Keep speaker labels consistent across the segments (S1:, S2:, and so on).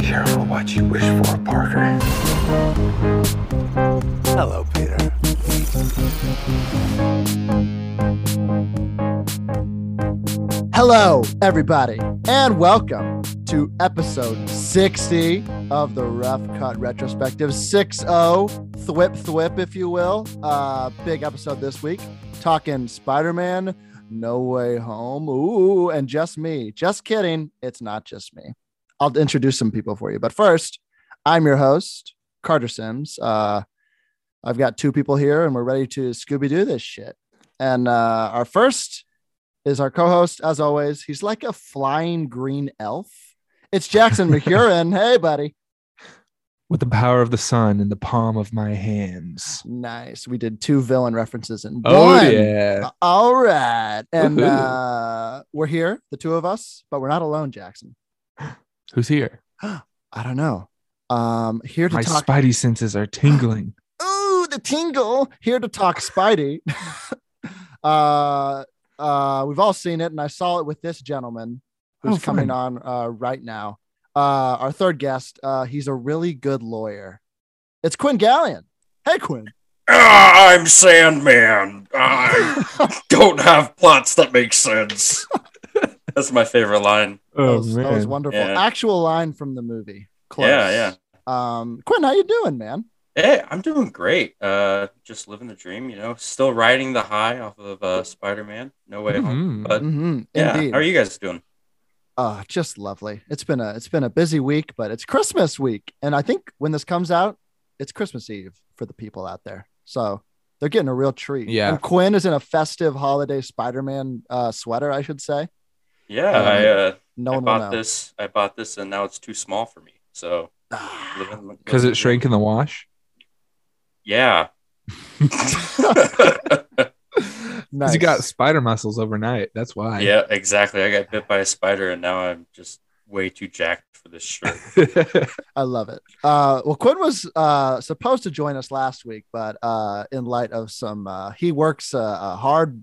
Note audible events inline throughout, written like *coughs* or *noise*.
S1: Careful what you wish for, Parker.
S2: Hello, Peter.
S3: Hello, everybody, and welcome to episode 60 of the Rough Cut Retrospective 6 0 Thwip Thwip, if you will. Uh, big episode this week talking Spider Man, No Way Home. Ooh, and just me. Just kidding. It's not just me. I'll introduce some people for you. But first, I'm your host, Carter Sims. Uh, I've got two people here, and we're ready to Scooby Doo this shit. And uh, our first is our co-host as always. He's like a flying green elf. It's Jackson
S4: *laughs*
S3: McCurran. hey, buddy.
S4: with the power of the sun in the palm of my hands.
S3: Nice. We did two villain references in one.
S4: Oh yeah.
S3: Uh, All right. And
S4: Woohoo.
S3: uh, we're here, the two of us, but we're not alone, Jackson.
S4: Who's here?
S3: *gasps* I don't know. Um, here to
S4: My
S3: talk.
S4: spidey senses are
S3: *gasps*
S4: tingling.
S3: Ooh, the tingle. Here to talk Spidey. uh, uh, we've all seen it, and I saw it with this gentleman who's
S4: Oh,
S3: coming
S4: fun.
S3: on uh, right now. Uh, our third guest, uh, he's a really good lawyer. It's Quinn Gallion. Hey, Quinn.
S5: Ah, I'm Sandman. I don't have plots that make sense. That's my favorite line.
S3: that, was, that was wonderful.
S5: Yeah.
S3: Actual line from the movie. Close.
S5: Yeah, yeah.
S3: Um, Quinn, how you doing, man?
S5: Hey, I'm doing great. Uh, just living the dream, you know. Still riding the high off of uh, Spider-Man. No way home.
S4: Mhm.
S5: But
S3: Mm-hmm.
S5: yeah,
S3: Indeed.
S5: how are you guys doing?
S3: Oh, just lovely. It's been a it's been a busy week, but it's Christmas week, and I think when this comes out, it's Christmas Eve for the people out there. So they're getting a real treat.
S4: Yeah.
S3: And Quinn is in a festive holiday Spider-Man uh, sweater, I should say.
S5: Yeah,
S3: Um,
S5: I, uh,
S3: No
S5: I
S3: one will know.
S5: bought this. I bought this, and now it's too small for me. So
S3: Ah,
S5: living the-
S4: Because
S5: living
S4: it
S5: the
S4: shrank in
S5: dream.
S4: the
S3: *laughs*
S4: wash.
S5: Yeah. *laughs*
S3: nice.
S4: Because you got spider muscles overnight. That's why. *laughs*
S5: yeah, exactly. I got bit by a spider, and now I'm just way too jacked for this shirt.
S3: I love it. Uh, well, Quinn was uh, supposed to join us last week, but uh, in light of some, uh, he works a, a hard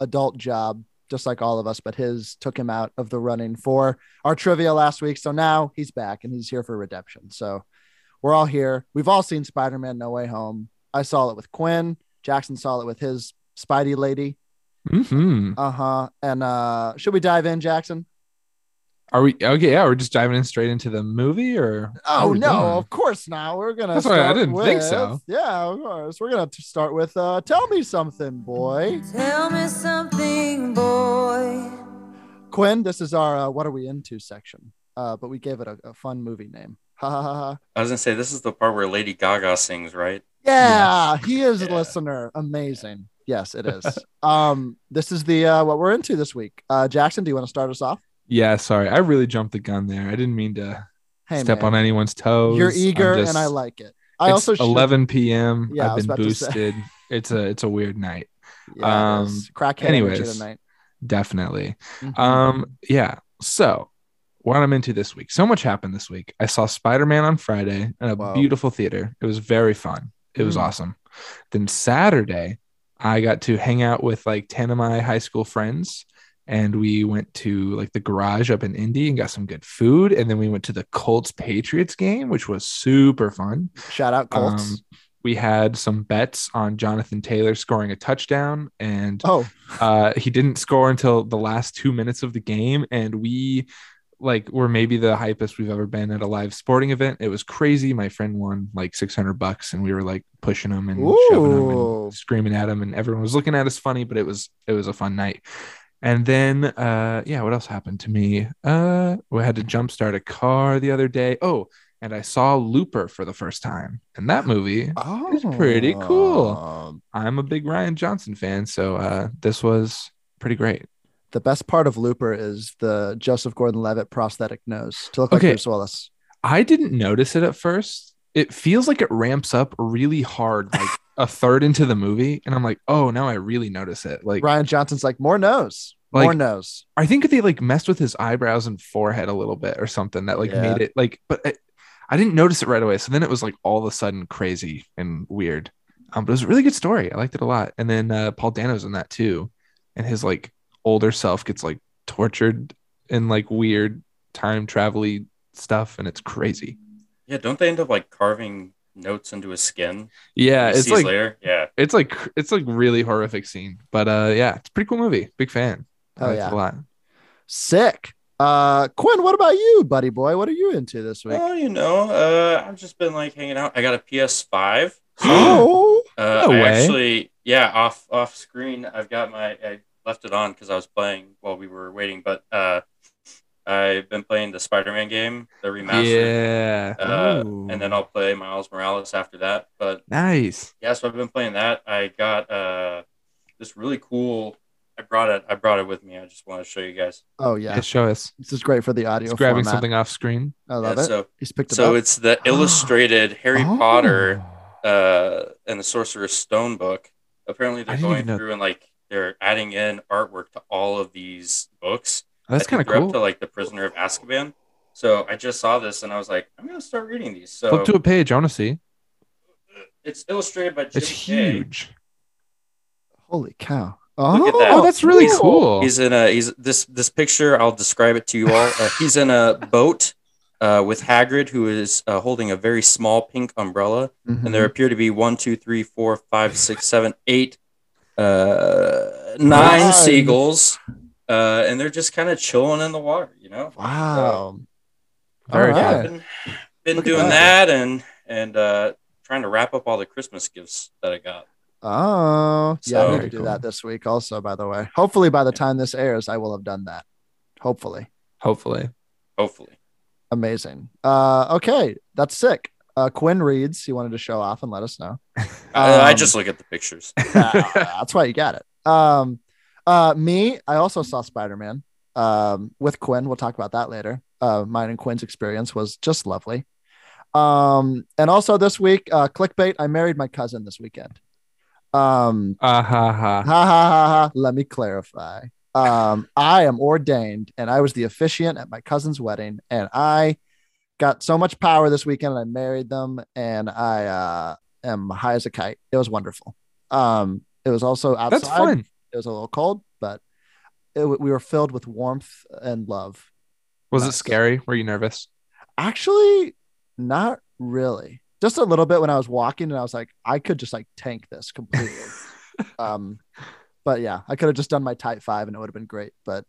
S3: adult job just like all of us, but his took him out of the running for our trivia last week. So now he's back and he's here for redemption. So we're all here. We've all seen Spider Man No Way Home. I saw it with Quinn. Jackson saw it with his Spidey lady.
S4: hmm
S3: Uh huh. And uh, should we dive in, Jackson?
S4: Are we okay? Yeah, we're just diving in straight into the movie, or how
S3: Oh
S4: we
S3: no,
S4: doing?
S3: of course not. We're gonna.
S4: That's why I
S3: start
S4: didn't think
S3: with-
S4: so.
S3: Yeah, of course. We're gonna t- start with uh, "Tell Me Something, Boy."
S6: Tell me something, boy.
S3: Quinn, this is our uh, "What Are We Into" section, uh, but we gave it a, a fun movie name. *laughs* Ha ha ha ha.
S5: I was gonna say this is the part where Lady Gaga sings, right?
S3: Yeah, he is a
S5: Yeah.
S3: listener. Amazing. Yes, it
S4: *laughs*
S3: is. um, this is the uh, what we're into this week. Uh, Jackson, do you want to start us off?
S4: Yeah, sorry, I really jumped the gun there. I didn't mean to
S3: Hey,
S4: step on anyone's toes.
S3: You're eager,
S4: I'm just-
S3: and I like it. I
S4: it's
S3: also should-
S4: 11 p.m.
S3: Yeah, I
S4: I've
S3: was
S4: been
S3: about to say.
S4: boosted. It's a it's a weird night.
S3: Yeah, it is.
S4: um,
S3: crackhead energy
S4: anyways.
S3: tonight.
S4: definitely
S3: Mhm.
S4: um yeah so what i'm into this week so much happened this week i saw spider-man on friday in a
S3: Wow.
S4: beautiful theater it was very fun it was
S3: Mm.
S4: awesome then saturday i got to hang out with like 10 of my high school friends and we went to like the garage up in Indy and got some good food. And then we went to the Colts Patriots game, which was super fun.
S3: shout out Colts.
S4: Um, we had some bets on Jonathan Taylor scoring a touchdown, and
S3: oh,
S4: uh, he didn't score until the last two minutes of the game. And we, like, were maybe the hypest we've ever been at a live sporting event. It was crazy. My friend won like 600 bucks, and we were like pushing him and shoving him
S3: Ooh.
S4: and screaming at him, and everyone was looking at us funny. But it was it was a fun night. And then, uh, yeah, what else happened to me? Uh, we had to jumpstart a car the other day. Oh, and I saw Looper for the first time. And that movie,
S3: oh,
S4: it's pretty cool. I'm a big Ryan Johnson fan, so uh, this was pretty great.
S3: The best part of Looper is the Joseph Gordon-Levitt prosthetic nose to look like
S4: Okay.
S3: Bruce Willis.
S4: I didn't notice it at first. It feels like it ramps up really hard, like a third into the movie, and I'm like, oh, now I really notice it. Like,
S3: Ryan Johnson's like more nose,
S4: Like-
S3: more nose.
S4: I think they like messed with his eyebrows and forehead a little bit or something that like
S3: Yeah.
S4: made it like, but I, I didn't notice it right away. So then it was like all of a sudden crazy and weird. Um, but it was a really good story. I liked it a lot. And then uh, Paul Dano's in that too, and his like older self gets like tortured in like weird time travel stuff, and it's crazy.
S5: Yeah, don't they end up like carving notes into his skin?
S4: Yeah,
S5: He
S4: it's
S5: sees
S4: like
S5: later. Yeah.
S4: it's like it's like really horrific scene, but uh, yeah, it's a pretty cool movie. Big fan. I
S3: Oh,
S4: liked it
S3: yeah.
S4: a lot.
S3: Sick. Uh, Quinn, what about you, buddy boy? What are you into this week?
S5: *gasps* Well, Oh, you know, uh, I've just been like hanging out. I got a PS5.
S4: *gasps*
S3: oh,
S5: Uh,
S4: No
S5: I
S4: way.
S5: actually, yeah, off off screen, I've got my. I left it on because I was playing while we were waiting, but uh, I've been playing the Spider-Man game, the remastered,
S4: Yeah.
S5: uh,
S4: Ooh.
S5: and then I'll play Miles Morales after that. But
S4: nice.
S5: yeah, so I've been playing that. I got uh, this really cool. I brought it. I brought it with me. I just want to show you guys.
S3: oh
S4: Yeah.
S3: yeah.
S4: show us.
S3: This is great for the audio.
S4: It's grabbing
S3: format.
S4: something off screen.
S3: I love
S5: Yeah,
S3: it.
S5: so
S3: He's picked it
S5: so
S3: up.
S4: *gasps*
S5: it's the illustrated Harry
S3: Oh.
S5: Potter uh, and the Sorcerer's Stone book. Apparently,
S4: I
S5: they're
S4: didn't
S5: going
S4: even know-
S5: through and like they're adding in artwork to all of these books.
S4: Oh, that's
S5: I think
S4: kind of
S5: they're Up to
S4: cool.
S5: like the Prisoner of Azkaban. So I just saw this and I was like, I'm gonna start reading these. So
S4: Flip to a page. I want to see.
S5: it's illustrated by Jim
S4: It's
S5: Kay.
S4: huge.
S3: Holy cow! Oh,
S5: Look at that.
S4: Oh, that's really cool.
S5: He's in a he's this this picture. I'll describe it to you all. Uh, he's in a boat uh, with Hagrid, who is uh, holding a very small pink umbrella.
S3: Mm-hmm.
S5: and there appear to be one, two, three, four, five, six, seven, eight, uh, nine
S3: Nine.
S5: seagulls, uh, and they're just kind of chilling in the water. You know,
S3: Wow.
S4: Very
S3: All right.
S4: good.
S5: been, been
S3: Look at
S5: doing
S3: that.
S5: that. and and uh, trying to wrap up all the Christmas gifts that I got.
S3: Oh, yeah. I
S5: So-
S3: need to do that this week, also. By the way, hopefully by the time this airs, I will have done that. Hopefully,
S4: Hopefully.
S5: Hopefully,
S3: amazing. Uh, okay, that's sick. Uh, Quinn reads. He wanted to show off and let us know.
S5: *laughs* I, Uh, I
S3: Um, *laughs*
S5: just look at the pictures.
S3: Ah, that's why you got it. Um, uh, me, I also saw Spider Man um, with Quinn. We'll talk about that later. Uh, mine and Quinn's experience was just lovely. Um, and also this week, uh, clickbait. I married my cousin this weekend. Um,
S4: Ah ha ha.
S3: ha ha ha ha. Let me clarify. Um, I am ordained and I was the officiant at my cousin's wedding, and I got so much power this weekend. And I married them, and I uh, am high as a kite. It was wonderful. Um, it was also outside.
S4: That's fun.
S3: It was a little cold, but it, we were filled with warmth and love.
S4: Was
S3: Uh,
S4: it
S3: so-
S4: scary? Were you nervous?
S3: Actually, not really. Just a little bit when I was walking, and I was like, I could just like tank this completely.
S5: *laughs*
S3: um, but yeah, I could have just done my type five, and it would have been great. But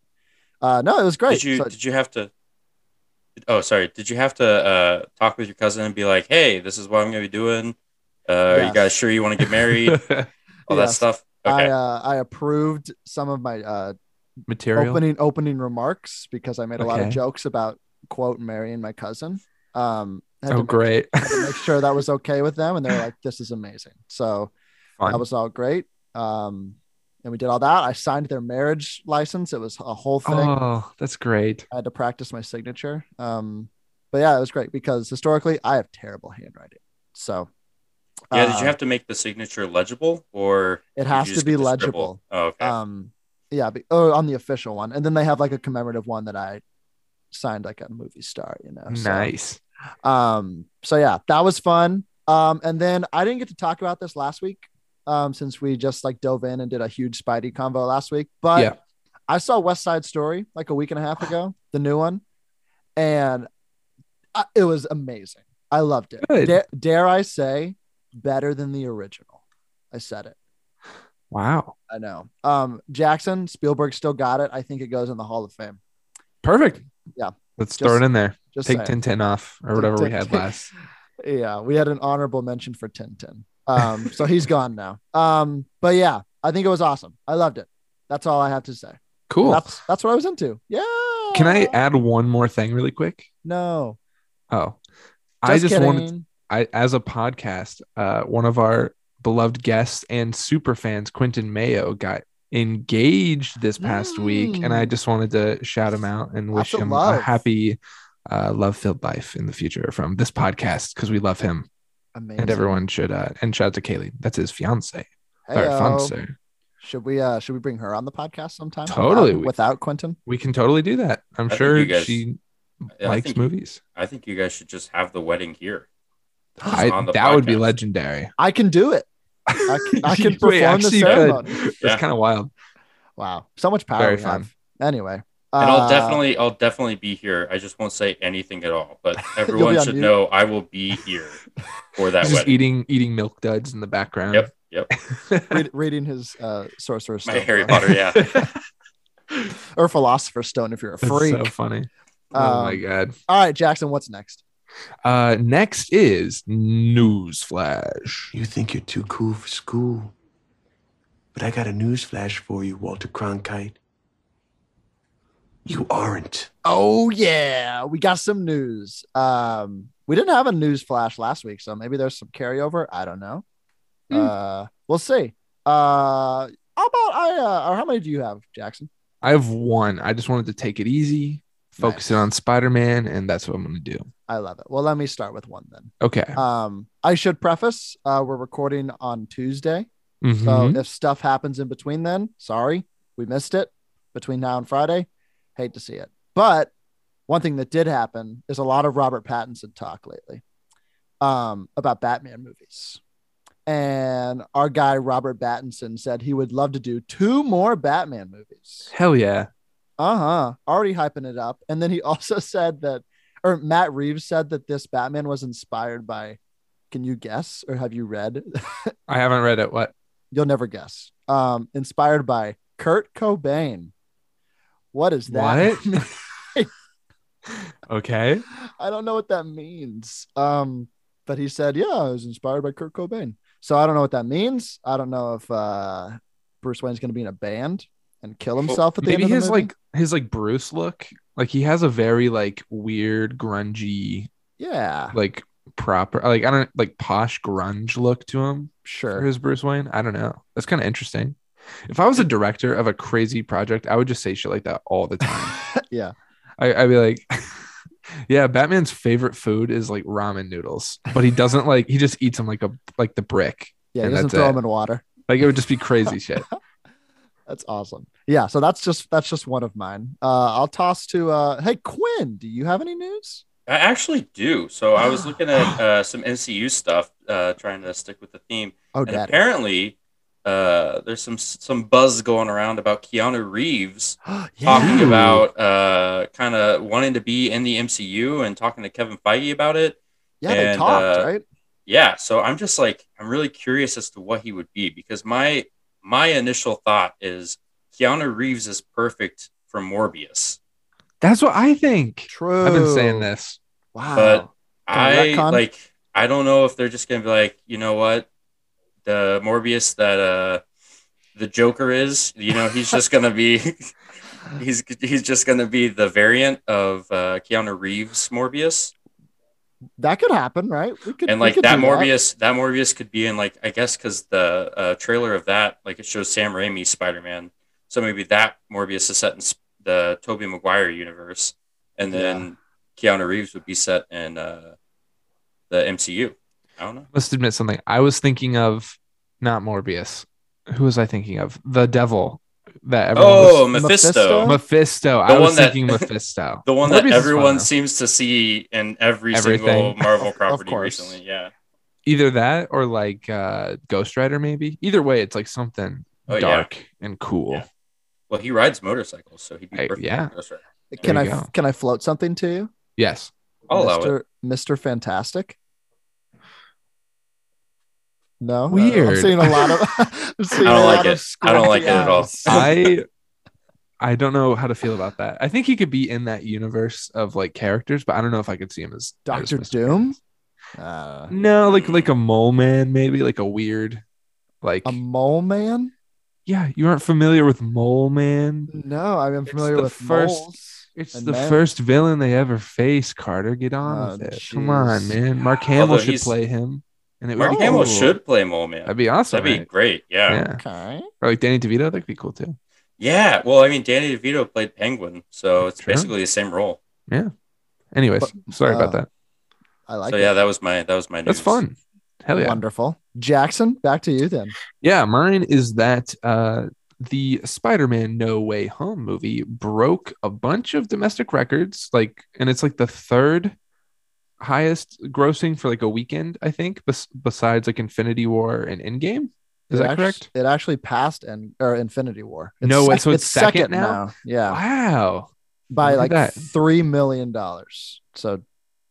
S3: uh, no, it was great.
S5: Did you
S3: So-
S5: did you have to? Oh, sorry. Did you have to uh, talk with your cousin and be like, "Hey, this is what I'm going to be doing. Uh, Are
S3: Yes.
S5: you guys sure you want to get
S3: *laughs*
S5: married? All that
S3: Yes.
S5: stuff." Okay.
S3: I uh, I approved some of my uh,
S4: *laughs* Material.
S3: opening opening remarks because I made a lot of
S4: Okay.
S3: jokes about quote marrying my cousin. Um, had
S4: Oh
S3: to
S4: great.
S3: make, *laughs* to make sure that was okay with them, and they were like, "This is amazing." So
S4: Fun.
S3: That was all great. Um, and we did all that. I signed their marriage license. It was a whole thing.
S4: Oh, that's great.
S3: I had to practice my signature. Um, but yeah, it was great because historically I have terrible handwriting. So
S5: Yeah, did
S3: uh,
S5: you have to make the signature legible or
S3: It
S5: did
S3: has
S5: you
S3: to
S5: just
S3: be
S5: get the
S3: legible.
S5: scribble? Oh, okay.
S3: um yeah, but, oh, on the official one. And then they have like a commemorative one that I signed like a movie star, you know. so-
S4: Nice.
S3: um so yeah that was fun um and then i didn't get to talk about this last week um since we just like dove in and did a huge spidey convo last week but
S4: Yeah.
S3: i saw west side story like a week and a half ago the new one and I, it was amazing i loved it
S4: Good.
S3: dare, dare i say better than the original i said it
S4: Wow.
S3: i know um jackson spielberg still got it i think it goes in the hall of fame
S4: Perfect.
S3: Yeah.
S4: Let's
S3: Just-
S4: throw it in there.
S3: just
S4: Take
S3: saying.
S4: ten ten off or whatever we
S3: *laughs*
S4: had last.
S3: Yeah, we had an honorable mention for Tintin. Um, so he's gone now. Um, but yeah, I think it was awesome. I loved it. That's all I have to say.
S4: Cool.
S3: That's that's what I was into. Yeah.
S4: Can I add one more thing really quick?
S3: No.
S4: Oh, I just
S3: kidding.
S4: wanted I as a podcast, uh, one of our beloved guests and super fans, Quentin Mayo, got engaged this past week, and I
S3: Mm.
S4: just wanted to shout him out and wish
S3: Lots of
S4: him
S3: love.
S4: a happy, uh, love-filled life in the future from this podcast because we love him,
S3: Amazing.
S4: and everyone should. Uh, and shout out to Kaylee, that's his fiance, or
S3: Heyo.
S4: fiance.
S3: Should we uh should we bring her on the podcast sometime?
S4: Totally.
S3: Without, without Quentin.
S4: We can totally do that. I'm
S5: think
S4: sure
S5: you guys-
S4: she
S5: I
S4: likes
S5: think-
S4: movies.
S5: I think you guys should just have the wedding here. Just
S4: I,
S5: on
S4: that
S5: the
S4: would be
S5: podcast.
S4: legendary.
S3: I can do it. I can,
S4: *laughs*
S3: I can
S4: Wait,
S3: perform the
S4: actually, you could.
S3: ceremony.
S4: That's
S5: Yeah.
S4: kind of wild.
S3: Wow. So much power
S4: Very
S3: we
S4: fun.
S3: have. Anyway,
S5: And
S3: Uh,
S5: I'll definitely, I'll definitely be here. I just won't say anything at all.
S3: *laughs*
S5: But everyone
S3: on
S5: should
S3: mute.
S5: know I will be here for that
S4: He's just
S5: wedding.
S4: eating eating milk duds in the background.
S5: Yep, yep.
S3: read, reading his uh, sorcerer's
S5: My
S3: stone
S5: Harry
S3: book.
S5: Potter,
S4: *laughs*
S5: yeah.
S3: or philosopher's stone if you're a
S4: That's
S3: *laughs* freak.
S4: so funny.
S3: Um,
S4: oh my god.
S3: All right, Jackson, what's next?
S4: Uh, next is newsflash.
S2: You think you're too cool for school. But I got a news flash for you, Walter Cronkite. You aren't.
S3: Oh yeah, we got some news. Um, we didn't have a news flash last week, so maybe there's some carryover. I don't know. Uh, we'll see. Uh, how about I? Uh, or how many do you have, Jackson?
S4: I have one. I just wanted to take it easy, focus it
S3: Nice.
S4: on Spider Man, and that's what I'm gonna do.
S3: I love it. Well, let me start with one then.
S4: Okay.
S3: Um, I should preface. Uh, we're recording on Tuesday, so
S4: Mhm.
S3: if stuff happens in between, then sorry, we missed it. Between now and Friday, hate to see it. But one thing that did happen is a lot of Robert Pattinson talk lately um, about Batman movies. And our guy Robert Pattinson said he would love to do two more Batman movies.
S4: Hell yeah.
S3: Uh huh. Already hyping it up. And then he *laughs* also said that, or Matt Reeves said that this Batman was inspired by. Can you guess, or have you read?
S4: I haven't read it. What?
S3: You'll never guess. Um, inspired by Kurt Cobain. What is that?
S4: What? *laughs* okay.
S3: *laughs* I don't know what that means. Um, but he said, yeah, I was inspired by Kurt Cobain. So I don't know what that means. I don't know if uh, Bruce Wayne's going to be in a band and kill himself at the
S4: Maybe
S3: end of
S4: his
S3: the movie.
S4: like his like Bruce look. Like he has a very like weird grungy
S3: yeah,
S4: like proper like I don't like posh grunge look to him for
S3: sure.
S4: his Bruce Wayne. I don't know. That's kind of interesting. If I was a director of a crazy project, I would just say shit like that all the time.
S3: *laughs* yeah,
S4: I, I'd be like, *laughs* yeah, Batman's favorite food is like ramen noodles, but he doesn't like he just eats them like a like the brick.
S3: yeah. He
S4: And
S3: doesn't
S4: that's
S3: throw
S4: it.
S3: him in water.
S4: Like it would just be crazy
S3: *laughs*
S4: shit.
S3: That's awesome. Yeah. So that's just that's just one of mine. Uh, I'll toss to uh, hey Quinn. Do you have any news?
S5: I actually do. So I was looking at uh, some MCU stuff, uh, trying to stick with the theme.
S3: Oh, *gasps*
S5: and
S3: daddy.
S5: apparently, uh, there's some some buzz going around about Keanu Reeves talking
S4: Ooh.
S5: about uh, kind of wanting to be in the MCU and talking to Kevin Feige about it.
S3: yeah, they
S5: and,
S3: talked
S5: uh,
S3: right.
S5: yeah so i'm just like i'm really curious as to what he would be because my my initial thought is keanu reeves is perfect for morbius
S4: That's what I think.
S3: True.
S4: I've been saying this.
S3: Wow.
S5: but i
S3: Kinda retcon?
S5: like i don't know if they're just gonna be like you know what the morbius that uh the joker is you know he's just gonna be *laughs* he's he's just gonna be the variant of uh keanu reeves morbius
S3: that could happen, right? We could
S5: and
S3: we
S5: like
S3: could
S5: that
S3: do
S5: Morbius, that. Morbius could be in like I guess because the uh, trailer of that like it shows Sam Raimi's Spider Man, so maybe that Morbius is set in sp- the Tobey Maguire universe, and then Keanu Reeves would be set in uh, the MCU. I don't know.
S4: Must admit something. I was thinking of not Morbius. Who was I thinking of? The devil that everyone
S5: Oh,
S4: was,
S5: Mephisto,
S3: Mephisto?
S4: Mephisto.
S5: The
S4: I was
S5: one that- *laughs*
S4: thinking Mephisto.
S5: the one
S4: Morbius is
S5: that
S4: fun,
S5: everyone
S4: though.
S5: seems to see in every single
S4: Everything. *laughs*
S5: Marvel property
S3: course.
S5: recently. Yeah.
S4: either that or like uh Ghost Rider maybe. Either way, it's like something
S5: Oh, yeah.
S4: dark and cool.
S5: Yeah. Well, he rides motorcycles, so he'd be
S4: Hey,
S5: perfect.
S4: yeah.
S5: That's right.
S3: Can
S4: There
S3: I
S4: you go.
S3: can I float something to you,
S4: Yes.
S5: I'll allow it.
S3: Mister Mister Fantastic? No, Uh, I'm
S4: Weird.
S3: seeing a lot of. *laughs* I'm seeing
S5: *laughs* I don't
S3: a
S5: like
S3: lot of
S5: it. I don't like
S3: scratchy
S5: it at all.
S3: eyes.
S4: *laughs* I I don't know how to feel about that. I think he could be in that universe of like characters, but I don't know if I could see him as as
S3: Doctor
S4: Mr.
S3: Doom. Uh,
S4: No,
S5: Hmm.
S4: like like a mole man, maybe like a weird, like
S3: a mole man?
S4: yeah. You aren't familiar with mole man?
S5: Mm.
S3: No, I'm familiar
S4: the
S3: with
S4: first-
S3: moles.
S4: It's
S3: And
S4: the
S3: man-
S4: first villain they ever face. Carter, get on
S3: Oh,
S4: with it. Come on,
S3: jeez.
S4: man. Mark Hamill
S5: Although
S4: should
S5: he's-
S4: play him, and it would
S5: Mark
S4: be
S5: Hamill
S4: cool.
S5: should play Mole Man.
S4: That'd be awesome.
S5: That'd be
S4: right?
S5: great.
S4: yeah.
S5: Yeah.
S3: Okay.
S4: or like Danny DeVito. That could be cool too.
S5: Yeah, well, I mean, Danny DeVito played Penguin, so
S3: Hmm.
S5: it's
S4: True.
S5: basically the same role.
S4: Anyways,
S3: But,
S4: sorry
S3: uh,
S4: about that.
S3: I like
S5: so
S3: it.
S5: yeah, that was my that was my news.
S4: That's fun. Hell yeah.
S3: Wonderful. Jackson, back to you then.
S4: Yeah, mine is that uh, the Spider-Man No Way Home movie broke a bunch of domestic records, like, and it's like the third highest grossing for like a weekend, I think, bes- besides like Infinity War and Endgame. Is
S3: It
S4: that
S3: act-
S4: correct?
S3: It actually passed and or Infinity War.
S4: No way,
S3: sec-
S4: so it's second now?
S3: Yeah.
S4: Wow,
S3: by
S4: Look
S3: like
S4: at that.
S3: three million dollars. So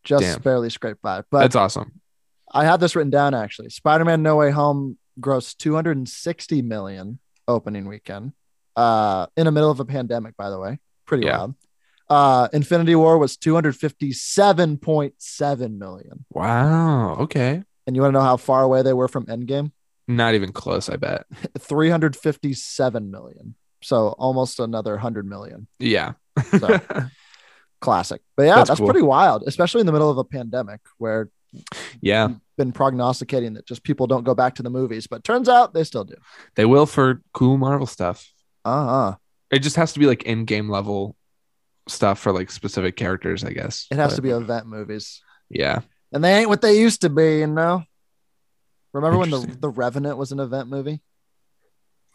S3: just
S4: Damn.
S3: barely scraped by. But
S4: That's awesome.
S3: I had this written down actually. Spider-Man No Way Home grossed 260 million opening weekend. Uh in the middle of a pandemic, by the way. Pretty
S4: Yeah.
S3: wild. Uh Infinity War was 257.7 million.
S4: Wow. Okay.
S3: And you want to know how far away they were from Endgame?
S4: Not even close, I bet.
S3: 357 million. So almost another 100 million.
S4: Yeah. *laughs*
S3: So classic. But yeah, that's,
S4: That's cool.
S3: pretty wild, especially in the middle of a pandemic where
S4: yeah.
S3: been prognosticating that just people don't go back to the movies, but turns out they still do.
S4: They will for cool Marvel stuff.
S3: Uh-huh.
S4: It just has to be like in game level stuff for like specific characters, I guess.
S3: It has
S4: But,
S3: to be event movies.
S4: Yeah.
S3: And they ain't what they used to be, you know. Remember when the
S4: Interesting.
S3: the Revenant was an event movie?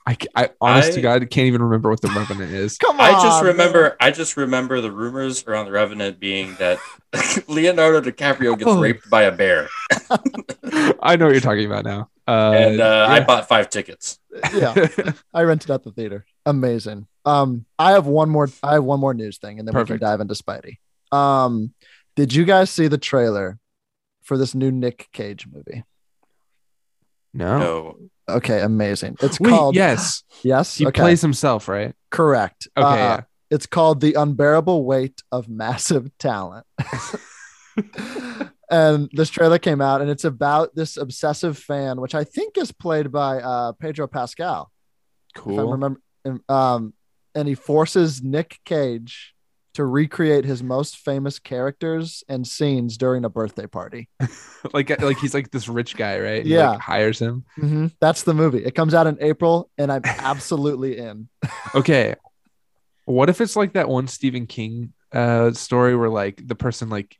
S4: I, c- I honest to
S5: I-
S4: God can't even remember what the
S5: *laughs*
S4: Revenant is.
S3: Come on.
S5: I just
S3: man.
S5: remember. I just remember the rumors around the Revenant being that *laughs* Leonardo DiCaprio gets
S4: Oh.
S5: raped by a bear,
S4: I know what you're talking about now. Uh,
S5: and uh, I
S4: yeah.
S5: bought five tickets.
S3: yeah,
S4: Uh,
S3: *laughs* I rented out the theater. Amazing. Um, I have one more. I have one more news thing, and then we
S4: Perfect.
S3: can dive into Spidey. Um, did you guys see the trailer for this new Nick Cage movie? Oh.
S4: no.
S5: No,
S3: Okay, amazing. It's
S4: Wait,
S3: called
S4: yes.
S3: Yes.
S4: He
S3: okay.
S4: plays himself, right?
S3: correct.
S4: Okay.
S3: Uh,
S4: yeah.
S3: It's called The Unbearable Weight of Massive
S4: *laughs*
S3: Talent. and this trailer came out, and it's about this obsessive fan, which I think is played by uh, Pedro Pascal, if I
S4: Cool.
S3: remember. Um, and he forces Nick Cage to recreate his most famous characters and scenes during a birthday party.
S4: *laughs* like like he's like this rich guy, right? And he,
S3: Yeah.
S4: like, hires him.
S3: That's the movie. It comes out in April, and I'm absolutely in.
S4: Okay. What if it's like that one Stephen King uh story where like the person like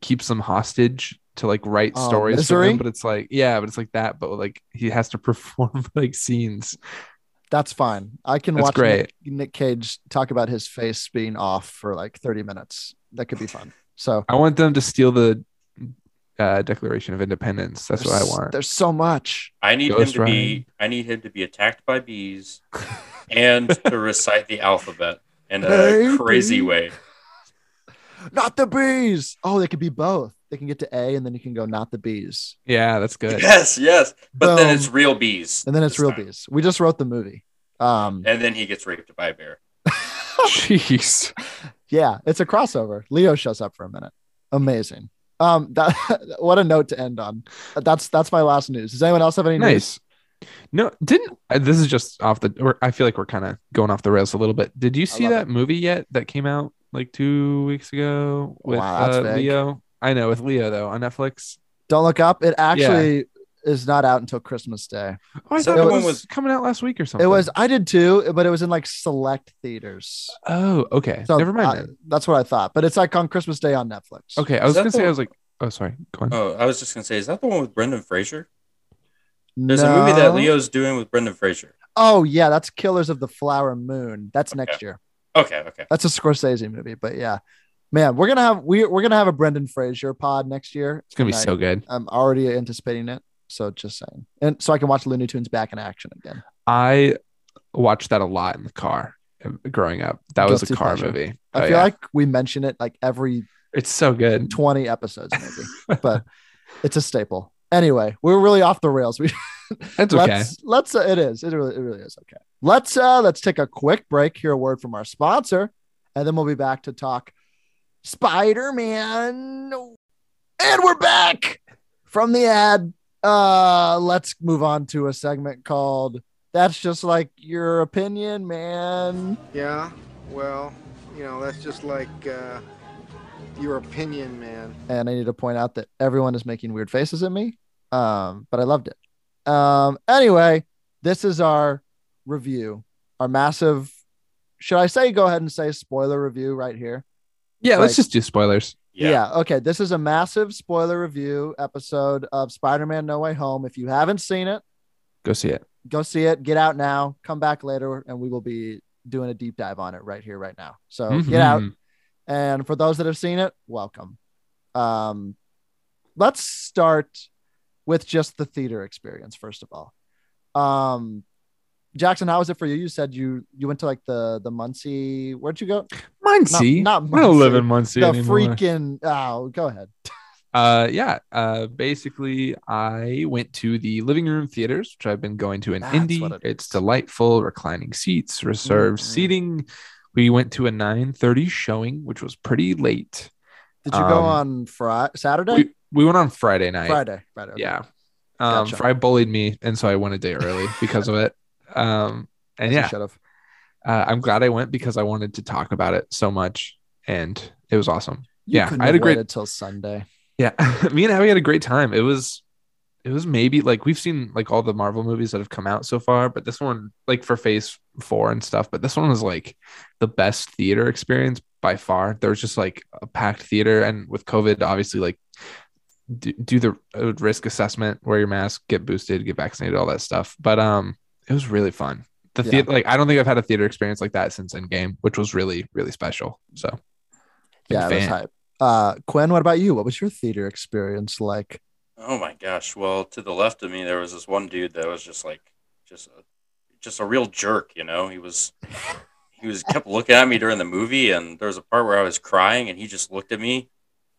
S4: keeps them hostage to like write
S3: Oh,
S4: stories for
S3: Misery?
S4: them, but it's like yeah, but it's like that, but like he has to *laughs* perform like scenes.
S3: That's fine. I can
S4: That's
S3: watch
S4: great.
S3: Nick, Nick Cage talk about his face being off for like 30 minutes. That could be fun. So
S4: I want them to steal the uh Declaration of Independence. That's what I
S3: there's-
S4: want.
S3: There's so much.
S5: I need
S4: Ghost
S5: him to be. I need him to be attacked
S3: *laughs*
S5: by bees, and to recite the alphabet in a
S3: Hey,
S5: crazy
S3: bee.
S5: way.
S3: Not the bees. Oh, they could be both. They can get to A and then you can go not the bees.
S4: Yeah, that's good.
S5: Yes, yes. But then
S3: Boom.
S5: it's real bees,
S3: And then it's
S5: this
S3: real
S5: time.
S3: bees. We just wrote the movie. Um
S5: and then he gets raped by a bear.
S4: *laughs* Jeez.
S3: yeah, it's a crossover. Leo shows up for a minute. Amazing. Um that *laughs* what a note to end on. That's that's my last news. Does anyone else have any news?
S4: Nice. No, didn't uh, this is just off the. Or I feel like we're kind of going off the rails a little bit. Did you see
S3: love
S4: that movie yet? That came out like two weeks ago with
S3: Wow, that's
S4: uh,
S3: big.
S4: Leo. I know with Leo though on Netflix.
S3: Don't look up. It actually is not out until Christmas Day.
S4: Oh, I
S5: So
S4: thought
S3: it
S4: it
S5: was-
S4: was, coming out last week or something.
S3: It was. I did too, but it was in like select theaters.
S4: Oh, okay. Never mind.
S3: I-
S4: then.
S3: that's what I thought. But it's like on Christmas Day on Netflix.
S4: Okay, I
S5: Is
S4: was
S5: that
S4: gonna say
S5: the-
S4: I was like, oh, sorry. Go on.
S5: Oh, I was just gonna say, is that the one with Brendan Fraser? There's a movie that
S3: No.
S5: Leo's doing with Brendan Fraser.
S3: Oh yeah, that's Killers of the Flower Moon. That's next year.
S5: Okay, okay.
S3: That's a Scorsese movie. But yeah, man, we're gonna have we we're gonna have a Brendan Fraser pod next year.
S4: it's gonna be
S3: and I-
S4: so good.
S3: I'm already anticipating it. So just saying, and so I can watch Looney Tunes back in action again.
S4: I watched that a lot in the car uh, growing up. That was a
S3: Guilty
S4: car
S3: pleasure.
S4: movie.
S3: I
S4: Oh,
S3: feel
S4: yeah.
S3: like we mention it like every
S4: it's so good.
S3: 20 episodes maybe but it's a staple anyway we're really off the rails we
S4: That's okay.
S3: let's let's uh, it is it really, it really is okay let's uh let's take a quick break hear a word from our sponsor and then we'll be back to talk spider-man and we're back from the ad uh let's move on to a segment called that's just like your opinion man
S7: Yeah, well, you know, that's just like uh, your opinion, man.
S3: and I need to point out that everyone is making weird faces at me. Um, but I loved it. Um, anyway, this is our review, our massive. Should I say go ahead and say spoiler review right here?
S4: yeah, let's
S3: like-
S4: just do spoilers.
S5: Yeah.
S3: Okay. This is a massive spoiler review episode of Spider-Man: No Way Home. If you haven't seen it,
S4: Go see it.
S3: go see it. Get out now. Come back later, and we will be doing a deep dive on it right here, right now. So Oh, get out.
S4: Mhm.
S3: And for those that have seen it, welcome. Um, let's start with just the theater experience, first of all. Um, Jackson, how was it for you? You said you you went to like the the Muncie. Where'd you go?
S4: Muncie.
S3: Not- not
S4: I don't live
S3: Muncie.
S4: in Muncie
S3: the
S4: anymore.
S3: freaking oh, go ahead.
S4: Uh, yeah. Uh, basically, I went to the living room theaters, which I've been going to in
S3: That's
S4: Indy.
S3: what it
S4: it's delightful, reclining seats, reserved
S3: Mhm.
S4: seating. We went to a 9:30 showing, which was pretty late.
S3: Did you go
S4: Um,
S3: on Friday, Saturday,
S4: We, we went on Friday night.
S3: Friday, Friday? okay.
S4: Yeah. Um,
S3: Gotcha.
S4: Fry bullied me, and so I went a day
S3: *laughs*
S4: early because of it. Um, and yeah,
S3: should have.
S4: uh, I'm glad I went because I wanted to talk about it so much, and it was awesome. Yeah, I had a great-
S3: until Sunday.
S4: Yeah, *laughs* me and Abby had a great time. It was, it was maybe like we've seen like all the Marvel movies that have come out so far, but this one like for Phase Four and stuff. But this one was like the best theater experience by far. There was just like a packed theater, and with COVID, obviously like do, do the uh, risk assessment, wear your mask, get boosted, get vaccinated, all that stuff. But um, it was really fun. The
S3: Yeah.
S4: theater, like I don't think I've had a theater experience like that since Endgame, which was really really special. So big
S3: Yeah, it was
S4: fan.
S3: hype. Uh, Quinn, what about you? What was your theater experience like?
S5: Oh my gosh! Well, to the left of me, there was this one dude that was just like, just, a, just a real jerk. You know, he was, he was kept looking at me during the movie, and there was a part where I was crying, and he just looked at me,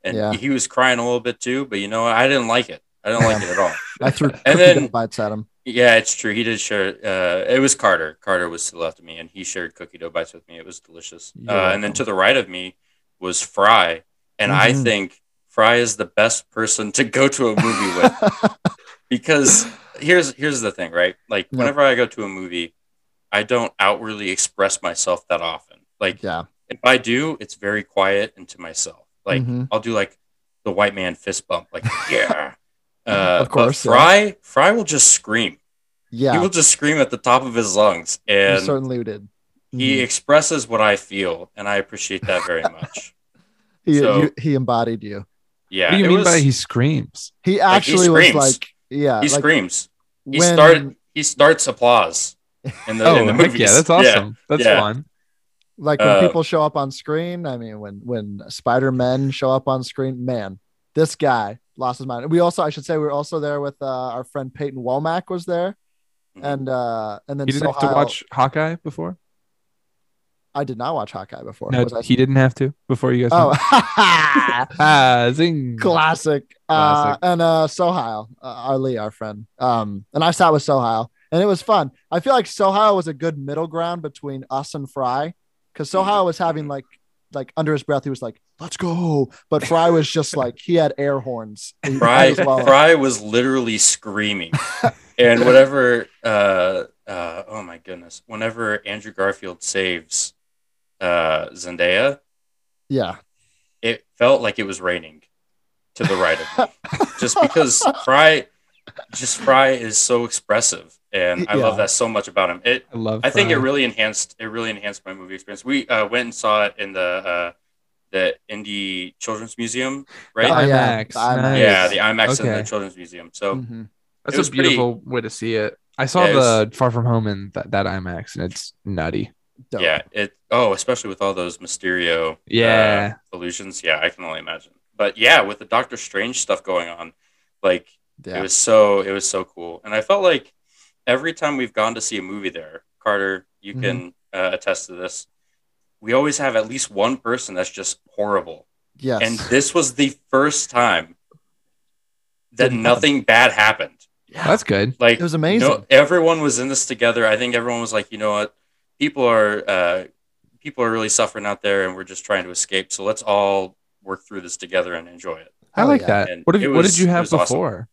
S5: and
S3: Yeah.
S5: he was crying a little bit too. But you know, what? I didn't like it. I didn't like it at all.
S3: I
S5: *laughs*
S3: threw cookie
S5: then-
S3: dough bites at him.
S5: Yeah, it's true. He did share. Uh, it was Carter. Carter was to the left of me, and he shared cookie dough bites with me. It was delicious.
S3: You're
S5: Uh, and
S3: welcome.
S5: then to the right of me was Fry, and I
S3: Mhm.
S5: think Fry is the best person to go to a movie
S3: *laughs*
S5: with because here's here's the thing, right? Like
S3: Yeah.
S5: whenever I go to a movie, I don't outwardly express myself that often.
S3: *laughs*
S5: Like
S3: yeah,
S5: if I do, it's very quiet and to myself. Like
S3: Mhm.
S5: I'll do like the white man fist bump, like *laughs* yeah. Uh,
S3: *laughs* Of course,
S5: but
S3: yeah.
S5: Fry Fry will just scream. He
S3: yeah,
S5: will just scream at the top of his lungs,
S3: you
S5: and
S3: certainly did.
S5: he
S3: Mhm.
S5: expresses what I feel, and I appreciate
S4: *laughs*
S5: that very much.
S3: he,
S5: so-
S3: you- he embodied you.
S5: Yeah,
S4: what do you
S5: it
S4: mean
S5: was-
S4: by he screams?
S3: He
S5: Like, he
S3: actually was
S5: screams.
S3: like, yeah,
S5: he
S3: like
S5: screams. He
S3: when-
S5: started. He starts applause. In the, in the
S4: *laughs* oh, heck
S5: movies.
S4: yeah, that's awesome. That's
S5: yeah.
S4: fun.
S3: like when
S5: Uh,
S3: people show up on screen i mean when when spider-man show up on screen man this guy lost his mind we also i should say we were also there with uh, our friend peyton womack was there
S5: Mhm.
S3: and uh and then
S4: He didn't have
S3: Sohail-
S4: to watch Hawkeye before.
S3: i did not watch hawkeye before
S4: No,
S3: was I-
S4: he didn't have to before you guys.
S3: *laughs*
S4: went.
S3: oh *laughs*
S4: ah, zing.
S5: Mm-hmm.
S3: classic uh
S4: Classic.
S3: and uh sohail uh, our lee our friend um and i sat with sohail and it was fun i feel like sohail was a good middle ground between us and fry because
S5: Mm-hmm.
S3: sohail was having like like under his breath he was like let's go but
S5: *laughs*
S3: fry was just like he had air horns He
S5: *laughs* Fry,
S3: might as well-
S5: Fry was literally
S4: *laughs*
S5: screaming. and whatever, uh, uh, oh my goodness, whenever Andrew Garfield saves uh, Zendaya,
S3: yeah
S5: it felt like it was raining to the right of me. just because Fry, just Fry is so expressive. And I love
S3: Yeah.
S5: that so much about him. It,
S4: I love.
S5: I think it
S4: Fry.
S5: really enhanced, it really enhanced my movie experience. We uh, went and saw it in the, uh, the Indie Children's Museum,
S4: The
S5: right?
S3: Oh, yeah,
S4: IMAX.
S3: the IMAX.
S4: nice.
S5: yeah, the IMAX and
S4: Okay.
S5: the Children's Museum. So.
S3: Mhm.
S5: it was
S4: That's a
S5: pretty-
S4: beautiful way to see it. I saw
S5: Yeah, it
S4: the Far From Home and that, that IMAX, and it's nutty.
S3: Dope.
S5: Yeah, it oh, especially with all those Mysterio
S4: Yeah.
S5: uh, illusions. Yeah, I can only imagine. But yeah, with the Doctor Strange stuff going on, like it
S3: yeah
S5: was so it was so cool, and I felt like every time we've gone to see a movie there, Carter, you
S3: Mm-hmm.
S5: can uh, attest to this. We always have at least one person that's just horrible,
S3: yes
S5: and this was the first time that
S3: Didn't happen.
S5: nothing bad happened.
S3: Yeah.
S4: That's good.
S5: Like
S3: it was amazing
S5: no, everyone was in this together. I think everyone was like, you know what, people are uh, people are really suffering out there, and we're just trying to escape. So let's all work through this together and enjoy it.
S4: I
S3: Hell
S4: like
S3: yeah.
S4: that.
S5: And
S4: What, have,
S5: it
S4: what
S5: was-
S4: did you
S5: it
S4: have
S5: was awesome.
S4: before?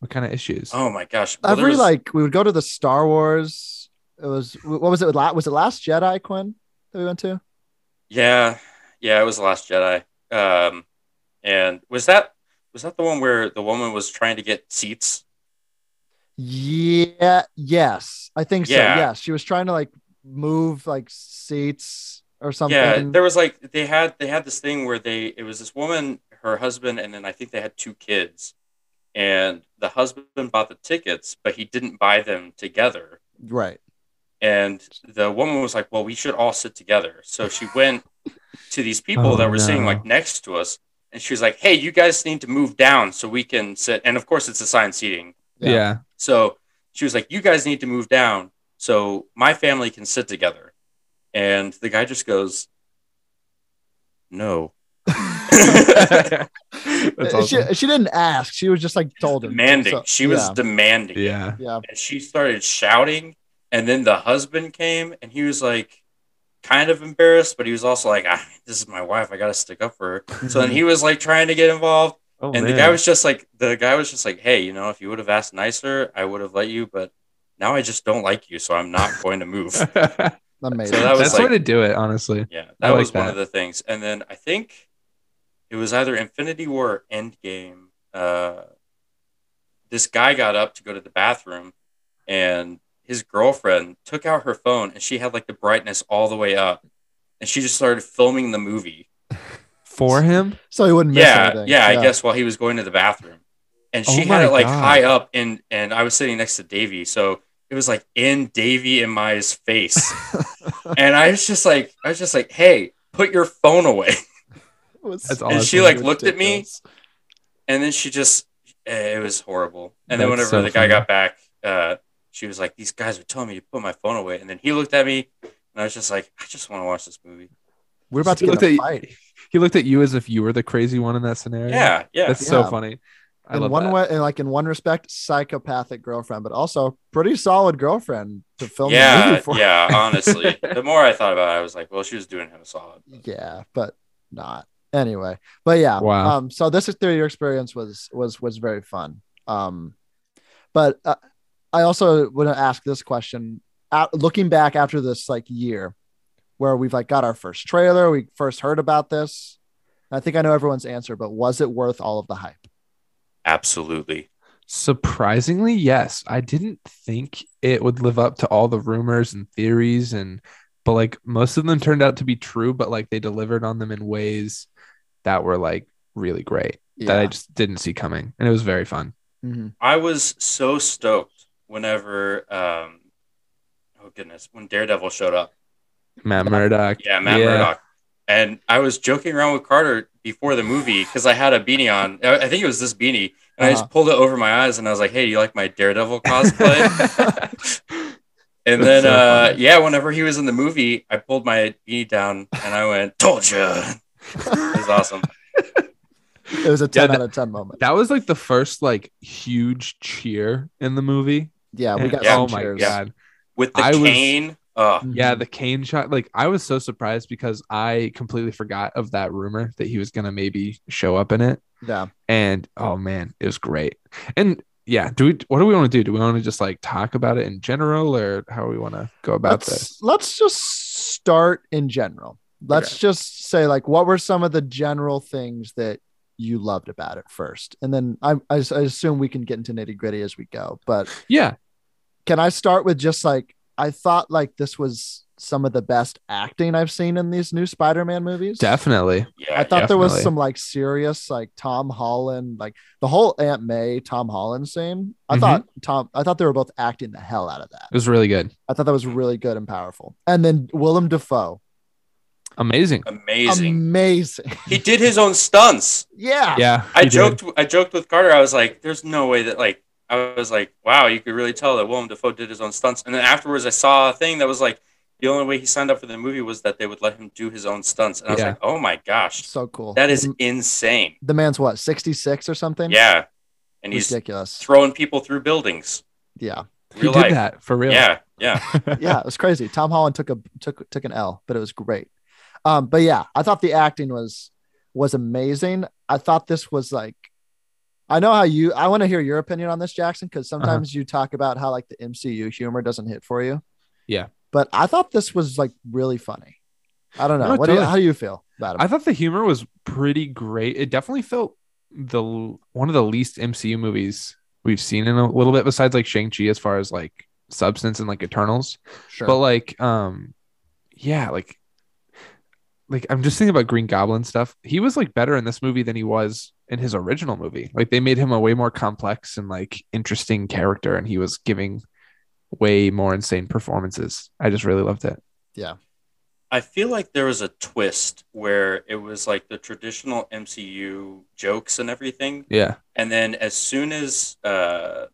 S4: What kind of issues?
S5: Oh my gosh! Well, there
S3: every
S5: was-
S3: like we would go to the star wars it was what was it with la- was it last jedi quinn that we went to
S5: yeah, yeah, it was the Last Jedi. Um, and was that was that the one where the woman was trying to get seats?
S3: Yeah. Yes, I think so.
S5: Yeah.
S3: Yes, she was trying to like move like seats or something.
S5: Yeah, there was like they had they had this thing where they it was this woman, her husband, and then I think they had two kids, and the husband bought the tickets, but he didn't buy them together.
S3: right.
S5: and the woman was like, "Well, we should all sit together." So she went to these people
S4: Oh,
S5: that were sitting
S4: no.
S5: like next to us, and she was like, "Hey, you guys need to move down so we can sit." And of course, it's assigned seating.
S4: yeah.
S5: So she was like, "You guys need to move down So my family can sit together. And the guy just goes,
S3: *laughs*
S5: No.
S4: That's awesome.
S3: She, she didn't ask. She was just like told him.
S5: demanding.
S3: So-
S5: she was
S3: yeah,
S5: demanding. it.
S4: Yeah.
S3: yeah.
S5: And she started shouting. And then the husband came and he was like kind of embarrassed, but he was also like, ah, This is my wife. I got to stick up for her. So then he was like trying to get involved.
S8: Oh,
S5: and
S8: man.
S5: the
S4: *laughs*
S5: guy was just like, The guy was just like, Hey, you know, if you would have asked nicer, I would have let you. But now I just don't like you. So I'm
S4: *laughs*
S5: not going to move.
S4: That's
S3: Amazing.
S5: So that was
S4: the way
S5: like-
S4: to do it, honestly.
S5: Yeah,
S4: I
S5: that
S4: like
S5: was one
S4: that.
S5: of the things. And then I think it was either Infinity War or Endgame. Uh, this guy got up to go to the bathroom, and his girlfriend took out her phone, and she had like the brightness all the way up, and she just started filming the movie.
S4: For him?
S3: so he wouldn't miss
S5: Yeah,
S3: anything.
S5: yeah, I guess while he was going to the bathroom, and she
S4: Oh
S5: had
S4: my
S5: it like
S4: God.
S5: high up, and and I was sitting next to Davey, so it was like in Davey and Maya's face, and I was just like, I was just like, hey, put your phone away. *laughs*
S3: It was-
S4: That's
S5: And she
S4: awesome.
S5: like looked at me, and then she just eh, it was horrible. And then
S4: That's
S5: whenever
S4: so
S5: the guy
S4: funny.
S5: got back, uh, she was like, "These guys were telling me to put my phone away," and then he looked at me, and I was just like, "I just want to watch this movie."
S3: We're about to
S4: He
S3: get
S4: looked,
S3: in a
S4: at,
S3: fight.
S4: he looked at you as if you were the crazy one in that scenario.
S5: Yeah, yeah,
S4: That's so
S3: Yeah.
S4: funny. I
S3: In
S4: love
S3: one
S4: that.
S3: way, and like in one respect, psychopathic girlfriend, but also pretty solid girlfriend to film. the
S5: yeah,
S3: movie for.
S5: yeah. Honestly, the more I thought about it, I was like, "Well, she was doing him a solid."
S3: yeah but not anyway but yeah
S4: Wow.
S3: um so this is through your experience was was was very fun um but uh, i also want to ask this question out looking back after this like year where we've like got our first trailer we first heard about this i think i know everyone's answer but was it worth all of the hype
S5: Absolutely.
S4: Surprisingly, yes. I didn't think it would live up to all the rumors and theories and but like most of them turned out to be true, but like they delivered on them in ways that were like really great that I just didn't see coming. And it was very fun.
S3: Mhm.
S5: I was so stoked whenever, um, oh goodness, when Daredevil showed up.
S4: Matt Murdock.
S5: Yeah, Matt Murdock. *laughs* And I was joking around with Carter before the movie because I had a beanie on. I I think it was this beanie, and I
S3: Uh-huh.
S5: just pulled it over my eyes, and I was like, "Hey, you like my
S4: *laughs*
S5: Daredevil cosplay?" and then,
S4: That's so
S5: uh,
S4: funny.
S5: yeah, whenever he was in the movie, I pulled my beanie down and I went, "Told you." it was awesome.
S3: it was a 10
S4: Yeah,
S3: out of 10
S4: *laughs*
S3: moment
S4: That was like the first like huge cheer in the movie.
S3: yeah we
S4: And-
S3: got
S4: oh
S3: some
S4: my
S3: cheers.
S4: god.
S5: With the
S4: I was-
S5: cane, uh,
S4: Yeah,
S3: Mhm.
S4: the cane shot. Like I was so surprised because I completely forgot of that rumor that he was gonna maybe show up in it.
S3: yeah
S4: And oh man, it was great. And yeah, do we what do we want to do? Do we want to just like talk about it in general or how we want to go about
S3: let's,
S4: this?
S3: Let's just start in general. Let's just say like what were some of the general things that you loved about it first, and then I, I, s- I assume we can get into nitty gritty as we go. But
S4: Yeah.
S3: can I start with just like I thought like this was some of the best acting I've seen in these new Spider-Man movies.
S4: Definitely.
S5: yeah,
S3: I thought there was
S4: Definitely.
S3: some like serious like Tom Holland like the whole Aunt May Tom Holland scene. I
S4: Mhm.
S3: thought Tom I thought they were both acting the hell out of that.
S4: It was really good.
S3: I thought that was really good and powerful. And then Willem Dafoe,
S4: Amazing.
S5: Uh, amazing.
S4: Um,
S3: amazing. *laughs*
S5: he did his own stunts.
S3: Yeah.
S4: Yeah.
S5: I
S4: he did.
S5: joked. I joked with Carter. I was like, "There's no way that like." I was like, "Wow, you could really tell that Willem Dafoe did his own stunts." And then afterwards, I saw a thing that was like, the only way he signed up for the movie was that they would let him do his own stunts. And I was
S4: Yeah. Mm-hmm.
S5: like, "Oh my gosh,
S3: So cool.
S5: that is
S3: The-
S5: insane!"
S3: the man's what, 66 or something?
S5: Yeah, and he's
S3: Ridiculous.
S5: throwing people through buildings.
S3: Yeah.
S4: He
S5: Real
S4: did
S5: life.
S4: that for real.
S5: Yeah, yeah.
S3: Yeah. It was crazy. Tom Holland took a took took an L, but it was great. Um, but yeah, I thought the acting was was amazing. I thought this was like I know how you I want to hear your opinion on this, Jackson, because sometimes you talk about how like the MCU humor doesn't hit for you.
S4: Yeah.
S3: But I thought this was like really funny. I don't know.
S4: No,
S3: what do you,
S4: totally.
S3: how do you feel about it?
S4: I thought the humor was pretty great. It definitely felt the l- one of the least MCU movies we've seen in a little bit, besides like Shang Chi, as far as like substance and like Eternals.
S3: sure.
S4: But like, um, yeah, like, like I'm just thinking about Green Goblin stuff. He was like better in this movie than he was in his original movie. Like they made him a way more complex and like interesting character, and he was giving way more insane performances. I just really loved it.
S5: I feel like there was a twist where it was like the traditional MCU jokes and everything,
S4: Yeah.
S5: And then as soon as uh,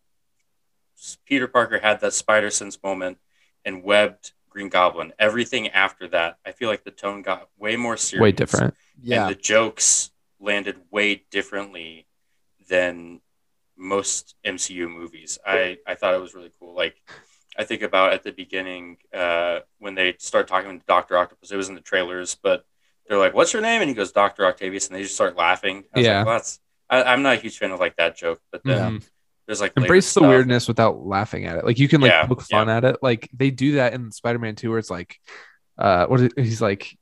S5: Peter Parker had that spider sense moment, and webbed Green Goblin. Everything after that, I feel like the tone got way more serious.
S4: way different.
S3: Yeah.
S5: And the jokes landed way differently than most MCU movies. I, I thought it was really cool. Like, I think about at the beginning uh, when they start talking to Dr. Octopus, it was in the trailers, but they're like, What's your name? And he goes, Dr. Octavius. And they just start laughing. I was
S4: Yeah.
S5: Like, well, that's, I, I'm not a huge fan of like that joke, but then
S4: Mhm.
S5: there's like later
S4: Embrace the
S5: stuff.
S4: weirdness without laughing at it. Like you can like
S5: Yeah,
S4: poke fun at it. Like they do that in Spider-Man 2 where it's like uh what is it? he's like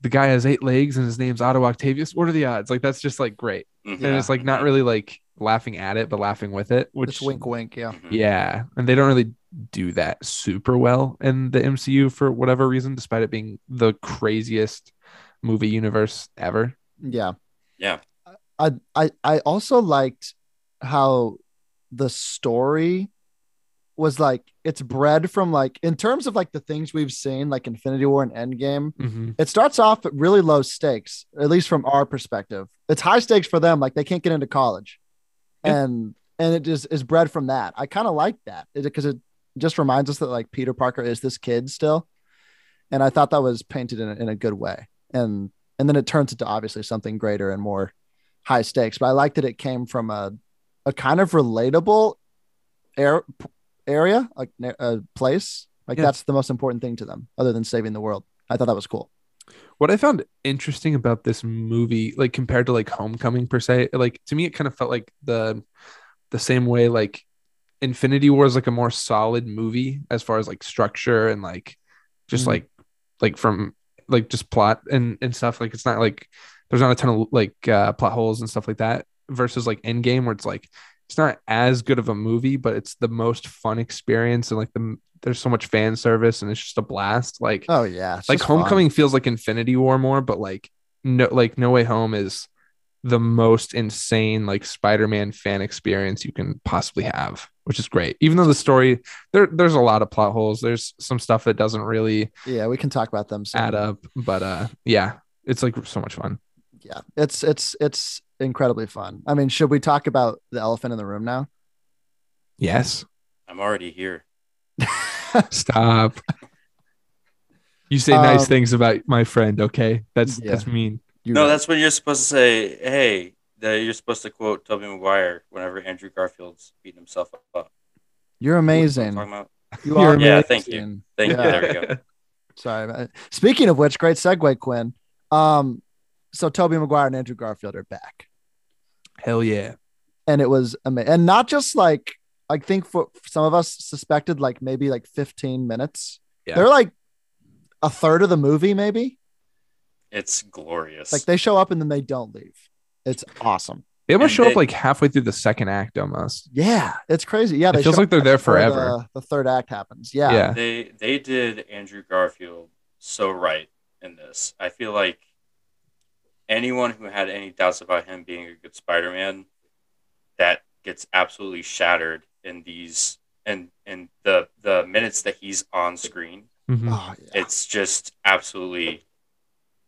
S4: the guy has eight legs and his name's Otto Octavius. What are the odds? Like that's just like great.
S5: Mhm.
S4: And it's like not really like laughing at it, but laughing with it, which
S3: Which wink, wink. Yeah.
S5: Mhm.
S4: Yeah, and they don't really do that super well in the MCU for whatever reason, despite it being the craziest movie universe ever.
S3: Yeah.
S5: Yeah.
S3: I I I also liked how the story was like it's bred from like in terms of like the things we've seen like Infinity War and Endgame.
S4: Mm-hmm.
S3: It starts off at really low stakes, at least from our perspective. It's high stakes for them, like they can't get into college,
S4: Yeah.
S3: and and it is is bred from that. I kind of like that because it just reminds us that like Peter Parker is this kid still, and I thought that was painted in a, in a good way, and and then it turns into obviously something greater and more high stakes. But I like that it came from a a kind of relatable air, area, like na- a place. Like
S4: Yeah.
S3: that's the most important thing to them, other than saving the world. I thought that was cool.
S4: What I found interesting about this movie, like compared to like Homecoming per se, like to me it kind of felt like the the same way like Infinity War is like a more solid movie as far as like structure and like just
S3: Mhm.
S4: like like from like just plot and and stuff like it's not like there's not a ton of like uh plot holes and stuff like that versus like Endgame where it's like it's not as good of a movie but it's the most fun experience and like the there's so much fan service and it's just a blast like
S3: Oh yeah, it's
S4: like
S3: just fun.
S4: Homecoming feels like Infinity War more but like no like No Way Home is the most insane like Spider-Man fan experience you can possibly have, which is great. Even though the story there there's a lot of plot holes, there's some stuff that doesn't really
S3: Yeah, we can talk about them. Soon.
S4: add up, but uh yeah, it's like so much fun.
S3: Yeah, it's it's it's incredibly fun. I mean, should we talk about the elephant in the room now? *laughs*
S4: Yes.
S5: I'm already here.
S4: Stop. You say nice
S3: Um,
S4: things about my friend, okay? That's
S3: Yeah.
S4: that's mean.
S3: You-
S5: No, that's when you're supposed to say, "Hey," that you're supposed to quote Tobey Maguire whenever Andrew Garfield's beating himself up.
S3: you're amazing.
S5: Talking about,
S3: You
S4: You're
S3: are.
S5: Yeah, thank you.
S3: amazing.
S5: thank you.
S3: Yeah.
S5: There we go.
S3: *laughs* Sorry. about- Speaking of which, great segue, Quinn. Um, so Toby Maguire and Andrew Garfield are back.
S4: Hell yeah.
S3: and it was amazing. And not just like I think for for some of us suspected like maybe like 15 minutes.
S4: Yeah.
S3: They're like a third of the movie, maybe.
S5: *laughs* It's glorious.
S3: Like they show up and then they don't leave. It's awesome.
S4: They almost
S5: And
S4: show
S5: they-
S4: up like halfway through the second act almost.
S3: Yeah, it's crazy. Yeah,
S4: It feels
S3: show
S4: like
S3: up
S4: they're there
S3: before
S4: forever.
S3: The, the third act happens.
S4: Yeah.
S3: Yeah,
S5: they they did Andrew Garfield so right in this. I feel like anyone who had any doubts about him being a good Spider-Man, that gets absolutely shattered in these and in the the minutes that he's on screen.
S4: Mhm.
S3: Oh, yeah.
S5: It's just absolutely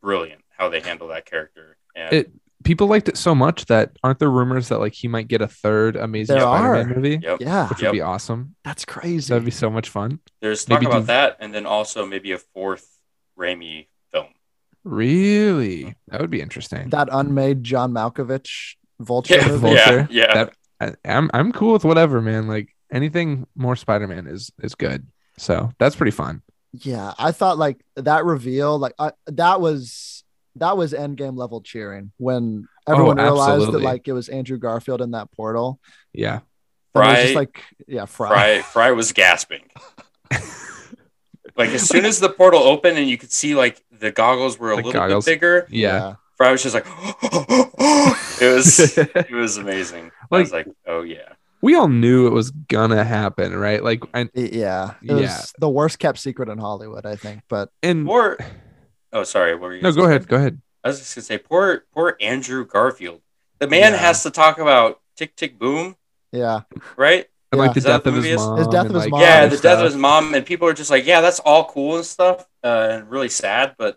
S5: brilliant how they handle that character. And
S4: It- people liked it so much that aren't there rumors that like he might get a third Amazing
S3: There
S4: Spider-Man
S3: are.
S4: movie,
S5: yep.
S3: yeah.
S4: which
S5: Yep.
S4: would be awesome.
S3: That's crazy.
S4: That'd be so much fun.
S5: There's talk
S4: Maybe
S5: about
S4: do-
S5: that, and then also maybe a fourth Raimi film.
S4: Really, that would be interesting.
S3: that unmade John Malkovich vulture
S5: Yeah,
S3: movie.
S5: yeah,
S4: Vulture.
S5: yeah.
S4: That- I, I'm I'm cool with whatever, man. Like anything more Spider-Man is is good. So that's pretty fun.
S3: Yeah, I thought like that reveal, like I, that was that was endgame level cheering when
S4: Oh,
S3: everyone realized that
S4: absolutely.
S3: like it was Andrew Garfield in that portal.
S4: Yeah,
S3: And it was just
S5: Fry-
S3: like yeah, fry.
S5: Fry Fry
S4: *laughs*
S5: was gasping. like as soon as the portal opened and you could see like the goggles were a
S4: The
S5: little
S4: goggles.
S5: bit bigger,
S4: yeah.
S5: Fry was just like *gasps* it was it was amazing. I was like, oh yeah.
S4: *laughs* we all knew it was gonna happen, right? Like, and
S3: Y- Yeah. It
S4: Yeah.
S3: was the worst kept secret in Hollywood, I think. But
S4: and
S5: Poor Oh sorry, what were you
S4: no,
S5: gonna
S4: go
S5: say?
S4: ahead, go ahead.
S5: I was just gonna say poor poor Andrew Garfield. The man
S4: Yeah.
S5: has to talk about tick tick boom,
S3: yeah.
S5: right?
S4: And
S3: Yeah.
S4: like the
S5: Is that
S4: death
S5: the
S4: of his
S5: movie is-
S4: mom.
S3: His death
S4: and,
S3: of his
S4: like,
S3: mom.
S5: yeah,
S4: other
S5: the death of
S4: stuff.
S5: his mom, and people are just like, "Yeah, that's all cool and stuff, uh, and really sad." But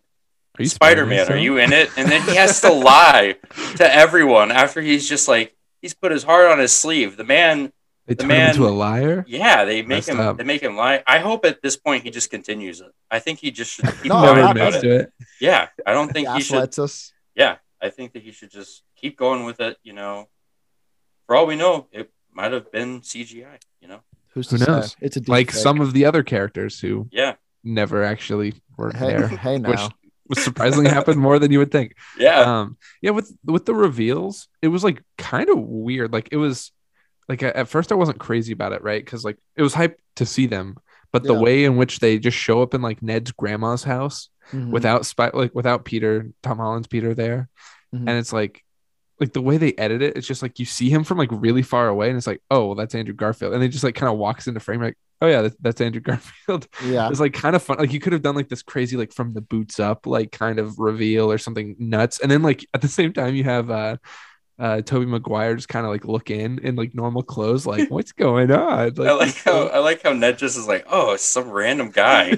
S4: Are you
S5: Spider Man, are
S4: son?
S5: you in it? And then he
S4: *laughs*
S5: has to lie to everyone after he's just like he's put his heart on his sleeve. The man
S4: They
S5: The
S4: turn him into a
S5: man-
S4: liar.
S5: Yeah, they make
S4: Messed
S5: him.
S4: up.
S5: They make him lie. I hope at this point he just continues it. I think he just
S4: *laughs*
S5: should keep
S3: No,
S5: going
S3: I-
S4: Never
S5: about
S4: admits
S5: it.
S4: to it.
S5: Yeah, I don't think he should.
S3: gaslights us.
S5: Yeah, I think that he should just keep going with it. You know, for all we know, it might have been CGI. You know,
S3: Who's
S4: Who
S3: to say?
S4: knows?
S3: It's a deep
S4: Like
S3: fake.
S4: some of the other characters who
S5: yeah,
S4: never actually were
S3: Hey, *laughs*
S4: there,
S3: hey now.
S4: which was
S3: *laughs*
S4: surprisingly happened more than you would think.
S3: Uh.
S5: yeah,
S4: um yeah with with the reveals it was like kind of weird like it was like at at first i wasn't crazy about it right because like it was hype to see them but the
S3: Yeah.
S4: way in which they just show up in like ned's grandma's house
S3: Mhm.
S4: without spy like without peter tom holland's peter there
S3: Mhm.
S4: and it's like like the way they edit it it's just like you see him from like really far away and it's like oh well that's andrew garfield and they just like kind of walks into frame like oh yeah that, that's andrew garfield
S3: yeah.
S4: it's like kind of fun. Like you could have done like this crazy, like from the boots up, like kind of reveal or something nuts. And then like at the same time, you have uh uh Toby Maguire just kind of like look in in like normal clothes,
S3: *laughs*
S4: like what's going on?
S5: I like how I like how Ned just is like, oh, it's some
S3: *laughs*
S5: random guy.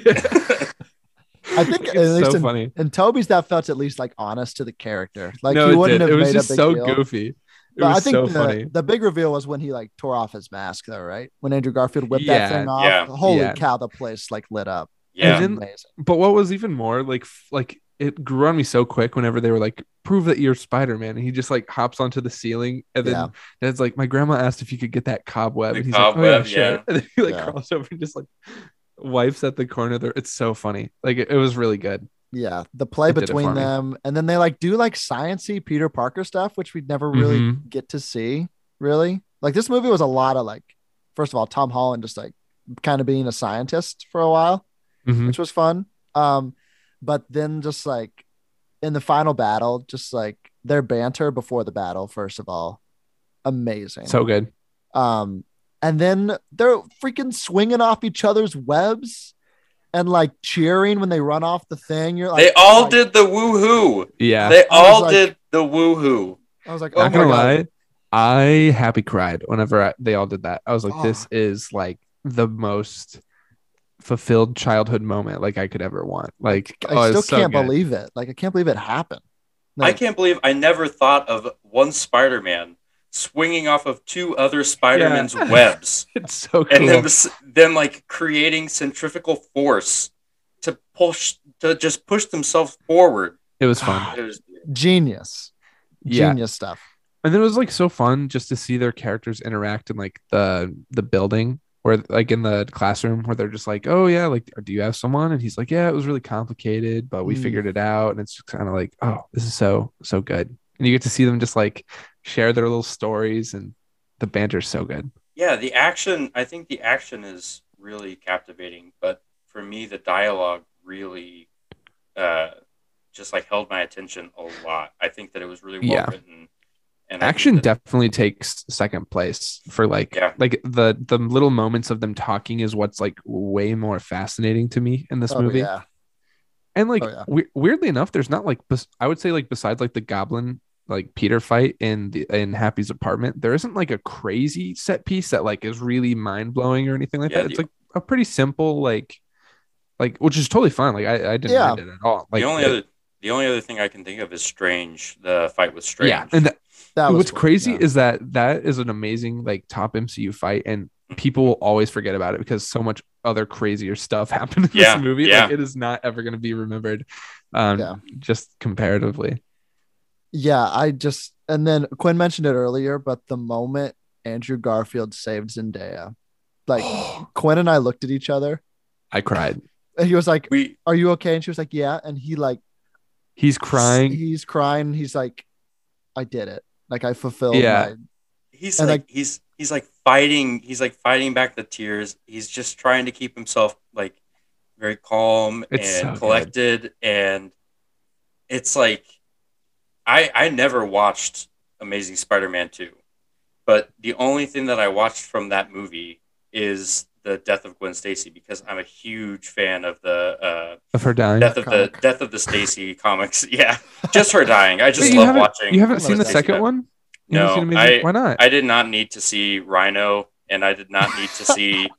S3: I
S4: *laughs*
S3: think
S4: it's
S3: at least
S4: so
S3: in-
S4: funny.
S3: And Toby's that felt at least like honest to the character. Like
S4: no,
S3: you
S4: it
S3: wouldn't
S4: did.
S3: have
S4: it was
S3: made
S4: just
S3: a big
S4: so
S3: deal.
S4: goofy. It
S3: But
S4: was
S3: I think
S4: so
S3: the,
S4: funny.
S3: the big reveal was when he like tore off his mask though, right? When Andrew Garfield whipped
S4: Yeah,
S3: that thing off.
S5: yeah,
S3: Holy
S4: yeah.
S3: cow, the place like lit up. It was
S5: yeah,
S4: And then-
S3: amazing.
S4: But what was even more like f- like it grew on me so quick whenever they were like, prove that you're Spider Man. And he just like hops onto the ceiling. And then
S3: Yeah.
S4: Dad's like, my grandma asked if you could get that cobweb.
S5: The
S4: and he's
S5: cobweb,
S4: like, oh, yeah, sure.
S5: yeah.
S4: *laughs* And then he like
S3: Yeah.
S4: crawls over and just like wipes at the corner there. It's so funny. Like it, it was really good.
S3: Yeah. The play
S4: It did it for
S3: between
S4: me.
S3: them. And then they like do like sciency Peter Parker stuff, which we'd never really
S4: Mhm.
S3: get to see, really. Like this movie was a lot of like, first of all, Tom Holland just like kind of being a scientist for a while.
S5: Mm-hmm.
S4: Mhm.
S3: which was fun. Um, but then just like in the final battle, just like their banter before the battle, first of all, amazing.
S4: So good.
S3: um, and then they're freaking swinging off each other's webs and like cheering when they run off the thing. You're like, oh
S5: they all
S3: like-
S5: did the woohoo.
S4: Yeah.
S5: They
S3: I was
S5: all
S3: like-
S5: did the woohoo.
S3: I was like, oh
S4: Not
S3: my
S4: gonna
S3: god,
S4: lie. I happy cried whenever I, they all did that. I was like, this
S3: Oh.
S4: is like the most fulfilled childhood moment like I could ever want. Like oh,
S3: I
S4: it's so
S3: still can't
S4: good.
S3: believe it. Like, I can't believe it happened.
S5: I can't believe I never thought of one Spider-Man swinging off of two other
S3: *laughs*
S5: Spider-Man's
S4: Yeah.
S5: webs
S4: it's so cool.
S5: and then s- then like creating centrifugal force to push to just push themselves forward.
S4: it was fun. *gasps*
S5: It was-
S3: Genius,
S4: Yeah.
S3: genius stuff.
S4: and then it was like so fun just to see their characters interact in like the the building where like in the classroom where they're just like oh yeah like do you have someone and he's like yeah it was really complicated but we
S3: Mm.
S4: figured it out and it's just kind of like oh this is so so good and you get to see them just like share their little stories and the banter's so good
S5: yeah, the action. I think the action is really captivating, but for me, the dialogue really uh, just like held my attention a lot. I think that it was really well
S4: Yeah.
S5: written. And I think
S4: action
S5: that-
S4: definitely takes second place for like
S5: Yeah.
S4: like the the little moments of them talking is what's like way more fascinating to me in this
S3: oh,
S4: movie
S3: yeah.
S4: And like
S3: Oh, yeah.
S4: we- weirdly enough, there's not like bes- I would say like besides like the goblin like Peter fight in the in Happy's apartment, there isn't like a crazy set piece that like is really mind blowing or anything like
S5: Yeah,
S4: that. It's
S5: the-
S4: like a pretty simple like like which is totally fine. Like I, I didn't
S3: Yeah.
S4: mind it at all. Like
S5: the only
S4: it-
S5: other the only other thing I can think of is Strange, the fight with Strange.
S4: uh, yeah, and
S3: That was
S4: what's
S3: cool,
S4: crazy
S3: yeah.
S4: is that that is an amazing like top MCU fight, and people will always forget about it because so much other crazier stuff *laughs* happened in
S5: Yeah,
S4: this movie.
S5: yeah.
S4: Like it is not ever going to be remembered, um,
S3: Yeah.
S4: just comparatively.
S3: Yeah, I just and then Quinn mentioned it earlier, but the moment Andrew Garfield saved Zendaya,
S4: *gasps*
S3: like Quinn and I looked at each other
S4: I cried.
S3: and he was like,
S5: we
S3: Are you okay? And she was like, Yeah. And he like
S4: He's crying.
S3: he's crying, and he's like, I did it. Like I fulfilled
S4: Yeah.
S5: he's
S3: And,
S5: like
S3: like-
S5: he's he's like fighting he's like fighting back the tears. He's just trying to keep himself like very calm
S4: It's so
S5: and
S4: good.
S5: collected and it's like I I never watched Amazing Spider-Man 2. But the only thing that I watched from that movie is the death of Gwen Stacy because I'm a huge fan of the uh
S4: of her dying.
S5: Death of the
S3: comic.
S5: Death of the Stacy comics. *laughs* Yeah, just her dying. I
S4: Wait,
S5: just
S4: you
S5: love
S4: haven't-
S5: watching.
S4: You haven't
S3: I
S4: seen the
S3: love
S5: Stacy
S4: second
S5: Dash.
S4: one? You
S5: No,
S4: haven't seen Amazing-
S5: I-
S4: Why not?
S5: I did not need to see Rhino, and I did not need
S4: *laughs*
S5: to see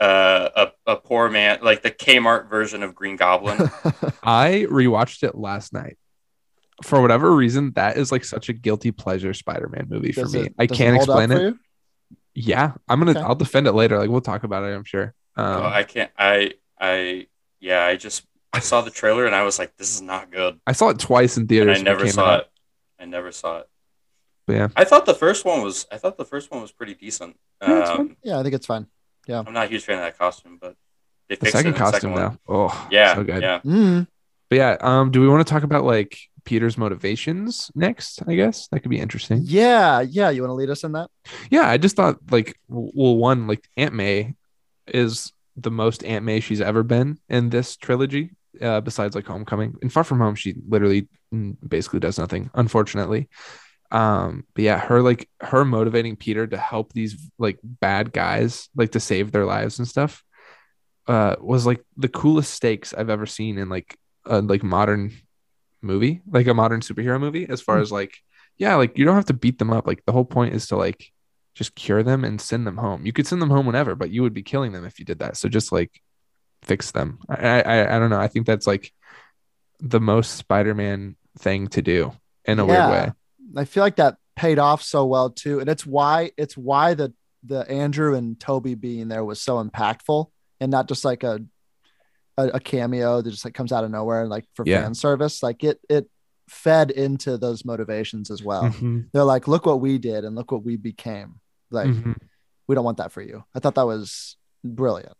S5: uh, a a poor man like the Kmart version of Green
S4: *laughs*
S5: Goblin.
S3: it.
S4: I rewatched it last night. For whatever reason, that is like such a guilty pleasure Spider-Man movie for
S3: *laughs* Does
S4: me.
S3: it-
S4: I
S3: does
S4: can't
S3: hold up
S4: explain
S3: for
S4: it.
S3: you?
S4: Yeah, I'm gonna.
S3: Okay.
S4: I'll defend it later. Like we'll talk about it. I'm sure. Um,
S5: Oh, I can't. I I yeah. I just I saw the trailer and I was like, this is not good.
S4: I saw it twice in
S5: And
S4: theaters.
S5: I
S4: when
S5: never
S4: came
S5: saw
S4: out.
S5: it. I never saw it.
S4: But yeah.
S5: I thought the first one was. I thought the first one was pretty decent.
S4: Yeah, it's
S5: Um,
S3: Yeah, I think it's fine.
S5: I'm not a huge fan of that costume, but they
S4: The
S5: fixed
S4: second
S5: it in the
S4: costume
S5: second one.
S4: though. Oh,
S5: Yeah,
S4: so good.
S5: yeah.
S3: Mm.
S4: But yeah, um, do we want to talk about like Peter's motivations next? I guess that could be interesting.
S3: Yeah, yeah. You want to lead us in that?
S4: Yeah, I just thought like, w- well, one like Aunt May is the most Aunt May she's ever been in this trilogy. Uh, besides like Homecoming and Far From Home, she literally mm, basically does nothing, unfortunately. Um, but yeah, her like her motivating Peter to help these like bad guys like to save their lives and stuff uh was like the coolest stakes I've ever seen in like a like modern movie, like a modern superhero movie as far as like yeah, like you don't have to beat them up. Like the whole point is to like just cure them and send them home. You could send them home whenever, but you would be killing them if you did that. So just like fix them. I I, I don't know. I think that's like the most Spider-Man thing to do in a
S3: Yeah.
S4: weird way.
S3: I feel like that paid off so well too, and it's why it's why the the Andrew and Toby being there was so impactful, and not just like a a, a cameo that just like comes out of nowhere and like for
S4: Yeah.
S3: fan service. Like it it fed into those motivations as well.
S4: Mhm.
S3: They're like, look what we did and look what we became. Like
S4: Mhm.
S3: we don't want that for you. I thought that was brilliant.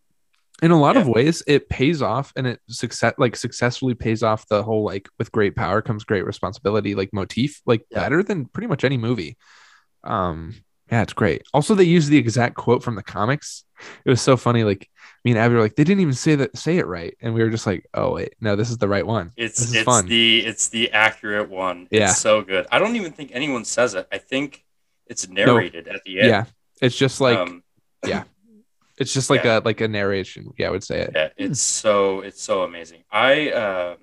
S4: in a lot of
S5: Yeah.
S4: ways it pays off and it success like successfully pays off the whole like with great power comes great responsibility like motif like
S3: Yeah.
S4: better than pretty much any movie um yeah it's great also they use the exact quote from the comics it was so funny like me and abby were like they didn't even say that say it right and we were just like oh wait no this is the right one
S5: It's
S4: This is
S5: it's
S4: fun.
S5: the it's the accurate one.
S4: Yeah.
S5: It's so good. I don't even think anyone says it. I think it's narrated at the
S4: yeah,
S5: end.
S4: it's just like
S5: um,
S4: it's just like
S5: yeah.
S4: a like a narration yeah i would say it
S5: yeah, it's so it's so amazing. I uh,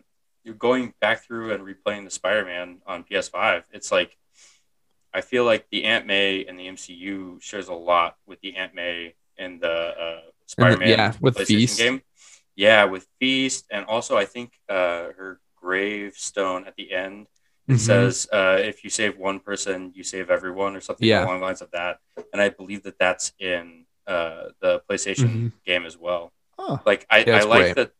S5: you're going back through and replaying the Spider-Man on PS5. It's like I feel like the Aunt May and the MCU shares a lot with the Aunt May and the uh, Spider-Man
S4: yeah, with
S5: PlayStation
S4: Feast.
S5: game. Yeah, with Feast, and also I think uh, her gravestone at the end it
S4: Mhm.
S5: says uh, if you save one person you save everyone or something
S4: Yeah.
S5: along the lines of that and i believe that that's in uh, the playstation
S4: Mhm.
S5: game as well
S3: Oh.
S5: like i,
S4: Yeah,
S5: I
S4: it's
S5: like
S4: great.
S5: that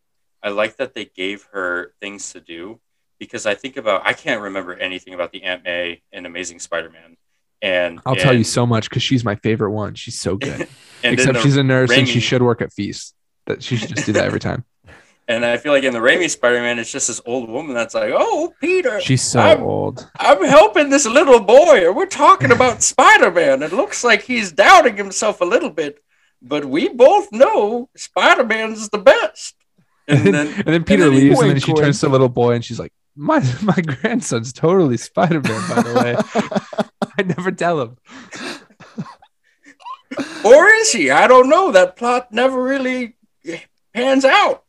S5: i like that they gave her things to do because i think about i can't remember anything about the aunt may and amazing spider-man and
S4: i'll tell you
S5: and-
S4: so much because she's my favorite one she's so good
S5: and in
S4: except
S5: the
S4: she's a nurse and she
S5: Raimi-
S4: should work at feast that she should just do that every
S5: *laughs*
S4: time
S5: and i feel like in the Raimi spider-man it's just this old woman that's like oh peter
S4: She's so
S5: I'm-
S4: old.
S5: I'm helping this little boy, and we're talking about Spider Man. It looks like he's doubting himself a little bit, but we both know Spider Man's the best.
S4: And
S5: *laughs*
S4: *laughs*
S5: And
S4: then,
S5: then,
S4: Peter
S5: then-
S4: leaves, and then
S3: Wink,
S4: she
S3: wink.
S4: turns to little boy, and she's like, "My *laughs* my grandson's totally Spider Man." By the way, *laughs* I never tell him.
S5: or is he? I don't know. That plot never really pans out.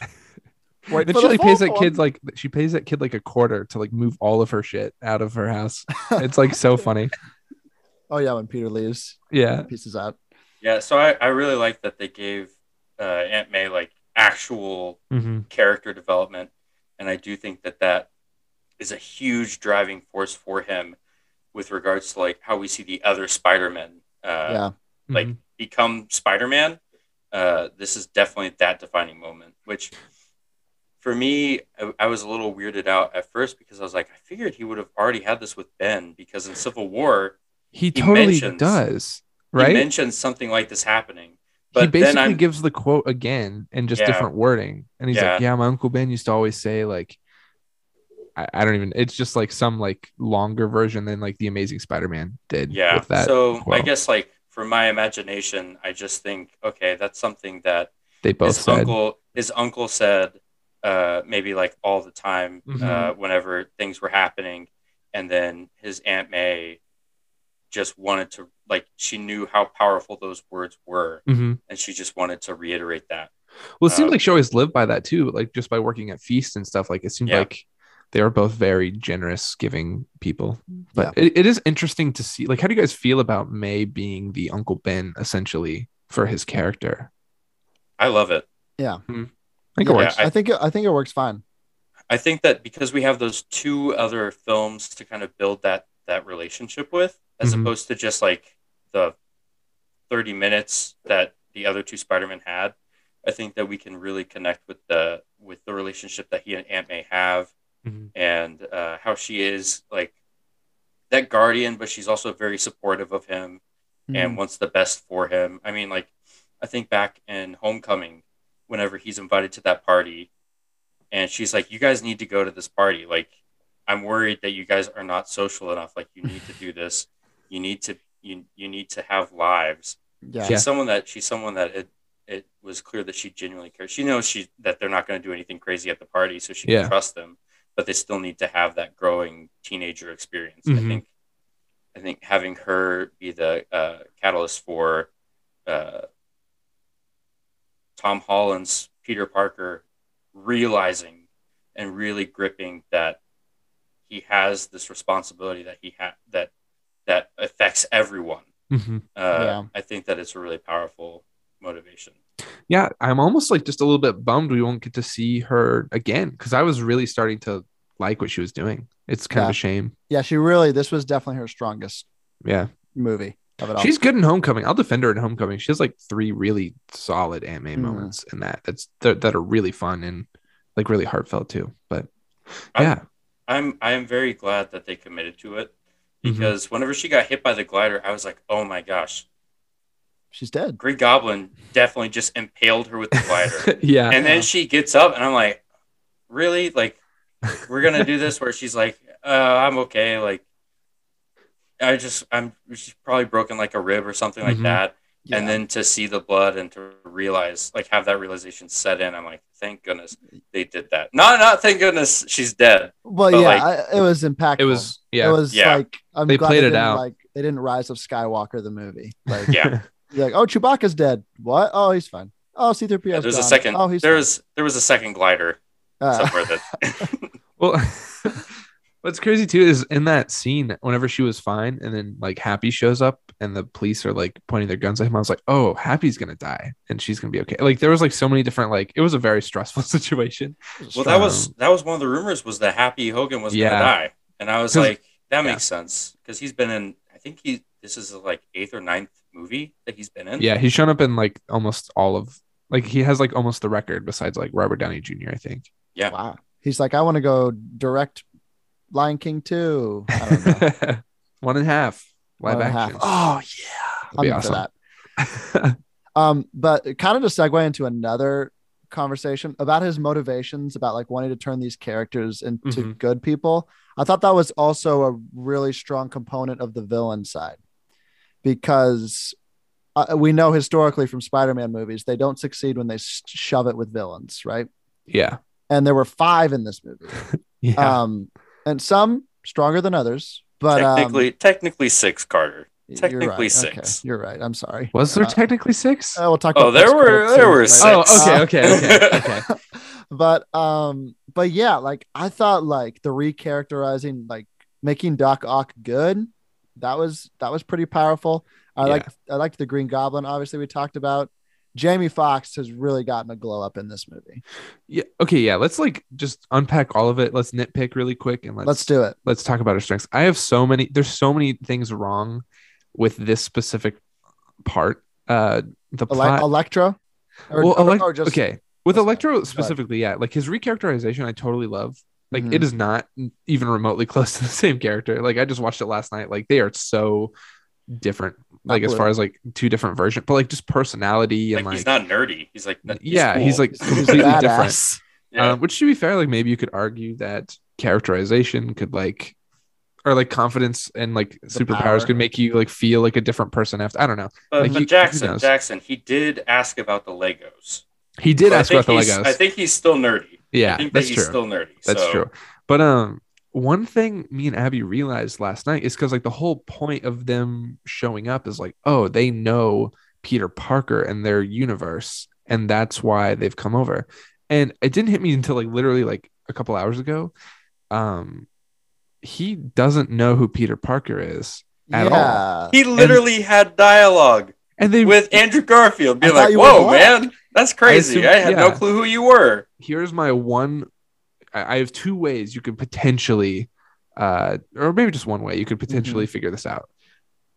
S3: Wait
S4: then
S3: for
S4: she
S3: the
S4: like pays
S3: phone
S4: that
S3: call.
S4: kid like she pays that kid like a quarter to like move all of her shit out of her house. It's like so
S5: *laughs*
S4: funny.
S3: *laughs* Oh yeah, when Peter leaves,
S4: Yeah,
S3: pieces out.
S5: Yeah, so I, I really like that they gave uh, Aunt May like actual
S4: mm-hmm.
S5: character development and i do think that that is a huge driving force for him with regards to like how we see the other spider-man uh,
S3: yeah.
S5: like
S4: Mm-hmm.
S5: become spider-man uh, this is definitely that defining moment which for me I, I was a little weirded out at first because i was like i figured he would have already had this with ben because in civil war
S4: he totally
S5: mentions-
S4: does.
S5: he
S4: Right? He,
S5: mentions something like this happening but then
S4: basically
S5: i'm
S4: gives the quote again in just
S5: Yeah.
S4: different wording, and he's
S5: Yeah.
S4: like, "Yeah, my uncle Ben used to always say like." I I don't even. It's just like some like longer version than like the Amazing Spider-Man did.
S5: yeah
S4: with that
S5: so i
S4: quote.
S5: guess like from my imagination i just think okay that's something that
S4: they both
S5: his
S4: said.
S5: uncle his uncle said uh, maybe like all the time uh,
S4: Mhm.
S5: whenever things were happening and then his aunt may just wanted to like she knew how powerful those words were
S4: Mhm.
S5: and she just wanted to reiterate that
S4: Well, it seemed
S5: Um,
S4: like she always lived by that too. Like just by working at Feast and stuff. Like it seemed
S5: Yeah.
S4: like they were both very generous, giving people. But it, it is interesting to see. Like, how do you guys feel about May being the Uncle Ben essentially for his character?
S5: i love it
S4: I think
S3: Yeah.
S4: it works.
S5: I-
S3: I think it, I think it works fine.
S5: i think that because we have those two other films to kind of build that that relationship with as
S4: Mhm.
S5: opposed to just like the 30 minutes that the other two Spider-Men had, I think that we can really connect with the with the relationship that he and Aunt May have
S4: Mhm.
S5: and uh, how she is like that guardian, but she's also very supportive of him
S3: Mm-hmm.
S5: and wants the best for him. I mean, like, I think back in Homecoming, whenever he's invited to that party, and she's like, You guys need to go to this party. Like, I'm worried that you guys are not social enough. Like, you need to do this. You need to you you need to have lives.
S3: yeah.
S5: She's someone that she's someone that it it was clear that she genuinely cares. She knows she that they're not going to do anything crazy at the party, so she
S4: Yeah.
S5: can trust them. But they still need to have that growing teenager experience. I
S4: Mhm.
S5: think I think having her be the uh, catalyst for uh, Tom Holland's Peter Parker realizing and really gripping that he has this responsibility that he ha- that that affects everyone
S4: hmm
S5: uh,
S3: Yeah.
S5: I think that it's a really powerful motivation.
S4: yeah, I'm almost like just a little bit bummed we won't get to see her again because I was really starting to like what she was doing. It's kind of
S3: Yeah.
S4: a shame.
S3: Yeah, she really. This was definitely her strongest
S4: Yeah,
S3: movie of it all.
S4: she's good in Homecoming. I'll defend her in Homecoming. She has like three really solid Aunt May
S3: Mhm.
S4: moments in that. That's that that are really fun and like really heartfelt too. But
S5: I-
S4: yeah,
S5: I'm I am very glad that they committed to it
S4: Mhm.
S5: because whenever she got hit by the glider, I was like, oh my gosh,
S3: She's dead.
S5: Green Goblin definitely just impaled her with the glider.
S4: yeah,
S5: and then she gets up, and I'm like, really? Like, we're gonna do this where she's like, uh, I'm okay. Like, I just I'm she's probably broken like a rib or something like
S4: Mhm.
S5: that.
S3: Mm-hmm. Yeah.
S5: and then to see the blood and to realize like have that realization set in i'm like thank goodness they did that no not thank goodness she's dead
S3: well,
S5: but,
S3: yeah,
S5: like-
S3: I, it was impactful.
S4: it was yeah.
S3: It was
S5: Yeah.
S3: like I'm
S4: They
S3: glad
S4: played
S3: they
S4: it
S3: didn't,
S4: out.
S3: Like they didn't Rise of Skywalker the movie. Like
S5: yeah
S3: you're like, oh, Chewbacca's dead. What? Oh, he's fine. Oh, C-3PO's
S5: there's
S3: gone.
S5: a second
S3: Oh, he's
S5: there
S3: fine.
S5: was there was a second glider
S3: Uh,
S5: somewhere that
S4: Well, *laughs* what's crazy too is in that scene, whenever she was fine, and then like Happy shows up, and the police are like pointing their guns at him. I was like, "Oh, Happy's gonna die, and she's gonna be okay." Like there was like so many different like it was a very stressful *laughs* situation.
S5: well that was that was one of the rumors was that happy hogan was
S4: Yeah.
S5: gonna die and i was
S4: 'Cause-
S5: like that makes sense because he's been in i think he this is like eighth or ninth movie that he's been in
S4: Yeah, he's shown up in like almost all of like he has like almost the record besides like Robert Downey Jr. I think.
S3: wow. He's like, I want to go direct Lion King 2. I
S4: *laughs*
S3: don't know.
S4: One and a half
S3: One
S4: live
S3: and a half.
S4: action.
S2: Oh,
S4: That'd be
S3: I'm in for
S4: awesome.
S3: that. Um, but kind of to segue into another conversation about his motivations about like wanting to turn these characters into
S4: Mhm.
S3: good people. I thought that was also a really strong component of the villain side because uh, we know historically from Spider-Man movies they don't succeed when they s- shove it with villains, right?
S4: *laughs* yeah,
S3: And there were five in this movie,
S4: yeah.
S3: um, and some stronger than others. But um,
S5: technically technically six carter
S3: you're
S5: technically
S3: right.
S5: six.
S3: Okay, you're right. I'm sorry.
S4: was there
S3: Uh,
S4: technically six?
S3: uh, we'll talk
S5: Oh,
S3: about
S5: there
S3: this
S5: were-
S3: credit
S5: there
S3: scene
S5: were
S3: later.
S5: six.
S4: oh, okay, okay, okay,
S3: *laughs*
S4: okay.
S3: but um but yeah like i thought like the recharacterizing like making doc ock good that was that was pretty powerful i
S4: Yeah.
S3: like i liked the green goblin obviously we talked about jamie Foxx has really gotten a glow up in this movie
S4: Yeah. Okay. Yeah. Let's like just unpack all of it. Let's nitpick really quick and let's
S3: let's do it
S4: let's talk about her strengths. I have so many. There's so many things wrong with this specific part. Uh, the
S3: Ele-
S4: plot.
S3: electro or,
S4: well,
S3: or-
S4: elec-
S3: or just
S4: okay. With
S3: sorry,
S4: Electro specifically, yeah, like his recharacterization, I totally love. Like it
S3: Mhm.
S4: is not even remotely *laughs* close to the same character. Like I just watched it last night. Like they are so different. Like as
S3: Absolutely.
S4: far as like two different versions, but like just personality
S5: like,
S4: and like,
S5: he's not nerdy he's like
S4: yeah, he's
S5: cool.
S4: like
S3: He's
S4: completely different.
S3: badass.
S5: Yeah.
S4: Um, which to be fair, like maybe you could argue that characterization could like, or like confidence and like superpowers
S3: power.
S4: could make you like feel like a different person after. I don't know.
S5: But,
S4: Like,
S5: but
S4: he- who
S5: Jackson,
S4: knows?
S5: Jackson, he did ask about the Legos.
S4: He did
S5: So I
S4: ask
S5: think
S4: about the
S5: he's-
S4: Legos.
S5: I think he's still nerdy. I
S4: yeah,
S5: think that
S4: that's
S5: he's
S4: true.
S5: still nerdy.
S4: that's
S5: so-
S4: true. But um, one thing me and Abby realized last night is because like the whole point of them showing up is like, oh, they know Peter Parker and their universe, and that's why they've come over. And it didn't hit me until like literally like a couple hours ago. Um, he doesn't know who Peter Parker is at all.
S3: yeah
S5: He literally had dialogue
S4: and they
S5: with Andrew Garfield, being
S3: I thought
S5: like,
S3: you were
S5: "Whoa,
S3: black."
S5: man, that's crazy.
S4: assume-
S5: I, had no
S4: yeah.
S5: clue who you were."
S4: here's my one I, I have two ways you could potentially uh or maybe just one way you could potentially figure this out